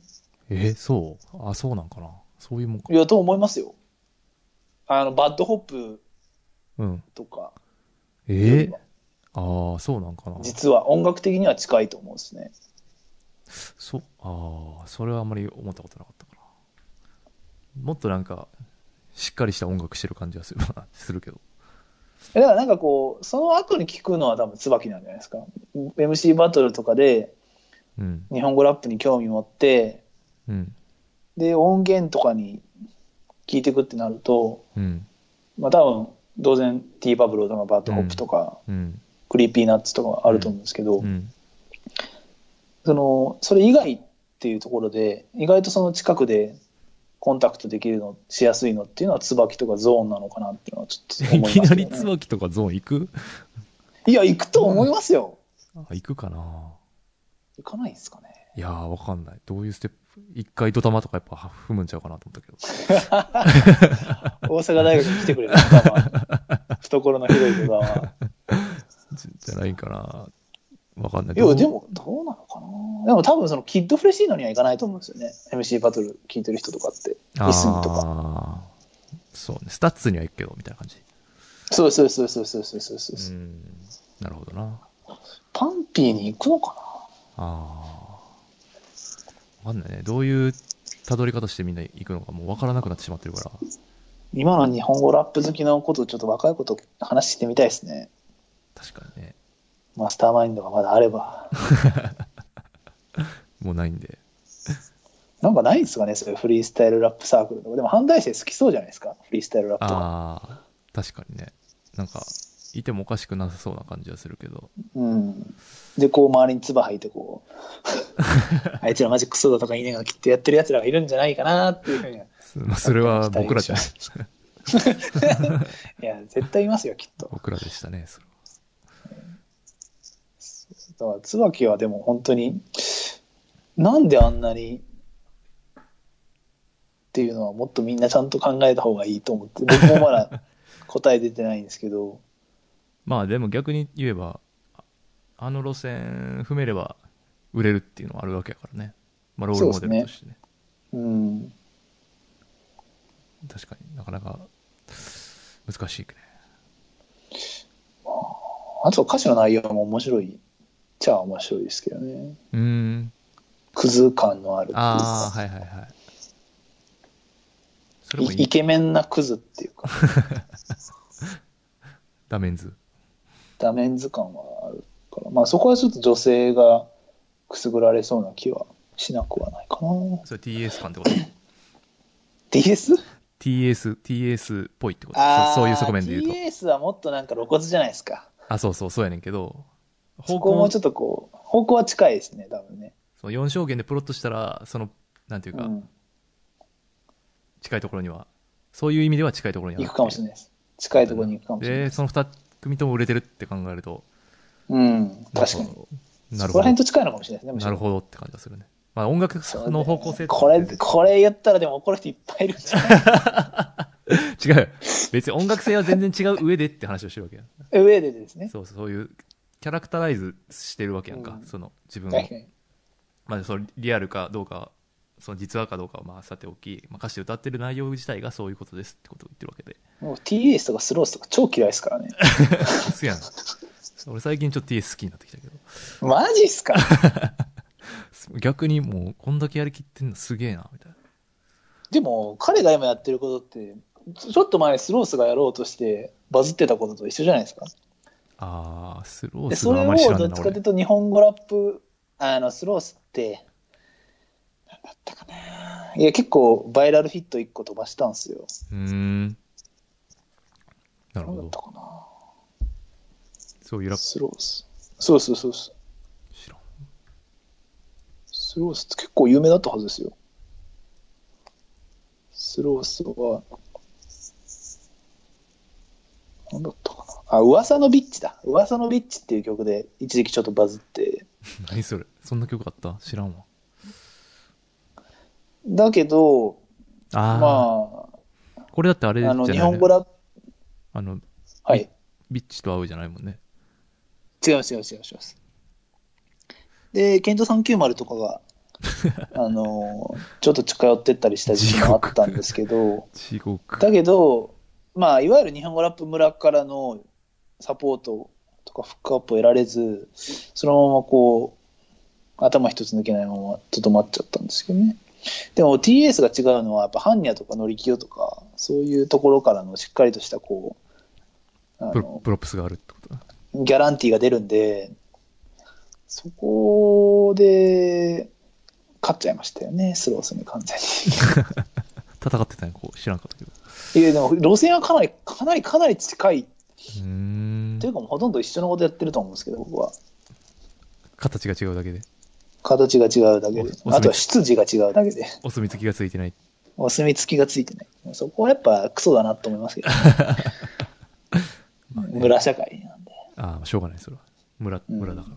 Speaker 1: え、そうあ、そうなんかな。そういうもんか
Speaker 2: い、。やと思いますよあのバッドホップ
Speaker 1: うん。
Speaker 2: とか
Speaker 1: えああ、そうなんかな。
Speaker 2: 実は音楽的には近いと思うんですね
Speaker 1: そう、ああ、それはあんまり思ったことなかったかな。もっとなんか、しっかりした音楽してる感じはする (laughs) するけど。
Speaker 2: だからなんかこうその後に聞くのは多分椿なんじゃないですか MC バトルとかで
Speaker 1: うん。
Speaker 2: 日本語ラップに興味持って
Speaker 1: うん。
Speaker 2: で音源とかに聞いていくってなると、
Speaker 1: うん。
Speaker 2: まあ、多分当然 T パブロとかバッドホップとか、
Speaker 1: うん。
Speaker 2: クリーピーナッツとかあると思うんですけど、
Speaker 1: うん。
Speaker 2: そのそれ以外っていうところで意外とその近くでコンタクトできるのしやすいのっていうのは椿とかゾーンなのかなっていうのはちょっと
Speaker 1: い
Speaker 2: 思い
Speaker 1: き
Speaker 2: ます
Speaker 1: な
Speaker 2: け
Speaker 1: り
Speaker 2: どね、
Speaker 1: 椿とかゾーン行く
Speaker 2: いや行くと思いますよ、
Speaker 1: あ行くかな
Speaker 2: 行かないですかね
Speaker 1: いやー、わかんない。どういうステップ一回ドタマとかやっぱ踏むんちゃうかなと思ったけど。
Speaker 2: 大阪大学に来てくれる方は
Speaker 1: (laughs)
Speaker 2: 懐の広い方は
Speaker 1: じじゃないんかなわかんない
Speaker 2: いや、で。も、どうなのかなでも多分、その、キッドフレシーノにはいかないと思うんですよね。MC バトル聞いてる人とかって。
Speaker 1: あ
Speaker 2: リスンと
Speaker 1: あ
Speaker 2: か。
Speaker 1: ーそうね。スタッツには行くけど、みたいな感じ。
Speaker 2: そうそうそうそうそうそうそうそう、
Speaker 1: うん。なるほどな。
Speaker 2: パンピーに行くのか
Speaker 1: ああ。わかんないね。どういう辿り方してみんな行くのかもうわからなくなってしまってるから。
Speaker 2: な今の日本語ラップ好きのことをちょっと若い子と話してみたいですね。
Speaker 1: 確かにね。
Speaker 2: マスターマインドがまだあれば。 (laughs)
Speaker 1: もうないんで。
Speaker 2: なんかないんですかね、それフリースタイルラップサークルとか。でも、反対生好きそうじゃないですか、フリースタイルラップとか。
Speaker 1: ああ。確かにね。なんか、いてもおかしくなさそうな感じはするけど。
Speaker 2: うん。で、こう、周りに唾吐いて、こう、 (laughs) あいつらマジクソだとか言いながら、きっとやってる奴らがいるんじゃないかなっていうふうには
Speaker 1: すまあ、それは僕らじゃない。
Speaker 2: (laughs) いや、絶対いますよ、きっと。
Speaker 1: 僕らでしたね、それは
Speaker 2: だから、椿はでも本当に、なんであんなに、っていうのはもっとみんなちゃんと考えた方がいいと思って、僕もまだ答え出てないんですけど、
Speaker 1: まあでも逆に言えば、ああの路線踏めれば売れるっていうのはあるわけやからね。まあロールモデルとしてね。
Speaker 2: うん。
Speaker 1: 確かになかなか難しいね。
Speaker 2: あと歌詞の内容も面白い、ちゃ面白いですけどね。
Speaker 1: うーん。
Speaker 2: クズ感のあるっていう
Speaker 1: ああ、
Speaker 2: か
Speaker 1: はいはいはい。それもい
Speaker 2: いイ
Speaker 1: い。
Speaker 2: ケメンなクズっていうか、
Speaker 1: ダメンズ。
Speaker 2: ダメンズ感はあるから、まあそこはちょっと女性がくすぐられそうな気はしなくはないかな。
Speaker 1: それ TS 感ってこと
Speaker 2: DS?
Speaker 1: TS、TS っぽいってこと
Speaker 2: あー
Speaker 1: そそういう側面で言うと。
Speaker 2: TS はもっとなんか露骨じゃないですか。
Speaker 1: あ、そうそう、そうやねんけど、
Speaker 2: そ
Speaker 1: 方
Speaker 2: こ
Speaker 1: 向
Speaker 2: もちょっとこう、方向は近いですね、多分ね。
Speaker 1: その4象限でプロットしたら、その、なんていう
Speaker 2: う
Speaker 1: か、
Speaker 2: ん。
Speaker 1: 近いところには、そういう意味では近いところには
Speaker 2: 行くかもしれないです。近いところに行くかもしれない
Speaker 1: で、
Speaker 2: です。
Speaker 1: その2組とも売れてるって考えると、
Speaker 2: うん。確かに。
Speaker 1: にな
Speaker 2: そ
Speaker 1: る
Speaker 2: こ
Speaker 1: ほ
Speaker 2: ら辺
Speaker 1: ど。
Speaker 2: と近いのかもしれないですね。むしろ
Speaker 1: なるほどって感じがするね。まあ音楽の方向性って
Speaker 2: これ、これ言ったらでも怒る人いっぱいいるんじ
Speaker 1: (laughs)
Speaker 2: ゃない
Speaker 1: 違うよ。別に音楽性は全然違う上でって話をしてるわけや。
Speaker 2: 上でですね。
Speaker 1: そうそう、そういうキャラクタライズしてるわけやんか。
Speaker 2: うん
Speaker 1: その自分を。
Speaker 2: 確かに。
Speaker 1: まあ、そのリアルかどうか、その実話かどうかはまあさておき、まあ、歌詞で歌ってる内容自体がそういうことですってことを言ってるわけで。
Speaker 2: もう TS とかスロースとか超嫌いで
Speaker 1: (laughs)
Speaker 2: すからね。
Speaker 1: 好きやん。 (laughs) 俺最近ちょっと TS 好きになってきたけど。
Speaker 2: マジっすか
Speaker 1: 逆にもうこんだけやりきってんのすげえな、みたいな。
Speaker 2: でも、彼が今やってることって、ちょっと前スロースがやろうとしてバズってたことと一緒じゃないですか。
Speaker 1: あー、スロー
Speaker 2: で、
Speaker 1: ス
Speaker 2: そ
Speaker 1: があ
Speaker 2: れ
Speaker 1: まり知ら
Speaker 2: を
Speaker 1: んね
Speaker 2: ど
Speaker 1: ん
Speaker 2: っ
Speaker 1: な、
Speaker 2: ちかとい
Speaker 1: 俺
Speaker 2: う。と日本語ラップ、あの、スロースって、なんだったかな。いや、結構バイラルヒット1個飛ばしたんですよ。
Speaker 1: うーん。なる
Speaker 2: なん
Speaker 1: ほ
Speaker 2: だ
Speaker 1: ど
Speaker 2: った。かな。
Speaker 1: そういうラップ
Speaker 2: スロース。そうそうそうそう。
Speaker 1: 知らん。
Speaker 2: スロースって結構有名だったはずですよ。スロースは、なんだったかな。あ、噂のビッチだ。噂のビッチっていう曲で一時期ちょっとバズって。
Speaker 1: 何それそんな曲あった知らんわ。
Speaker 2: だけど、
Speaker 1: あー、
Speaker 2: ま
Speaker 1: これだってあれじ
Speaker 2: あ、
Speaker 1: ゃ
Speaker 2: あ
Speaker 1: な
Speaker 2: の、
Speaker 1: い
Speaker 2: 日本語ラップ、
Speaker 1: あの、
Speaker 2: はい。
Speaker 1: ビッチと会うじゃないもんね。
Speaker 2: 違います、違います、違います。で、ケント390とかが、あの、ちょっと近寄ってったりした時期もあったんですけど、
Speaker 1: 地獄。
Speaker 2: だけど、まあ、いわゆる日本語ラップ村からのサポートとかフックアップを得られず、そのままこう、頭一つ抜けないままとどまっちゃったんですけどね。でも TS が違うのは、やっぱハンニャとかノリキヨとか、そういうところからのしっかりとしたこう、あ
Speaker 1: プロ
Speaker 2: の
Speaker 1: プロップスがあるってことだ。
Speaker 2: ギャランティーが出るんで、そこで勝っちゃいましたよね、スロースに完全に。
Speaker 1: 戦ってたんや、こう、知らんかったけど。
Speaker 2: いや、でも路線はかなり、かなり、かなり近いう
Speaker 1: ーん
Speaker 2: とい。うかもうほとんど一緒のことやってると思うんですけど、僕は。
Speaker 1: 形が違うだけで。
Speaker 2: 形が違うだけで。
Speaker 1: お
Speaker 2: あとは出自が違うだけで。
Speaker 1: お墨付きがついてない。
Speaker 2: お墨付きがついてない。そこはやっぱクソだなと思いますけど、
Speaker 1: まあね
Speaker 2: 村社会なんで。
Speaker 1: ああ、しょうがない、それは。村、
Speaker 2: うん
Speaker 1: 村だから。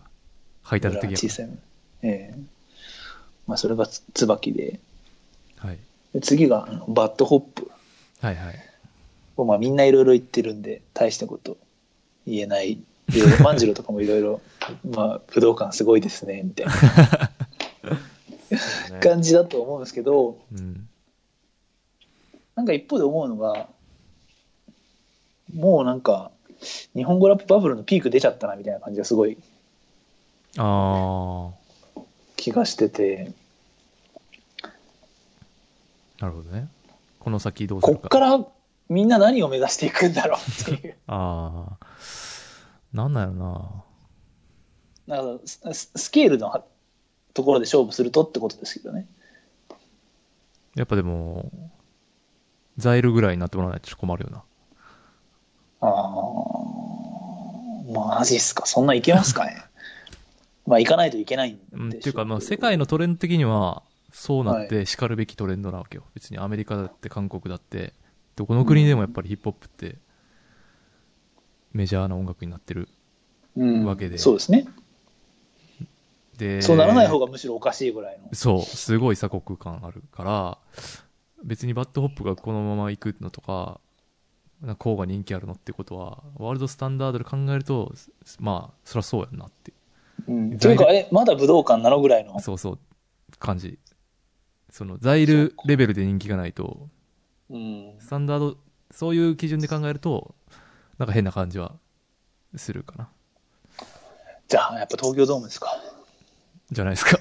Speaker 1: 排他
Speaker 2: 村
Speaker 1: 的
Speaker 2: は
Speaker 1: や
Speaker 2: 小
Speaker 1: か
Speaker 2: さい。ええまあそれがつ椿で。
Speaker 1: ら。はい。
Speaker 2: で次があのバッドホップ。
Speaker 1: はいはい。
Speaker 2: こうまあみんないろいろ言ってるんで、大したこと言えない。
Speaker 1: (laughs)
Speaker 2: で、万次郎とかもいろいろ、まあ武道館すごいですね、みたいな感じだと思うんですけど、
Speaker 1: うん。
Speaker 2: なんか一方で思うのが、もうなんか、日本語ラップバブルのピーク出ちゃったなみたいな感じがすごい
Speaker 1: あ
Speaker 2: 気がしてて、
Speaker 1: あ、なるほどね。この先どうす
Speaker 2: こ
Speaker 1: る
Speaker 2: っ
Speaker 1: か。
Speaker 2: からみんな何を目指していくんだろうっていう。
Speaker 1: ああ。なんだろうな。
Speaker 2: なんかスススケールのはところで勝負するとってことですけどね。
Speaker 1: やっぱでも、ザイルぐらいになってもらわないと困るよな。
Speaker 2: あー、マジっすか。そんないけますかね。 (laughs) まあ、行かないといけないんでしょ
Speaker 1: うん、っ
Speaker 2: う
Speaker 1: てい
Speaker 2: け
Speaker 1: う
Speaker 2: ど
Speaker 1: か、まあ、世界のトレンド的には、そうなって叱るべきトレンドなわけよ。別にアメリカだって、韓国だって、どこの国でもやっぱりヒップホップって、メジャーな音楽になってる。
Speaker 2: うん
Speaker 1: わけで
Speaker 2: そうですね。
Speaker 1: で、
Speaker 2: そうならない方がむしろおかしいぐらいの。
Speaker 1: そう、すごい鎖国感あるから、別にバッドホップがこのまま行くのとか、なんかこうが人気あるのってことは、ワールドスタンダードで考えると、すまあ、そりゃそうやんなって、
Speaker 2: うん、というか、え、まだ武道館なのぐらいの。
Speaker 1: そうそう、感じ。その、ザイルレベルで人気がないと、
Speaker 2: うん
Speaker 1: スタンダード、そういう基準で考えると、なんか変な感じはするかな。
Speaker 2: じゃあ、やっぱ東京ドームですか。
Speaker 1: じゃないですか。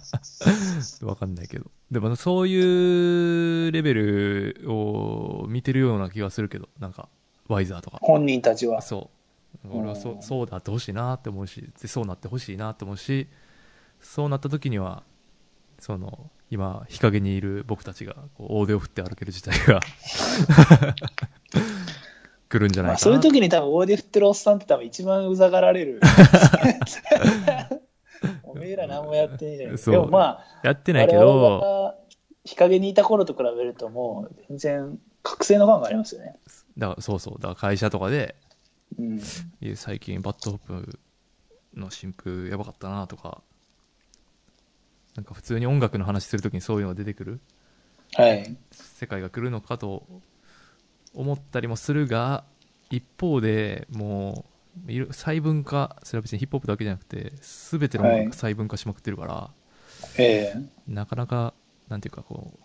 Speaker 1: (laughs) わかんないけど。でも、そういうレベルを見てるような気がするけど、なんか、ワイザーとか。
Speaker 2: 本人たちは。
Speaker 1: そう。俺はそ
Speaker 2: うん
Speaker 1: そうであってほしいなって思うし、でそうなってほしいなって思うし、そうなった時には、その、今日陰にいる僕たちがこう大手を振って歩ける時代が (laughs) 来るんじゃない
Speaker 2: ま
Speaker 1: か
Speaker 2: あ、
Speaker 1: な
Speaker 2: そういう時に多分大手振ってるおっさんって多分一番うざがられる。
Speaker 1: (laughs)
Speaker 2: おめえら何もやってねえじゃん。
Speaker 1: そう
Speaker 2: でもまあ、
Speaker 1: やってないけ
Speaker 2: 我々
Speaker 1: ど
Speaker 2: が日陰にいた頃と比べるともう全然覚醒の感がありますよね。
Speaker 1: だからそうそうだから会社とかで
Speaker 2: うん。
Speaker 1: いや最近バッドホップの新譜やばかったなとかなんか普通に音楽の話するときにそういうのが出てくる
Speaker 2: はい。
Speaker 1: 世界が来るのかと思ったりもするが一方でもういろ細分化それは別にヒップホップだけじゃなくて全ての音楽
Speaker 2: は
Speaker 1: が
Speaker 2: い
Speaker 1: 細分化しまくってるから、
Speaker 2: ええ
Speaker 1: なかなかなんていうかこう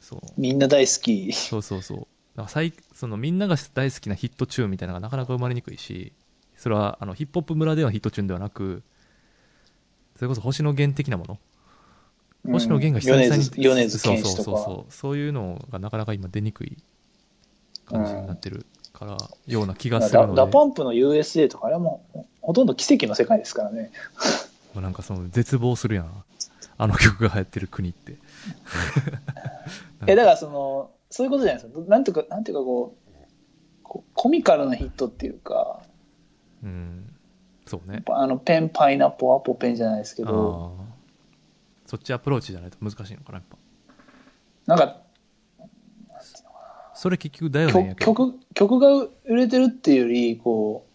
Speaker 1: そう
Speaker 2: みんな大好き。
Speaker 1: そうそうそうだから最そのみんなが大好きなヒットチューンみたいなのがなかなか生まれにくいしそれはあのヒップホップ村でのヒットチューンではなくそれこそ星野源的なもの星野源が久々に、
Speaker 2: うん米津
Speaker 1: そう
Speaker 2: 玄師
Speaker 1: そうそ
Speaker 2: とか。
Speaker 1: うそうそういうのがなかなか今出にくい感じになってるから、ような気がする
Speaker 2: ダ
Speaker 1: ので
Speaker 2: ダパンプの USA とかあれはもうほとんど奇跡の世界ですからね。
Speaker 1: もうなんかその絶望するやんあの曲が流行ってる国って
Speaker 2: えだからそのそういうことじゃないですか。なんていうかなんていうかこうこコミカルなヒットっていうか、
Speaker 1: うんそうね
Speaker 2: あのペンパイナップルアポペンじゃないですけ
Speaker 1: あ
Speaker 2: ど、
Speaker 1: ーそっちアプローチじゃないと難しいのかなやっぱ
Speaker 2: なんか
Speaker 1: それ結局だよね
Speaker 2: 曲曲曲が売れてるっていうよりこ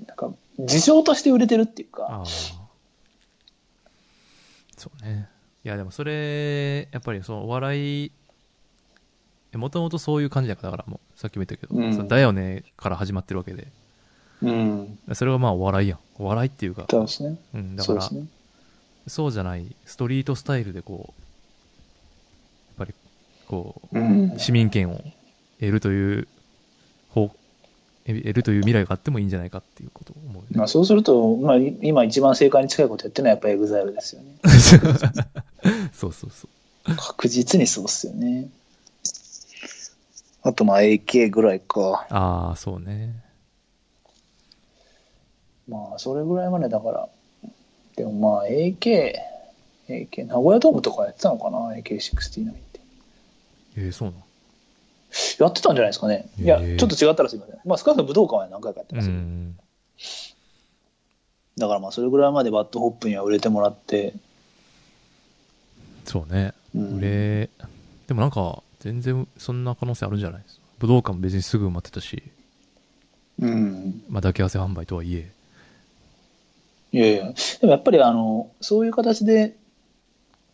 Speaker 2: うなんか事情として売れてるっていう
Speaker 1: あ
Speaker 2: か
Speaker 1: あそうねいやでもそれやっぱりそのお笑いもともとそういう感じだからだからもうさっきも言ったけど「
Speaker 2: うん
Speaker 1: そのだよね」から始まってるわけで
Speaker 2: うん
Speaker 1: それがまあお笑いやんお笑いっていうか、
Speaker 2: そうですね
Speaker 1: うん、だか
Speaker 2: そう
Speaker 1: ら
Speaker 2: で
Speaker 1: そ
Speaker 2: す
Speaker 1: う,、
Speaker 2: ね
Speaker 1: じゃないストリートスタイルでこうやっぱりこう
Speaker 2: うん
Speaker 1: 市民権を得るという方得るという未来があってもいいんじゃないかっていうことを思うよね
Speaker 2: まあ、そうすると、まあ、い今一番正解に近いことやってるのはやっぱエグザイルです
Speaker 1: (laughs)
Speaker 2: よね
Speaker 1: そうそうそう
Speaker 2: 確実にそうっすよねあとまあ AK ぐらいか
Speaker 1: ああそうね
Speaker 2: まあそれぐらいまでだからでもまあ AK AK 名古屋ドームとかやってたのかな AK69 って
Speaker 1: えー、そうなん
Speaker 2: やってたんじゃないですかね。いや、
Speaker 1: へえ
Speaker 2: ちょっと違ったらすいません。まあ、少なくとも武道館は何回かやってま
Speaker 1: う
Speaker 2: す、
Speaker 1: ん
Speaker 2: だからまあ、それぐらいまでバッドホップには売れてもらって、
Speaker 1: そうね、
Speaker 2: うん
Speaker 1: 俺でもなんか全然そんな可能性あるんじゃないですか武道館も別にすぐ埋まってたし、
Speaker 2: うん。
Speaker 1: まあ、抱き合わせ販売とはいえ
Speaker 2: いやいや。でもやっぱり、あの、そういう形で、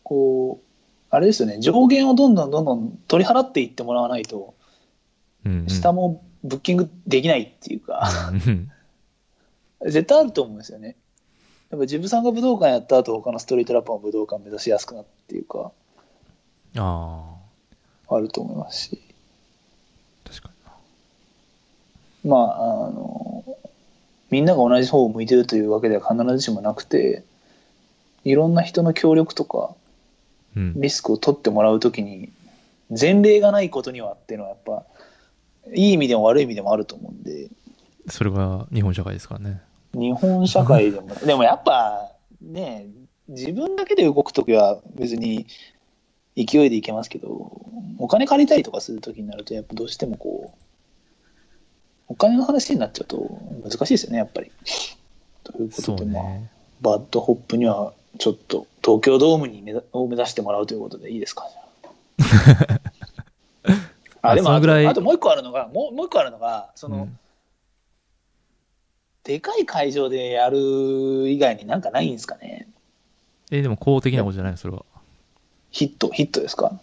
Speaker 2: こう、あれですよね、上限をどんどんどんどん取り払っていってもらわないと、
Speaker 1: うんうん、
Speaker 2: 下もブッキングできないっていうか、 (laughs)
Speaker 1: うん
Speaker 2: 絶対あると思うんですよね。やっぱジブさんが武道館やった後、他のストリートラッパーも武道館目指しやすくなっていうか、
Speaker 1: (laughs) あ
Speaker 2: あると思いますし。
Speaker 1: あ確かにな
Speaker 2: まあ、あの、みんなが同じ方を向いてるというわけでは必ずしもなくて、いろんな人の協力とか
Speaker 1: うん
Speaker 2: リスクを取ってもらうときに、前例がないことにはっていうのはやっぱ、いい意味でも悪い意味でもあると思うんで、
Speaker 1: それが日本社会ですからね
Speaker 2: 日本社会でも、でもやっぱね、自分だけで動くときは別に勢いでいけますけど、お金借りたりとかするときになると、やっぱどうしてもこう、お金の話になっちゃうと難しいですよね、やっぱり。というこ
Speaker 1: そ
Speaker 2: とで、
Speaker 1: う
Speaker 2: まあ、
Speaker 1: ね
Speaker 2: バッドホップにはちょっと東京ドームに目ざを目指してもらうということでい
Speaker 1: (laughs)
Speaker 2: いですか、じゃああ、でも
Speaker 1: その
Speaker 2: あ
Speaker 1: ぐ
Speaker 2: と
Speaker 1: らい
Speaker 2: あともう一個あるのが、もうもう一個あるのが、その、
Speaker 1: うん
Speaker 2: でかい会場でやる以外になんかないんですかね
Speaker 1: えーでも公的なことじゃないのそれは
Speaker 2: ヒット、ヒットですか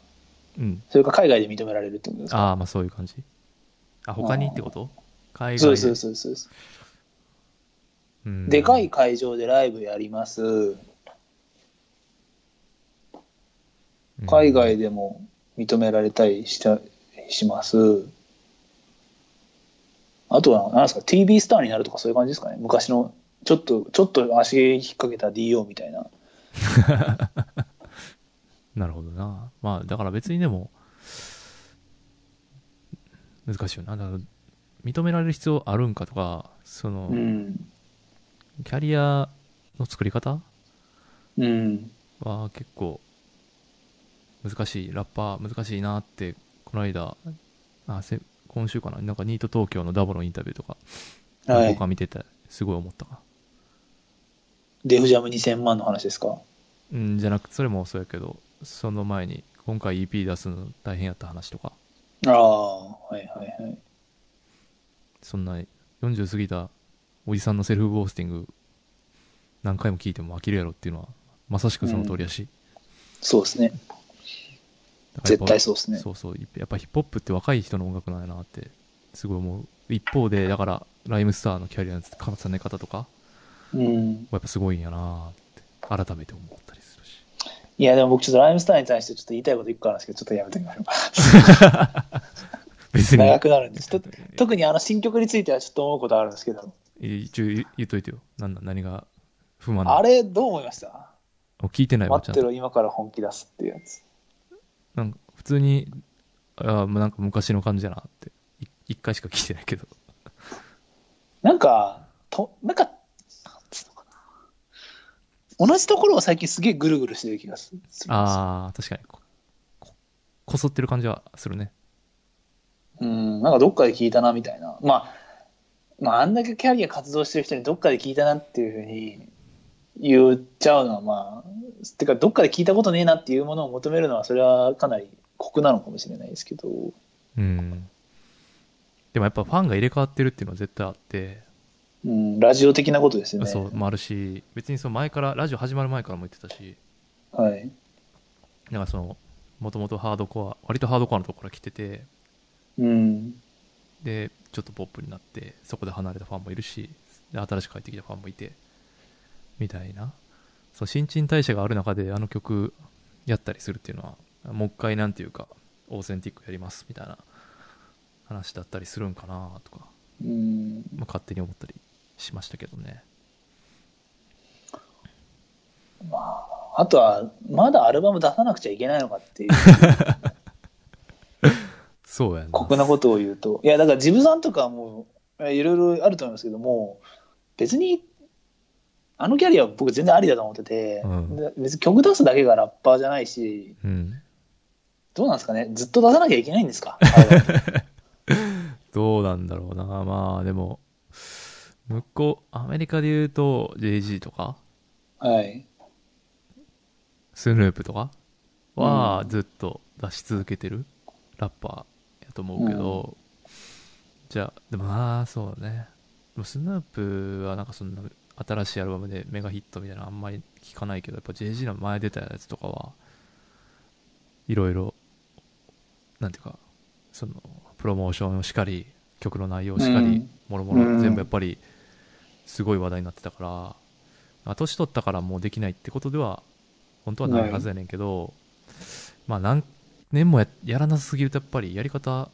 Speaker 1: うん
Speaker 2: それか海外で認められるってことですか
Speaker 1: ああまあそういう感じあ他にってこと海外
Speaker 2: そうです、そうです、そうです。
Speaker 1: うん
Speaker 2: でかい会場でライブやります。海外でも認められたりした、します。あとは、なんですか、TV スターになるとかそういう感じですかね昔の、ちょっと、ちょっと足引っ掛けた DO みたいな。
Speaker 1: なるほどな。まあ、だから別にでも、難しいよな。だから認められる必要あるんかとか、その
Speaker 2: う、ん。
Speaker 1: キャリアの作り方
Speaker 2: うん。
Speaker 1: は結構、難しい、ラッパー難しいなって、この間、あせ今週かな、なんかニート東京のダボのインタビューとか、
Speaker 2: は
Speaker 1: 僕
Speaker 2: い
Speaker 1: は。見てて、すごい思ったな。
Speaker 2: デフジャム2000万の話ですか
Speaker 1: うん、じゃなくて、それもそうやけど、その前に、今回 EP 出すの大変やった話とか、
Speaker 2: ああ、はいはいはい。
Speaker 1: そんな40過ぎたおじさんのセルフボースティング、何回も聞いても飽きるやろっていうのは、まさしくその通りやし、
Speaker 2: そうですね。
Speaker 1: だからやっ
Speaker 2: 絶
Speaker 1: ぱ
Speaker 2: 対そうですね。
Speaker 1: そうそうやっぱヒップホップって若い人の音楽なんやなってすごい思う一方でだからライムスターのキャリアの重ね方とかは
Speaker 2: うん。
Speaker 1: やっぱすごいんやなって改めて思ったりするし
Speaker 2: いや、でも僕ちょっとライムスターに対してちょっと言いたいこと一個あるんですけど、ちょっとやめてみましょうか。
Speaker 1: 別に
Speaker 2: 長くなるんです。と
Speaker 1: い
Speaker 2: 特にあの新曲についてはちょっと思うことあるんですけど、
Speaker 1: 一応言っといてよ何なん何が不満な
Speaker 2: あ
Speaker 1: の
Speaker 2: れどう思いました
Speaker 1: あ聞いてないわ
Speaker 2: 待
Speaker 1: ちゃん
Speaker 2: って
Speaker 1: と
Speaker 2: ろ、今から本気出すっていうやつ。
Speaker 1: なんか普通にあーもうなんか昔の感じやなってい一回しか聞いてないけど
Speaker 2: なんか、となんか、なんつうのかな同じところを最近すげえぐるぐるしてる気がする。
Speaker 1: ああ確かにこここそってる感じはするね
Speaker 2: うん、なんかどっかで聞いたなみたいな。まあ、まあ、あんだけキャリア活動してる人にどっかで聞いたなっていうふうに言っちゃうのはまあ、てかどっかで聞いたことねえなっていうものを求めるのはそれはかなり酷なのかもしれないですけど。
Speaker 1: うん。でもやっぱファンが入れ替わってるっていうのは絶対あって、
Speaker 2: うん、ラジオ的なことですよね。
Speaker 1: そうもあるし、別にその前から、ラジオ始まる前からも言ってたし、
Speaker 2: はい。
Speaker 1: なんかその、もともとハードコア、割とハードコアのとこから来てて、
Speaker 2: うん。
Speaker 1: で、ちょっとポップになって、そこで離れたファンもいるし、で新しく帰ってきたファンもいて、みたいな。その新陳代謝がある中であの曲やったりするっていうのは、もう一回なんていうか、オーセンティックやりますみたいな話だったりするんかなとか、
Speaker 2: うん。
Speaker 1: まあ、勝手に思ったりしましたけどね。
Speaker 2: あとは、まだアルバム出さなくちゃいけないの
Speaker 1: (laughs)
Speaker 2: かっていう、
Speaker 1: そうやな。
Speaker 2: 酷なことを言うと。いや、だからジブさんとかはもう、いろいろあると思いますけども、別に、あのキャリアは僕全然ありだと思ってて、
Speaker 1: うん
Speaker 2: で別に曲出すだけがラッパーじゃないし、
Speaker 1: うん。
Speaker 2: どうなんですかねずっと出さなきゃいけないんで
Speaker 1: (laughs)
Speaker 2: すかあれだ
Speaker 1: どうなんだろうな。まあでも、向こう、アメリカで言うと、JG とか、
Speaker 2: とはい。
Speaker 1: スヌープとかは
Speaker 2: うん
Speaker 1: ずっと出し続けてるラッパーやと思うけど、じゃあ、でもなあ、そうだね。でもスヌープはなんかそんな新しいアルバムでメガヒットみたいなのあんまり聞かないけど、やっぱ JG の前出たやつとかは、いろいろ、なんていうか、その、プロモーションをしかり、曲の内容をしかり、
Speaker 2: うん
Speaker 1: もろもろ
Speaker 2: うん
Speaker 1: 全部やっぱりすごい話題になってたから、まあ年取ったからもうできないってことでは本当はないはずやねんけど、まあ何年もややらなすぎるとやっぱりやり方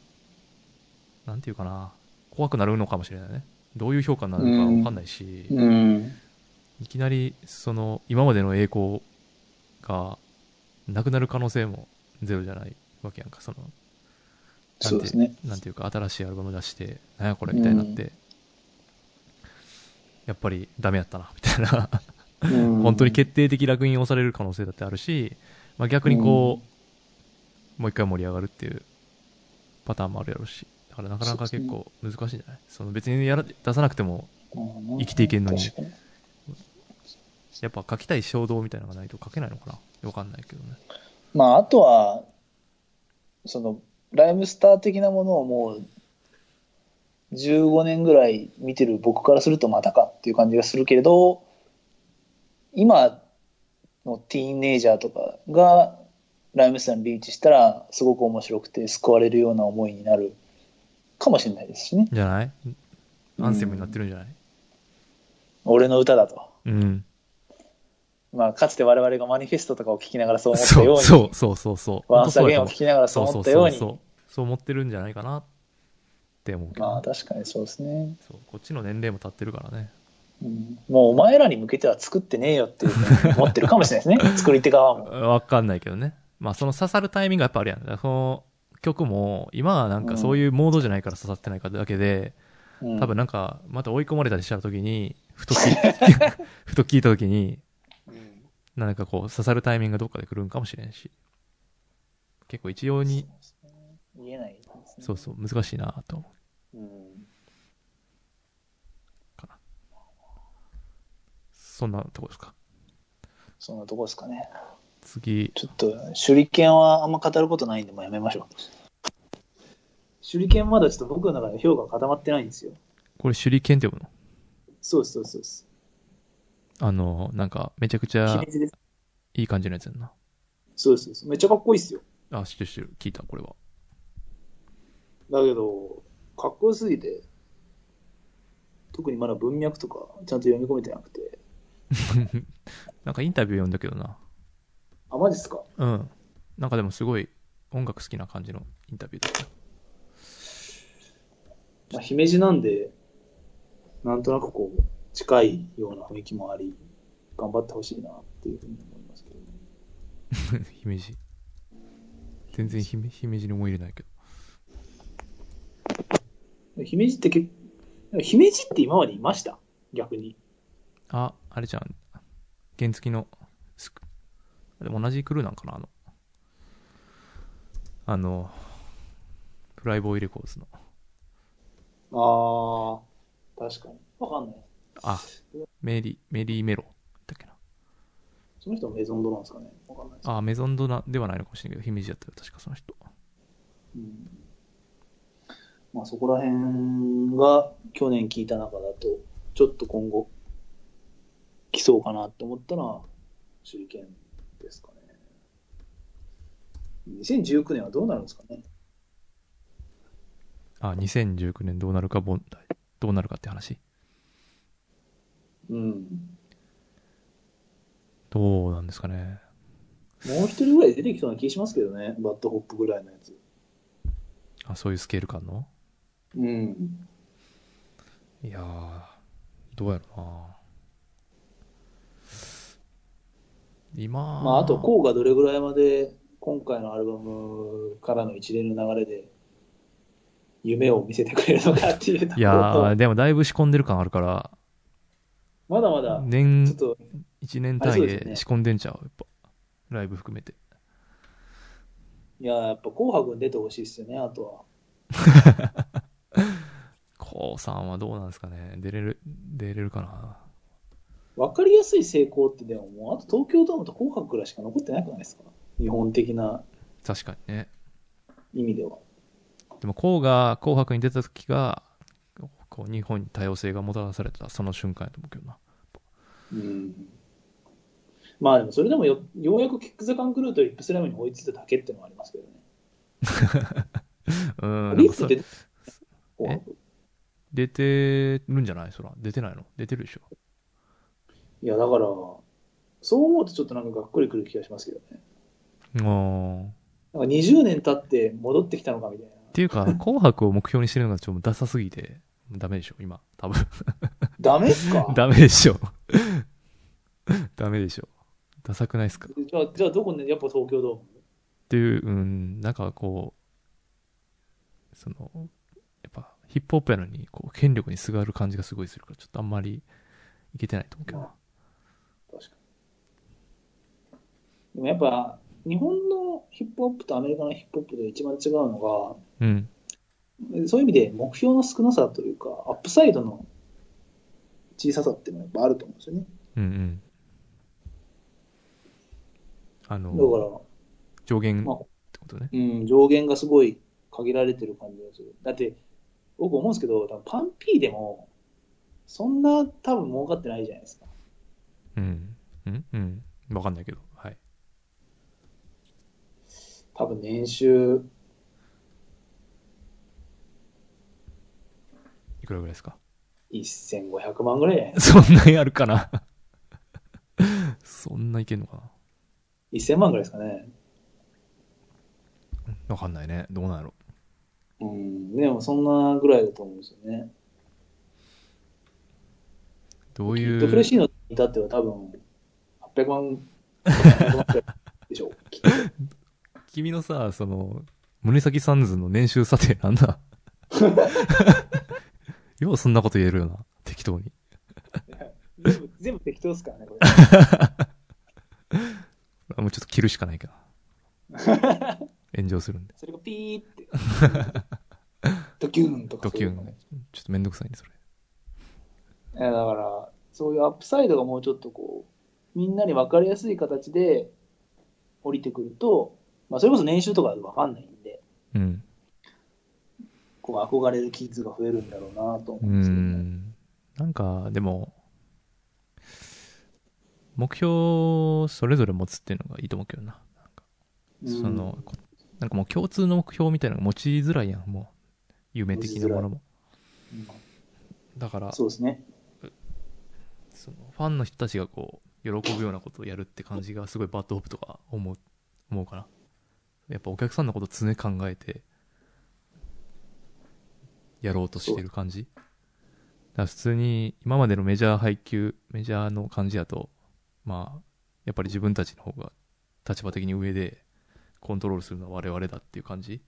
Speaker 1: なんていうかな怖くなるのかもしれないねどういう評価になるのか分かんないし、
Speaker 2: うん。
Speaker 1: いきなりその今までの栄光がなくなる可能性もゼロじゃないわけやんかその
Speaker 2: そうですね。
Speaker 1: なんていうか新しいアルバム出してなんやこれみたいになって、やっぱりダメやったなみたいな本
Speaker 2: 本
Speaker 1: 当に決定的楽印を押される可能性だってあるし、まあ、逆にこう、もう一回盛り上がるっていうパターンもあるやろうしだからなかなか結構難しいんじゃないその別にやら出さなくても生きていけんのに
Speaker 2: 確か
Speaker 1: やっぱ書きたい衝動みたいなのがないと書けないのかなわかんないけどね
Speaker 2: まあ、あとは、その、ライムスター的なものをもう、15年ぐらい見てる僕からするとまたかっていう感じがするけれど、今のティーンエイジャーとかが、ライムスターにリーチしたら、すごく面白くて救われるような思いになるかもしれないですしね。
Speaker 1: じゃないアンセムになってるんじゃない
Speaker 2: 俺の歌だと。
Speaker 1: うん、
Speaker 2: まあ、かつて我々がマニフェストとかを聞きながらそう思ったよ
Speaker 1: そうう
Speaker 2: に、
Speaker 1: そうそうそうそう
Speaker 2: ワン
Speaker 1: 本当
Speaker 2: サ
Speaker 1: そう
Speaker 2: ゲ
Speaker 1: やと
Speaker 2: ンを
Speaker 1: 思う
Speaker 2: 聞きながらそう思ったように。
Speaker 1: そうそう思ってるんじゃないかなって思うけど、
Speaker 2: まあ、確かにそうですね。
Speaker 1: そうこっちの年齢も経ってるからね
Speaker 2: うんもうお前らに向けては作ってねえよっていうふうに思ってるかもしれないです (laughs) ね。作り手側も。
Speaker 1: わかんないけどねまあその刺さるタイミングがやっぱあるやんだからその曲も今はなんかそういうモードじゃないから刺さってないかだけで、
Speaker 2: うん
Speaker 1: 多分なんかまた追い込まれたりした時にふと聞い (laughs) ふと聞いた時に
Speaker 2: うん
Speaker 1: なんかこう刺さるタイミングがどっかで来るんかもしれんし結構一様に
Speaker 2: そうですね見えないですね。
Speaker 1: そうそう難しいなと思
Speaker 2: うん。
Speaker 1: うかなそんなとこですか
Speaker 2: そんなとこですかね。
Speaker 1: 次
Speaker 2: ちょっと、手裏剣はあんま語ることないんで、もうやめましょう。手裏剣まだちょっと僕の中で評価固まってないんですよ。
Speaker 1: これ手裏剣って読む
Speaker 2: そうです、そうです、そうです。
Speaker 1: のあのなんかめちゃくち
Speaker 2: 秘
Speaker 1: ゃ
Speaker 2: 密です。
Speaker 1: いい感じのやつやんな
Speaker 2: そうです、そうです。めっちゃかっこいいですよ。
Speaker 1: あ知ってる知ってる聞いたこれは
Speaker 2: だけど、かっこよすぎて、特にまだ文脈とかちゃんと読み込めてなくて。
Speaker 1: なんかインタビュー読んだけどな
Speaker 2: あ、マジっすか
Speaker 1: うんなんかでもすごい音楽好きな感じのインタビューだった
Speaker 2: まあ、姫路なんで、なんとなくこう、近いような雰囲気もあり、頑張ってほしいなっていうふうに思いますけど、ね、
Speaker 1: (laughs) 姫路全然姫姫路に思い入れないけど
Speaker 2: 姫路って結姫路って今までいました逆に。
Speaker 1: ああれじゃん原付のスクでも同じクルーなんかなあのあのフライボーイレコーズの
Speaker 2: ああ、確かに。わかんない。
Speaker 1: あメリーメリーメロだっけな
Speaker 2: その人もメゾンドなんですかねわかんないです。
Speaker 1: あメゾンドナではないのかもしれないけど姫路だったよ確かその人
Speaker 2: うんまあ、そこら辺が去年聞いた中だと、ちょっと今後、来そうかなと思ったのは、手裏剣ですかね。2019年はどうなるんですかね
Speaker 1: あ2019年どうなるか問題どうなるかって話
Speaker 2: うん。
Speaker 1: どうなんですかね
Speaker 2: もう一人ぐらい出てきそうな気しますけどね、バッドホップぐらいのやつ。
Speaker 1: あそういうスケール感の
Speaker 2: うん。
Speaker 1: いやーどうやろな今
Speaker 2: まあ、あと、こうがどれぐらいまで、今回のアルバムからの一連の流れで、夢を見せてくれるのかっていうところと
Speaker 1: いやー、でもだいぶ仕込んでる感あるから、
Speaker 2: まだまだ、
Speaker 1: 年
Speaker 2: ちょっ、と
Speaker 1: 1年
Speaker 2: あそ
Speaker 1: 単
Speaker 2: う
Speaker 1: 位
Speaker 2: ですね
Speaker 1: で仕込んでんちゃう、やっぱ。ライブ含めて。
Speaker 2: いやー、やっぱ紅白に出てほしいですよね、あとは。
Speaker 1: こうさんはどうなんですかね。出れる、出れるかな。
Speaker 2: 分かりやすい成功って、でももう、あと東京ドームと紅白ぐらいしか残ってなくないですか日本的な
Speaker 1: 確かにね。
Speaker 2: 意味では。
Speaker 1: でも、こうが紅白に出た時が、こう、日本に多様性がもたらされたその瞬間やと思うけどな。
Speaker 2: うん。まあでも、それでもよようやくキック・ザ・カンクルーとリップスラムに追いついただけっていうのはありますけどね。
Speaker 1: うーん、で
Speaker 2: リ
Speaker 1: も
Speaker 2: ップ
Speaker 1: そ
Speaker 2: って
Speaker 1: れ
Speaker 2: 出て紅白
Speaker 1: 出てるんじゃないそら。出てないの出てるでしょ。
Speaker 2: いや、だから、そう思うとちょっとなんかがっくりくる気がしますけどね。
Speaker 1: うーん。っ
Speaker 2: なんか20年経って戻ってきたのかみたいな。
Speaker 1: ていう
Speaker 2: (laughs)
Speaker 1: か、紅白を目標にしてるのがちょっとダサすぎて、ダメでしょ、今。多分。
Speaker 2: ダメっすか
Speaker 1: (laughs) ダメでしょ。ダメでしょ。ダサくないですかっ
Speaker 2: じゃあ、じゃあどこね、やっぱ東京ドーム。
Speaker 1: ていう、うん、なんかこう、その、やっぱヒップホップやのに、こう、権力にすがる感じがすごいするから、ちょっとあんまりいけてないと思うけどな。
Speaker 2: 確かに。でもやっぱ、日本のヒップホップとアメリカのヒップホップで一番違うの
Speaker 1: うん。
Speaker 2: が、そういう意味で目標の少なさというか、アップサイドの小ささっていうのはやっぱあると思うんですよね。
Speaker 1: うんうん。あ
Speaker 2: だか
Speaker 1: の、
Speaker 2: ら、
Speaker 1: 上限って
Speaker 2: まあ
Speaker 1: ことね。
Speaker 2: うん、上限がすごい限られてる感じがする。だって、僕思うんですけど、多分パンピーでも、そんな多分儲かってないじゃないですか。
Speaker 1: うん。うんうん。わかんないけど。はい。
Speaker 2: 多分年収
Speaker 1: いくらぐらいですか
Speaker 2: 1500万ぐらいじゃないです
Speaker 1: (laughs)
Speaker 2: か
Speaker 1: そんなにあるかなそんないけんのかな
Speaker 2: ?1000 万ぐらいですかね。
Speaker 1: わかんないね。どうなんやろ。
Speaker 2: うん、でもそんなぐらいだと思うんですよね。
Speaker 1: どう
Speaker 2: き
Speaker 1: い
Speaker 2: っ
Speaker 1: う。
Speaker 2: とフレッシーのに至っては多分、800万、800万くらいでしょう。きっと
Speaker 1: 君のさ、その、森崎サンズの年収査定なんだ (laughs) ようそんなこと言えるよな。適当に。
Speaker 2: 全部全部適当ですからね、こ
Speaker 1: あもうちょっと切るしかないけど。エ炎上するんで。
Speaker 2: それがピーって。
Speaker 1: (laughs)
Speaker 2: ドキューンとか
Speaker 1: ド
Speaker 2: そ
Speaker 1: キ
Speaker 2: うい
Speaker 1: ュ
Speaker 2: う
Speaker 1: ン
Speaker 2: のね。。
Speaker 1: ちょっとめんどくさいね、それ。
Speaker 2: いやだから、そういうアップサイドがもうちょっとこう、みんなに分かりやすい形で降りてくると、まあ、それこそ年収とか分かんないんで、
Speaker 1: うん。
Speaker 2: こう憧れるキッズが増えるんだろうなと思
Speaker 1: う
Speaker 2: うんですけどね。
Speaker 1: ん。なんか、でも、目標をそれぞれ持つっていうのがいいと思うけどな。なんか
Speaker 2: うん
Speaker 1: その、こなんかもう共通の目標みたいなのが持ちづらいやん、もう。夢的なものも。
Speaker 2: うん
Speaker 1: だから、
Speaker 3: そうですね。
Speaker 1: そのファンの人たちがこう喜ぶようなことをやるって感じがすごいバッドホップとか思う思うかなやっぱお客さんのこと常考えてやろうとしてる感じだから普通に今までのメジャー配給メジャーの感じだとまあやっぱり自分たちの方が立場的に上でコントロールするのは我々だっていう感じ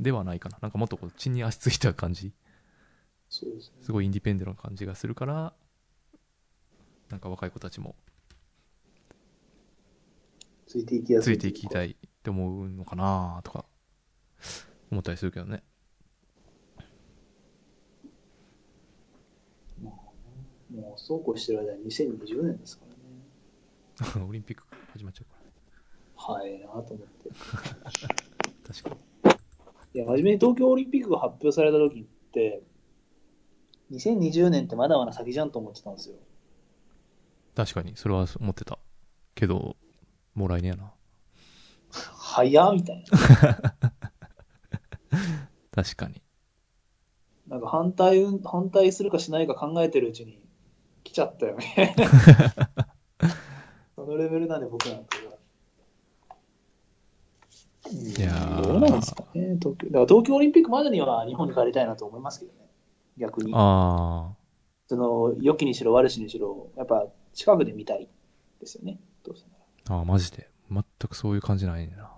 Speaker 1: ではないかななんかもっとこう地に足ついた感じ
Speaker 2: そうですね。
Speaker 1: すごいインディペンデントな感じがするからなんか若い子たちも
Speaker 2: ついていきやす
Speaker 1: つ
Speaker 2: い。
Speaker 1: いていきたいって思うのかなとか思ったりするけどね (laughs)
Speaker 2: もうそうこうしてる間に2020年ですからね。
Speaker 1: オリンピック始まっちゃうか
Speaker 2: 早いなと思って。
Speaker 1: ら確かに
Speaker 2: いや、真面目に東京オリンピックが発表された時って、2020年ってまだまだ先じゃんと思ってたんですよ。
Speaker 1: 確かにそれは思ってたけどもう来年やな
Speaker 2: 早っみたいな。
Speaker 1: 確かに
Speaker 2: なんか反対運、反対するかしないか考えてるうちに来ちゃったよね。
Speaker 1: (laughs)
Speaker 2: そのレベルなんで僕なんかが。い
Speaker 1: やー
Speaker 2: どうなんですかね、東京。だから東京オリンピックまでには日本に帰りたいなと思いますけどね。逆に。
Speaker 1: あ
Speaker 2: その、良きにしろ悪しにしろ、やっぱ近くで見たいですよね。どうせなら。
Speaker 1: ーあーマジで全くそういう感じないねんな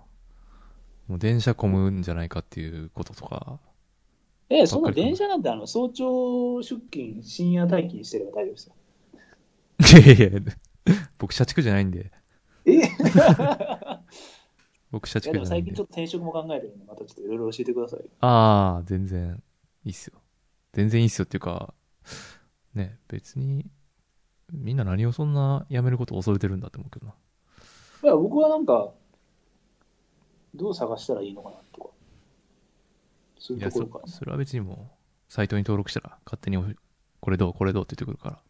Speaker 1: もう電車混むんじゃないかっていうこととか
Speaker 2: ええ、そんな電車なんてあの早朝出勤、深夜待機にしてれば大丈夫ですよ。
Speaker 1: いやいやいや僕社畜じゃないんで
Speaker 2: え
Speaker 1: (laughs) 僕社
Speaker 2: い
Speaker 1: 畜じ
Speaker 2: やでも
Speaker 1: ゃない
Speaker 2: 最
Speaker 1: んで
Speaker 2: 近ちょっと転職も考えてるんで、またちょっといろいろ教えてくださいよ。
Speaker 1: ああ、全然いいっすよ。全然いいっすよっていうか、ね、別に、みんな何をそんな辞めることを恐れてるんだって思うけどな。
Speaker 2: いや、僕はなんか、どう探したらいいのかなとか、そう
Speaker 1: い
Speaker 2: いう
Speaker 1: や、
Speaker 2: と
Speaker 1: そ
Speaker 2: ころから。
Speaker 1: それは別にもう、サイトに登録したら勝手におこれどう、これどうって言ってくるから。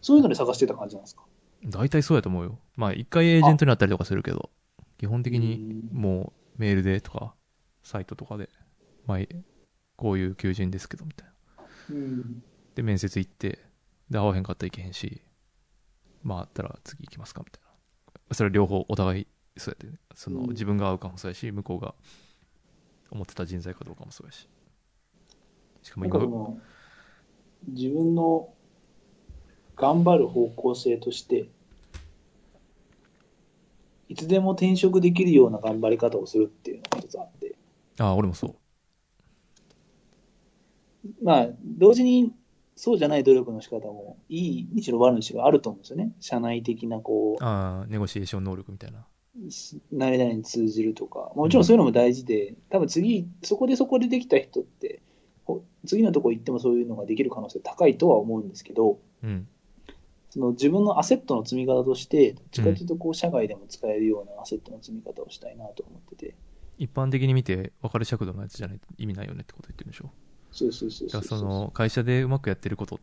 Speaker 2: そういうので探してた感じなんですか
Speaker 1: 大体そうやと思うよ。まあ、一回エージェントになったりとかするけど、基本的に
Speaker 2: うん
Speaker 1: もうメールでとか、サイトとかで、まあ、こういう求人ですけど、みたいな。
Speaker 2: うん。
Speaker 1: で、面接行って、で、会わへんかったらいけへんし、まあ、あったら次行きますか、みたいな。それは両方、お互い、そうやってね、その、
Speaker 2: うん
Speaker 1: 自分が会うかもそうやし、向こうが思ってた人材かどうかもそうやし。しかも
Speaker 2: なんか
Speaker 1: 今
Speaker 2: そ、の、自分の頑張る方向性として、いつでも転職できるような頑張り方をするっていうのが一つあって、
Speaker 1: ああ、俺もそう。
Speaker 2: まあ、同時にそうじゃない努力の仕方も、いいにしろ悪にしろあると思うんですよね。社内的なこう、
Speaker 1: ああ、ネゴシエーション能力みたいな。
Speaker 2: し何々に通じるとか、もちろんそういうのも大事で、多分次、そこでそこでできた人って、ほ次のとこ行ってもそういうのができる可能性高いとは思うんですけど、
Speaker 1: うん。
Speaker 2: その自分のアセットの積み方として、どっちかというとこう社外でも使えるようなアセットの積み方をしたいなと思ってて、
Speaker 1: 一般的に見て、分かる尺度のやつじゃないと意味ないよねってこと言ってるでしょ。
Speaker 2: そうそうそう
Speaker 1: だか
Speaker 2: そう
Speaker 1: らその、会社でうまくやってることっ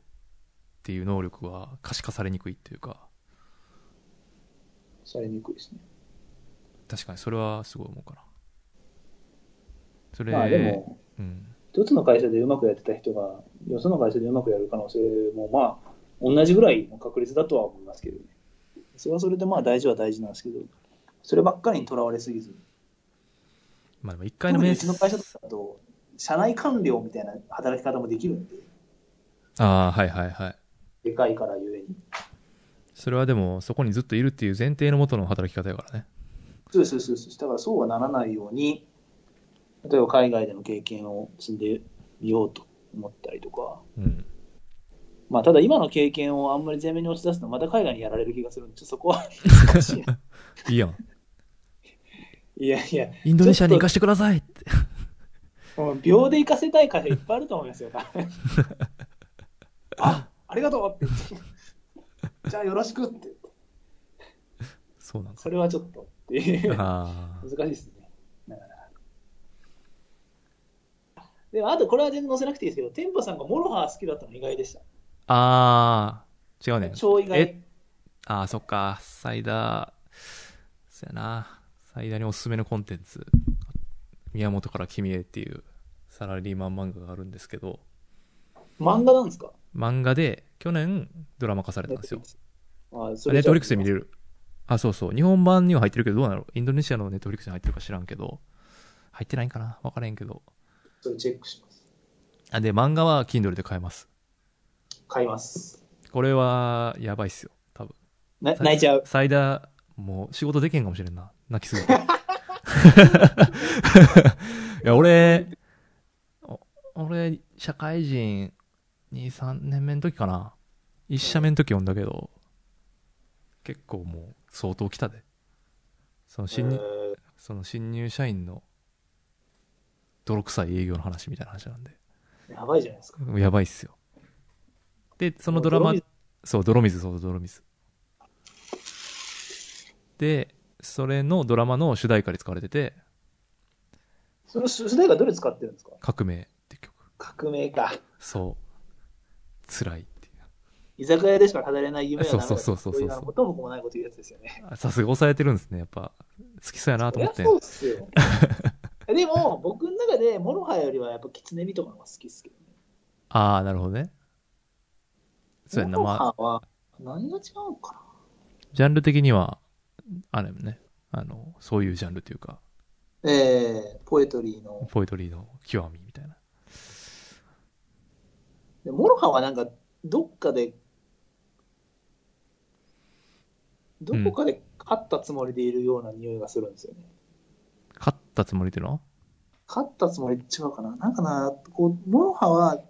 Speaker 1: ていう能力は可視化されにくいっていうか、
Speaker 2: されにくいですね。
Speaker 1: 確かにそれはすごい思うかな。それ、
Speaker 2: まあでも、
Speaker 1: うん。
Speaker 2: 一つの会社でうまくやってた人が、よその会社でうまくやる可能性も、まあ、同じぐらいの確率だとは思いますけどね。それはそれでまあ大事は大事なんですけど、そればっかりにとらわれすぎず、
Speaker 1: まあでも一
Speaker 2: 特
Speaker 1: 回の
Speaker 2: に
Speaker 1: 面
Speaker 2: うち
Speaker 1: 接
Speaker 2: の会社だと、社内官僚みたいな働き方もできるんで、
Speaker 1: ああ、はいはいはい。
Speaker 2: でかいからゆえに。
Speaker 1: それはでも、そこにずっといるっていう前提のもとの働き方やからね。
Speaker 2: そうそうそうそう。だからそうはならないように、例えば海外での経験を積んでみようと思ったりとか、
Speaker 1: うん。
Speaker 2: まあ、ただ今の経験をあんまり前面に
Speaker 1: (laughs)
Speaker 2: 押し出すのはまた海外にやられる気がするんで、ちょっとそこは難しいな。
Speaker 1: いいやん。
Speaker 2: (laughs) いやいや、
Speaker 1: インドネシアに行かしてくださいって。
Speaker 2: もう秒で行かせたい会社いっぱいあると思
Speaker 1: (laughs)
Speaker 2: いますよ。あ、ありがとうって言ってじゃあよろしくって。
Speaker 1: そうなんです
Speaker 2: それはちょっとっていう。難
Speaker 1: ああ
Speaker 2: しいですね。なかなかでも、あとこれは全然載せなくていいですけど、テンポさんがモロハ好きだったの意外でした。。
Speaker 1: ああ、違うね。
Speaker 2: 超意
Speaker 1: え
Speaker 2: 外。
Speaker 1: ああ、そっか。サイダー、そやな。サイダーにおすすめのコンテンツ。宮本から君へっていうサラリーマン漫画があるんですけど、
Speaker 2: 漫画なんですか
Speaker 1: 漫画で去年ドラマ化されたんですよ。
Speaker 2: あ
Speaker 1: ネットフリックスで見れ。る。あ、そうそう。日本版には入ってるけど、どうなのインドネシアのネットフリックスに入ってるか知らんけど、入ってないんかなわからへんけど。
Speaker 2: それチェックします。
Speaker 1: あ、で、漫画は Kindle で買えます。
Speaker 2: 買います。
Speaker 1: これは、やばいっすよ。多分。
Speaker 2: な泣いちゃう。
Speaker 1: サイダー、もう仕事できんかもしれんな。泣きすぎ
Speaker 2: (laughs)
Speaker 1: て。いや、俺、お俺、社会人2、3年目の時かな。一社目の時読んだけど、結構もう相当来たで。その新入、
Speaker 2: えー
Speaker 1: その新入社員の泥臭い営業の話みたいな話なんで。
Speaker 2: やばいじゃないですか。
Speaker 1: やばいっすよ。で、そのドラマ
Speaker 2: 泥、
Speaker 1: そう、泥水、そう、泥水。で、それのドラマの主題歌に使われてて、
Speaker 2: その主主題歌どれ使ってるんですか
Speaker 1: 革命って曲。
Speaker 2: 革命か。
Speaker 1: そう。辛いっていう
Speaker 2: 居酒屋でしか語れない夢はな
Speaker 1: そうそうそうそうそう
Speaker 2: なこともこもないこと言うやつですよね。
Speaker 1: あ。さすが抑えてるんですね、やっぱ。好きそうやなと思って
Speaker 2: そりゃ。そうっすよ。 (laughs) でも、僕の中で、モロハよりはやっぱ、キツネミとかの方が好きっすけどね。
Speaker 1: ああ、なるほどね。そうやんな、
Speaker 2: モロ
Speaker 1: まあ、
Speaker 2: ハは、何が違うかな
Speaker 1: ジャンル的には、あれもね、あの、そういうジャンルというか、
Speaker 2: えー、ポエトリーの。
Speaker 1: ポエトリーの極みみたいな。
Speaker 2: でモロハはなんか、どっかで、どこかで勝ったつもりでいるような匂いがするんですよね。
Speaker 1: 勝ったつもりっていうのは
Speaker 2: 勝ったつもり違うかななんかな、こう、モロハは、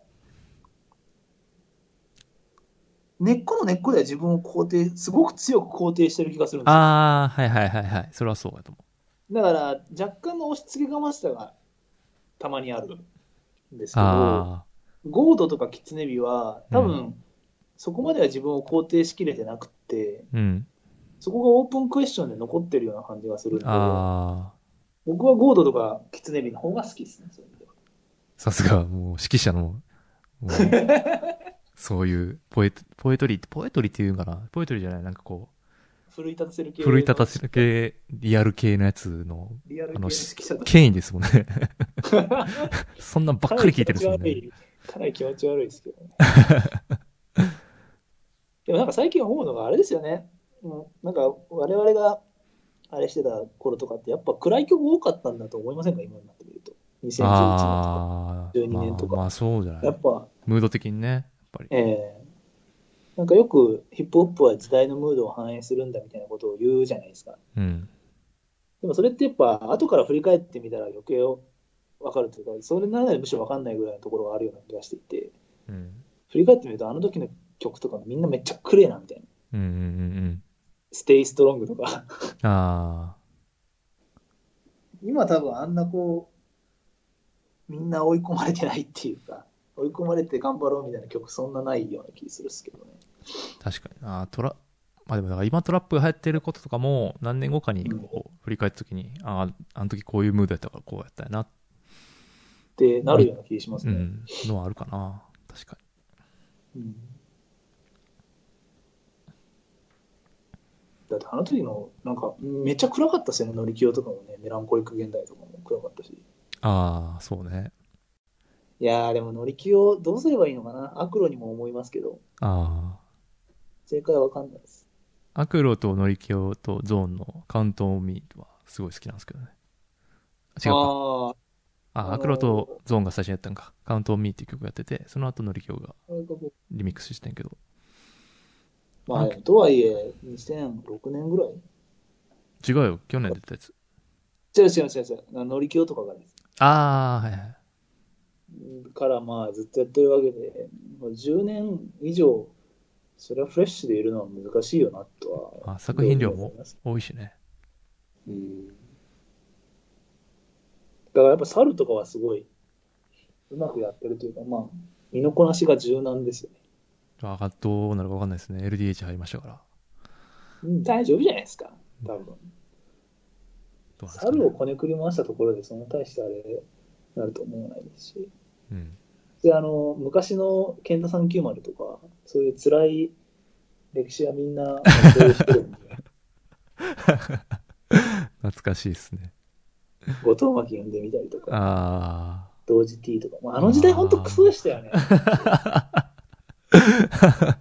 Speaker 2: 根っこの根っこでは自分を肯定、すごく強く肯定してる気がするんですよ。
Speaker 1: ああ、はいはいはいはい。それはそうやと思う。
Speaker 2: だから、若干の押し付けがましさがたまにあるんですけど、
Speaker 1: あ
Speaker 2: ゴードとかキツネビは、多分、
Speaker 1: う
Speaker 2: そこまでは自分を肯定しきれてなくて、
Speaker 1: あ、うん。
Speaker 2: そこがオープンクエスチョンで残ってるような感じがするんで、
Speaker 1: ああ、
Speaker 2: 僕はゴードとかキツネビの方が好きですね。そういう意味では
Speaker 1: さすが、もう指揮者の、もうそういうポエト、ポエトリーって、ポエトリーっていうんかなポエトリーじゃない、なんかこ
Speaker 2: 奮い立たせる
Speaker 1: う、
Speaker 2: 系の。
Speaker 1: 奮い立たせる系、リアル系のやつの、
Speaker 2: リアル
Speaker 1: あ
Speaker 2: 系
Speaker 1: の
Speaker 2: の指揮者だ
Speaker 1: 権威ですもんね。そんなんばっかり聞いてるんですもんね。
Speaker 2: かなり気持ち悪いかなり気持ち悪いですけど
Speaker 1: (laughs)
Speaker 2: ね。でもなんか最近思うのがあれですよね。うんなんか我々があれしてた頃とかってやっぱ暗い曲多かったんだと思いませんか今になってみると。2011年とか。
Speaker 1: ああ、
Speaker 2: 11年とか
Speaker 1: まあ、まあそうじゃな
Speaker 2: や
Speaker 1: い
Speaker 2: っ。ぱ、
Speaker 1: ムード的にね、やっぱり。
Speaker 2: ええなんかよくヒップホップは時代のムードを反映するんだみたいなことを言うじゃないですか。
Speaker 1: うん。
Speaker 2: でもそれってやっぱ後から振り返ってみたら余計わかるというか、それならむしろわかんないぐらいのところがあるような気がしていて。
Speaker 1: うん。
Speaker 2: 振り返ってみるとあの時の曲とかみんなめっちゃクレーなみたいな
Speaker 1: うんうんうん
Speaker 2: 「Stay Strong」とか
Speaker 1: うん。あ
Speaker 2: 今多分あんなこうみんな追い込まれてないっていうか追い込まれて頑張ろうみたいな曲そんなないような気するっすけどね
Speaker 1: あ、確かに。ああ、トラ、まあでもだから今トラップが流行ってることとかも、何年後かにこう、振り返ったときに、ああ、あの時こういうムードやったからこうやったよなっ
Speaker 2: ってなるような気します
Speaker 1: う
Speaker 2: ね、
Speaker 1: ん、のはあるかな確か
Speaker 2: うんだってあの時のなんかめっちゃ暗かったっすよね乗り気とかもねメランコリック現代とかも暗かったし
Speaker 1: にああそうね
Speaker 2: いやーでも乗り気をどうすればいいのかなアクロにも思いますけど
Speaker 1: あ
Speaker 2: 正解はわかんないです
Speaker 1: あアクロとノリキオとゾーンのカウントオンミーはすごい好きなんですけどね違うか
Speaker 2: ああ、
Speaker 1: あ
Speaker 2: あのー
Speaker 1: アクロとゾーンが最初にやったんかカウントオンミーっていう曲やっててその後ノリキオが
Speaker 2: なんかこう
Speaker 1: リミックスしてんけど
Speaker 2: ま
Speaker 1: な
Speaker 2: あ
Speaker 1: んか
Speaker 2: でも、とはいえ、2006年ぐらい
Speaker 1: 違うよ去年出たやつ
Speaker 2: 違う違う違う違う、あのりきおとかがです。
Speaker 1: ああはいはい
Speaker 2: からまあずっとやってるわけで、まあ10年以上、それはフレッシュでいるのは難しいよなとは。
Speaker 1: あ作品量
Speaker 2: どう
Speaker 1: も
Speaker 2: 思います
Speaker 1: 多いしね
Speaker 2: うんだからやっぱ猿とかはすごい、うまくやってるというか、まあ、身のこなしが柔軟ですよね。
Speaker 1: あーどうなるか分かんないですね。LDH 入りましたから。
Speaker 2: うん、大丈夫じゃないですか、多分。
Speaker 1: どうなんですかね
Speaker 2: 猿をこねくり回したところで、その大してあれ、なると思わないですし。
Speaker 1: うん。
Speaker 2: で、あの、昔の健太390とか、そういう辛い歴史はみんな共有してるんで、
Speaker 1: 懐かしいですね。
Speaker 2: 後藤巻読んでみたりと
Speaker 1: (laughs)
Speaker 2: か、
Speaker 1: あ
Speaker 2: 同時 T とか、まあ、あの時代本当クソでした
Speaker 1: (laughs)
Speaker 2: よね。
Speaker 1: あ。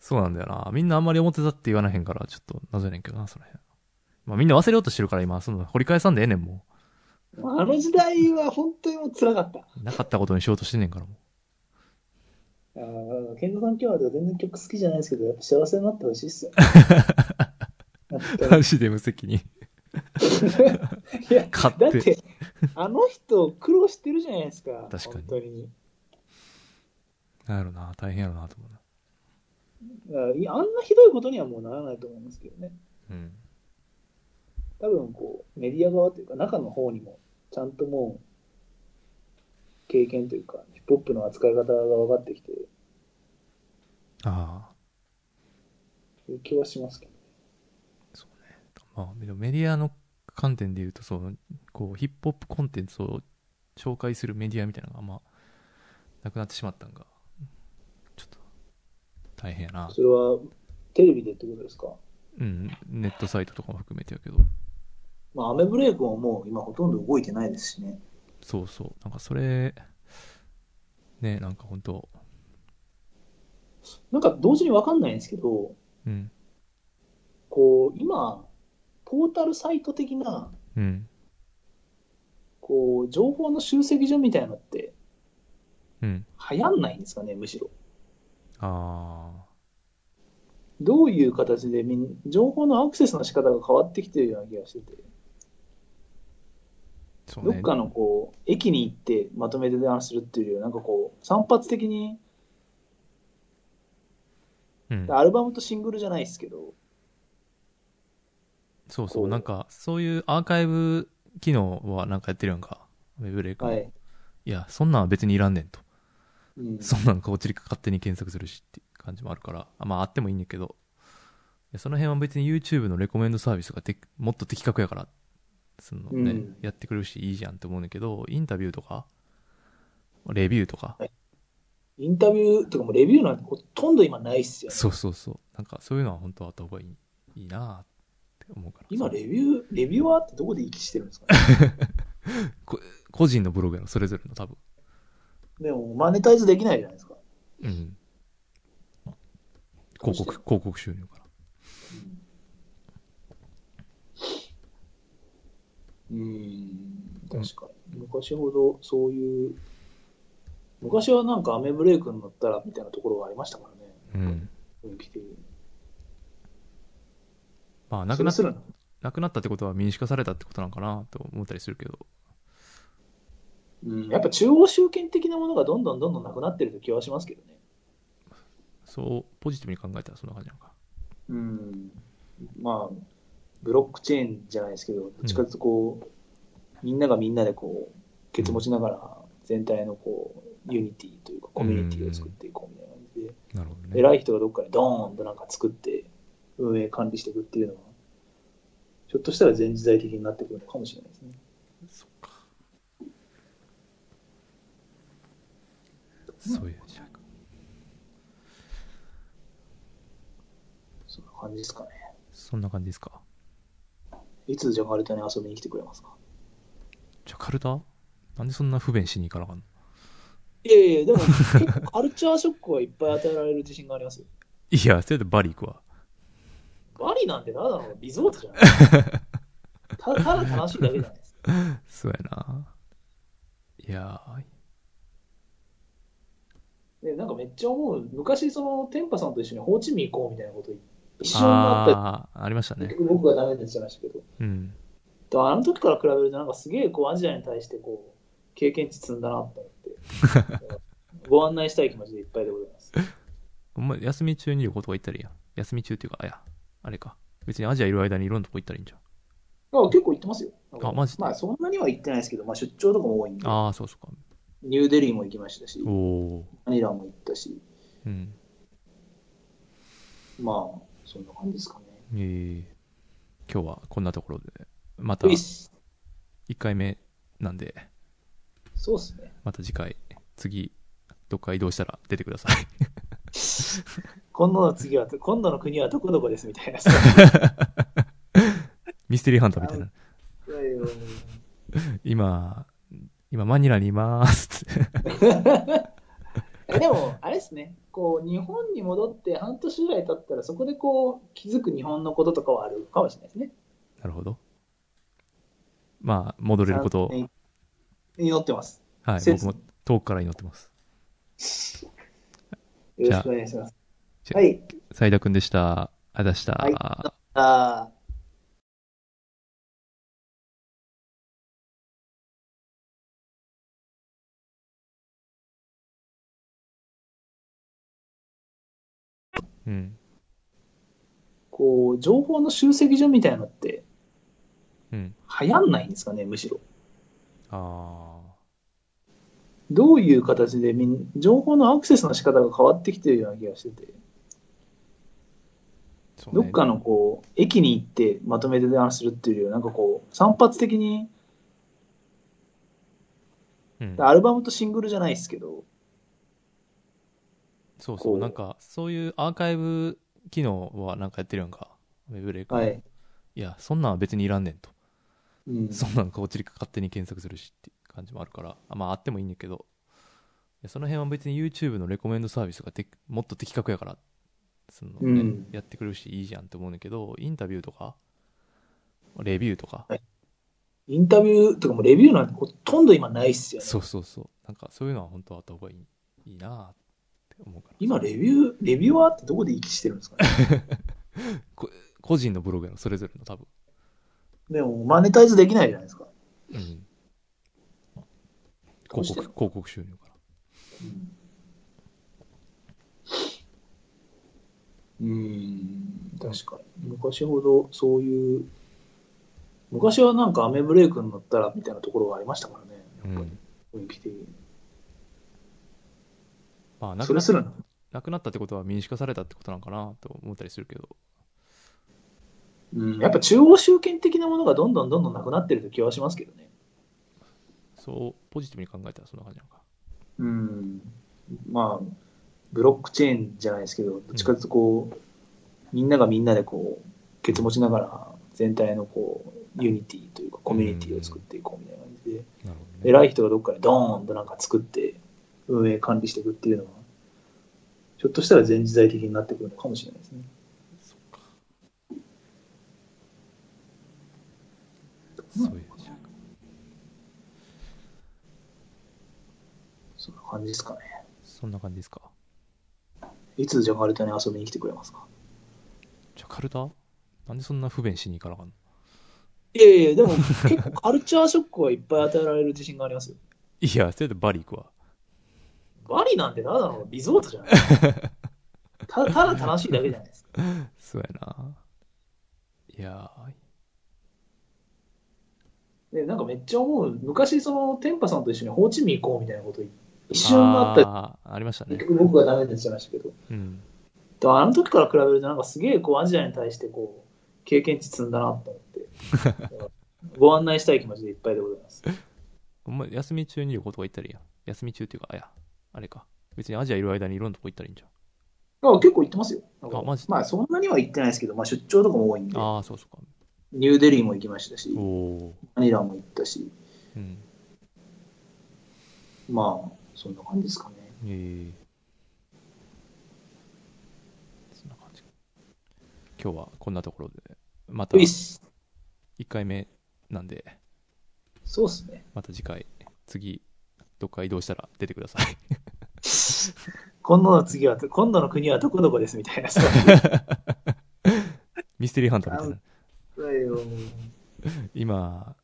Speaker 1: そうなんだよな。みんなあんまり表だって言わなへんから、ちょっと謎やねんけどな、その辺。まあみんな忘れようとしてるから今、その掘り返さんでええねん、も
Speaker 2: あの時代は本当にもう辛かった。
Speaker 1: う。なかったことにしようとしてんねんから、もう。
Speaker 2: あー健太さん今日は全然曲好きじゃないですけど、やっぱ幸せになってほしいっすよ、ね。
Speaker 1: マジで無責任。
Speaker 2: いや、
Speaker 1: 勝
Speaker 2: だっ
Speaker 1: 手
Speaker 2: て、あの人苦労してるじゃないですか。
Speaker 1: 確かに
Speaker 2: 本当に。
Speaker 1: なんやろな、大変やろな、と思うな。
Speaker 2: だからいやあんなひどいことにはもうならないと思いますけどね。
Speaker 1: うん。
Speaker 2: 多分こう、メディア側というか、中の方にも、ちゃんともう、経験というか、ヒップホップの扱い方が分かってきて
Speaker 1: ああ。
Speaker 2: る気はしますけど。
Speaker 1: まあ、でもメディアの観点で言うとそのこうヒップホップコンテンツを紹介するメディアみたいなのがあんまなくなってしまったんがちょっと大変やな
Speaker 2: それは、テレビでってことですか
Speaker 1: うんネットサイトとかも含めてやけど
Speaker 2: まあ、アメブレイクももう今ほとんど動いてないですしね。
Speaker 1: そうそうなんかそれねなんか本当
Speaker 2: なんか同時に分かんないんですけど、
Speaker 1: うん
Speaker 2: こう、今、ポータルサイト的な、
Speaker 1: うん
Speaker 2: こう、情報の集積所みたいなのって、
Speaker 1: うん
Speaker 2: 流行んないんですかね、むしろ。
Speaker 1: あ
Speaker 2: どういう形でみん、情報のアクセスの仕方が変わってきてるような気がしてて、
Speaker 1: あそう
Speaker 2: ど
Speaker 1: ね
Speaker 2: っかのこう、駅に行ってまとめて電話するっていうよりは、なんかこう、散発的に、
Speaker 1: うん、
Speaker 2: アルバムとシングルじゃないですけど、
Speaker 1: そう
Speaker 2: こ
Speaker 1: そう
Speaker 2: う
Speaker 1: なんかそういうアーカイブ機能はなんかやってるやんかウェブレイクも、、
Speaker 2: はいい。
Speaker 1: やそんなんは別にいらんねんと
Speaker 2: うん、
Speaker 1: そんなのこっちで勝手に検索するしっていう感じもあるから、あまああってもいいんだけど、いやその辺は別に YouTube のレコメンドサービスがてもっと的確やから、そのね、
Speaker 2: うん
Speaker 1: やってくれるしいいじゃんって思うんだけど、インタビューとか、レビューとか、
Speaker 2: インタビューとかもうレビューなんてほとんど今ないっすよ、ね。
Speaker 1: そうそうそう、なんかそういうのは本当はあった方がいいいいなって思うから。
Speaker 2: 今、レ
Speaker 1: その
Speaker 2: ビュー、レビュアーってどこで息してるんですかね。
Speaker 1: 個人のブログやろ、それぞれの多分。
Speaker 2: でも、マネタイズできないじゃないですか。
Speaker 1: うん。広告、広告収入から。
Speaker 2: うん、確かに。昔ほどそういう、昔はなんかアメブレイクになったらみたいなところがありましたからね、
Speaker 1: うん。
Speaker 2: 雰囲気的に。
Speaker 1: まあな
Speaker 2: そ
Speaker 1: く
Speaker 2: れ
Speaker 1: なっ
Speaker 2: すらな
Speaker 1: なくなったってことは民主化されたってことなんかなと思ったりするけど。
Speaker 2: うん、やっぱ中央集権的なものがどんどんどんどんなくなってると気はしますけどね。
Speaker 1: そう、ポジティブに考えたらそんな感じなのか。
Speaker 2: うん。まあ、ブロックチェーンじゃないですけど、どっちかというとこう、みんながみんなでこう、ケツ持ちながら全体のこう、ユニティというかコミュニティを作っていこうみたいな感じで、
Speaker 1: なるほどね。
Speaker 2: 偉い人がどっかでドーンとなんか作って、運営管理していくっていうのは、ひょっとしたら全時代的になってくるのかもしれないですね。
Speaker 1: そっか。そういう時代か。
Speaker 2: そんな感じですかね。
Speaker 1: そんな感じですか。
Speaker 2: いつジャカルタに遊びに来てくれますか
Speaker 1: ジャカルタなんでそんな不便しに行かなあかんの
Speaker 2: いやいや、でも結構カルチャーショックはいっぱい与えられる自信がありますよ。
Speaker 1: いや、それでバリ行くわ。
Speaker 2: バリなんてただのリゾートじゃない (laughs) ただただ楽しいだけじゃないですか。
Speaker 1: そうやな。いや
Speaker 2: でなんかめっちゃ思う、昔その天パさんと一緒にホーチミン行こうみたいなこと一
Speaker 1: ー、
Speaker 2: 緒になったり
Speaker 1: ああー、ありましたね
Speaker 2: 結。局僕がダメになっちゃいましたけど。
Speaker 1: うん。
Speaker 2: でもあの時から比べると、なんかすげえこうアジアに対してこう経験値積んだなと
Speaker 1: (laughs)
Speaker 2: 思って、ご案内したい気持ちでいっぱいでございます。
Speaker 1: お前、休み中に旅行とか行ったらいいやん。休み中っていうか、あいや、あれか。別にアジアいる間にいろんなとこ行ったらいいんじゃん。
Speaker 2: あ結構行ってますよ。
Speaker 1: あ、マジで。
Speaker 2: まあそんなには行ってないですけど、まあ、出張とかも多いんで、
Speaker 1: ああ、そうそうか。
Speaker 2: ニューデリーも行きましたし、
Speaker 1: お
Speaker 2: マ
Speaker 1: お
Speaker 2: ニラも行ったし、
Speaker 1: ー。うん。
Speaker 2: まあそんな感じですかね。
Speaker 1: えー、今日はこんなところで、また
Speaker 2: ういっ
Speaker 1: 1
Speaker 2: す
Speaker 1: 回目なんで、
Speaker 2: そうですね。
Speaker 1: また次回、次、どっか移動したら出てください。 (laughs)
Speaker 2: 今度の次は、今度の国はどこどこですみたいな。 (laughs)
Speaker 1: ミステリーハンターみたいな。
Speaker 2: いやいやもう
Speaker 1: 今、今マニラにいますって。 (laughs)
Speaker 2: えでも、あれですね、こう日本に戻って半年ぐらい経ったら、そこでこう気づく日本のこととかはあるかもしれないですね。
Speaker 1: なるほど。まあ、戻れることを、
Speaker 2: 3年祈ってます。
Speaker 1: はい、
Speaker 2: せ
Speaker 1: 僕も遠くから祈ってます。
Speaker 2: よろしくお願いします
Speaker 1: じ。ゃあ
Speaker 2: はい。
Speaker 1: 斉田くんでした。ありがとうございました。
Speaker 2: はいあー
Speaker 1: うん。
Speaker 2: こう情報の集積所みたいなのって
Speaker 1: うん。
Speaker 2: 流行んないんですかね、むしろ。
Speaker 1: ああ。
Speaker 2: どういう形でみん情報のアクセスの仕方が変わってきてるような気がしてて、
Speaker 1: そう
Speaker 2: ど
Speaker 1: ね
Speaker 2: っかのこう駅に行ってまとめて電話するっていうよりは、なんかこう散発的に、
Speaker 1: うん、
Speaker 2: アルバムとシングルじゃないですけど、
Speaker 1: そうそ
Speaker 2: こ
Speaker 1: う。
Speaker 2: う
Speaker 1: なんか、そういうアーカイブ機能はなんかやってるやんか。ウェブレイク。、
Speaker 2: はいい。
Speaker 1: や、そんなんは別にいらんねんと。
Speaker 2: うん、
Speaker 1: そんなんこっちで勝手に検索するしっていう感じもあるから。あまあ、あってもいいんだけど。いやその辺は別に YouTube のレコメンドサービスがてもっと的確やから、そのね
Speaker 2: うん
Speaker 1: やってくれるしいいじゃんって思うんだけど、インタビューとか、レビューとか、
Speaker 2: インタビューとかもレビューなんてほとんど今ないっすよね。
Speaker 1: そうそうそう。なんかそういうのは本当はあった方がいいいいなって思うから。
Speaker 2: 今、レビュー、レビュアーってどこで息してるんですかね。
Speaker 1: 個人のブログやろ、それぞれの多分。
Speaker 2: でも、マネタイズできないじゃないですか。
Speaker 1: うん。
Speaker 2: どう
Speaker 1: 広
Speaker 2: して
Speaker 1: 告、
Speaker 2: る
Speaker 1: 広告収入から。
Speaker 2: うん、確かに。昔ほどそういう、昔はなんかアメブレイクになったらみたいなところがありましたからね。
Speaker 1: う
Speaker 2: やっぱ
Speaker 1: ん。
Speaker 2: り雰囲気的に。
Speaker 1: まあ、な
Speaker 2: そ
Speaker 1: くなっ
Speaker 2: れすらな、
Speaker 1: なくなったってことは民主化されたってことなんかなと思ったりするけど。
Speaker 2: うん、やっぱ中央集権的なものがどんどんどんどんなくなってると気はしますけどね。
Speaker 1: そう、ポジティブに考えたらそんな感じなのか。
Speaker 2: うん、まあ、ブロックチェーンじゃないですけど、どっちかというとこう、みんながみんなでこう、ケツ持ちながら、全体のこう、ユニティというか、コミュニティを作っていこうみたいな感じで、
Speaker 1: なるほど
Speaker 2: 偉い人がどっかでドーンとなんか作って、運営管理していくっていうのは、ちょっとしたら全時代的になってくるのかもしれないですね。
Speaker 1: そっか。そういう、じゃあ
Speaker 2: そんな感じですかね。
Speaker 1: そんな感じですか。
Speaker 2: いつジャカルタに遊びに来てくれますか
Speaker 1: ジャカルタなんでそんな不便しに行かなあかんの
Speaker 2: いやいや、でも結構 (laughs) カルチャーショックはいっぱい与えられる自信がありますよ。
Speaker 1: いや、それでバリ行くわ。
Speaker 2: バリなんてただのリゾートじゃない
Speaker 1: (laughs)
Speaker 2: ただただ楽しいだけじゃないですか。
Speaker 1: そうやな。いやー、
Speaker 2: でなんかめっちゃ思う、昔その天パさんと一緒にホーチミン行こうみたいなこと一瞬あった
Speaker 1: あーありましたね
Speaker 2: 結。局僕がダメになっちゃいましたけど、
Speaker 1: うん。
Speaker 2: でもあの時から比べるとなんかすげえこうアジアに対してこう経験値積んだなと思って (laughs) ご案内したい気持ちでいっぱいでございます。
Speaker 1: お前、休み中に旅行とか行ったらいいやん。休み中っていうか、あいや、あれか。別にアジアいる間にいろんなとこ行ったらいいんじゃ
Speaker 2: あ結構行ってますよ。なんか
Speaker 1: あマジ
Speaker 2: まあそんなには行ってないですけど、まあ、出張とかも多いんで
Speaker 1: ん。、ああ、そうそうか。
Speaker 2: ニューデリーも行きましたし、
Speaker 1: おお
Speaker 2: マニラも行ったし、
Speaker 1: ー。うん。
Speaker 2: まあそんな感じですかね。
Speaker 1: えー。そんな感じ。今日はこんなところで、また
Speaker 2: ういっ
Speaker 1: 1
Speaker 2: す
Speaker 1: 回目なんで、
Speaker 2: そうっすね。
Speaker 1: また次回、次、どっか移動したら出てください。 (laughs)
Speaker 2: 今度の次は、今度の国はどこどこですみ (laughs) たいな。そう
Speaker 1: ミステリーハンターみたいな。
Speaker 2: だよ
Speaker 1: 今、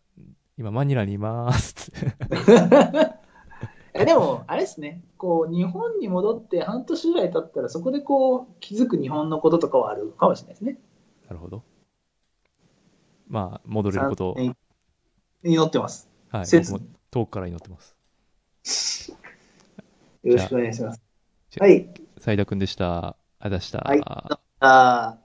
Speaker 1: 今、マニラにいまーすって。 (laughs)
Speaker 2: えでも、あれですね、こう日本に戻って半年ぐらい経ったら、そこでこう気づく日本のこととかはあるかもしれないですね。
Speaker 1: なるほど。まあ、戻れることを、
Speaker 2: 祈ってます。
Speaker 1: はい、
Speaker 2: 切
Speaker 1: 僕も遠くから祈ってます。
Speaker 2: よろしくお願いします。
Speaker 1: じゃあ
Speaker 2: はい。
Speaker 1: 斉田君でした。ありがとうございました。
Speaker 2: はいあー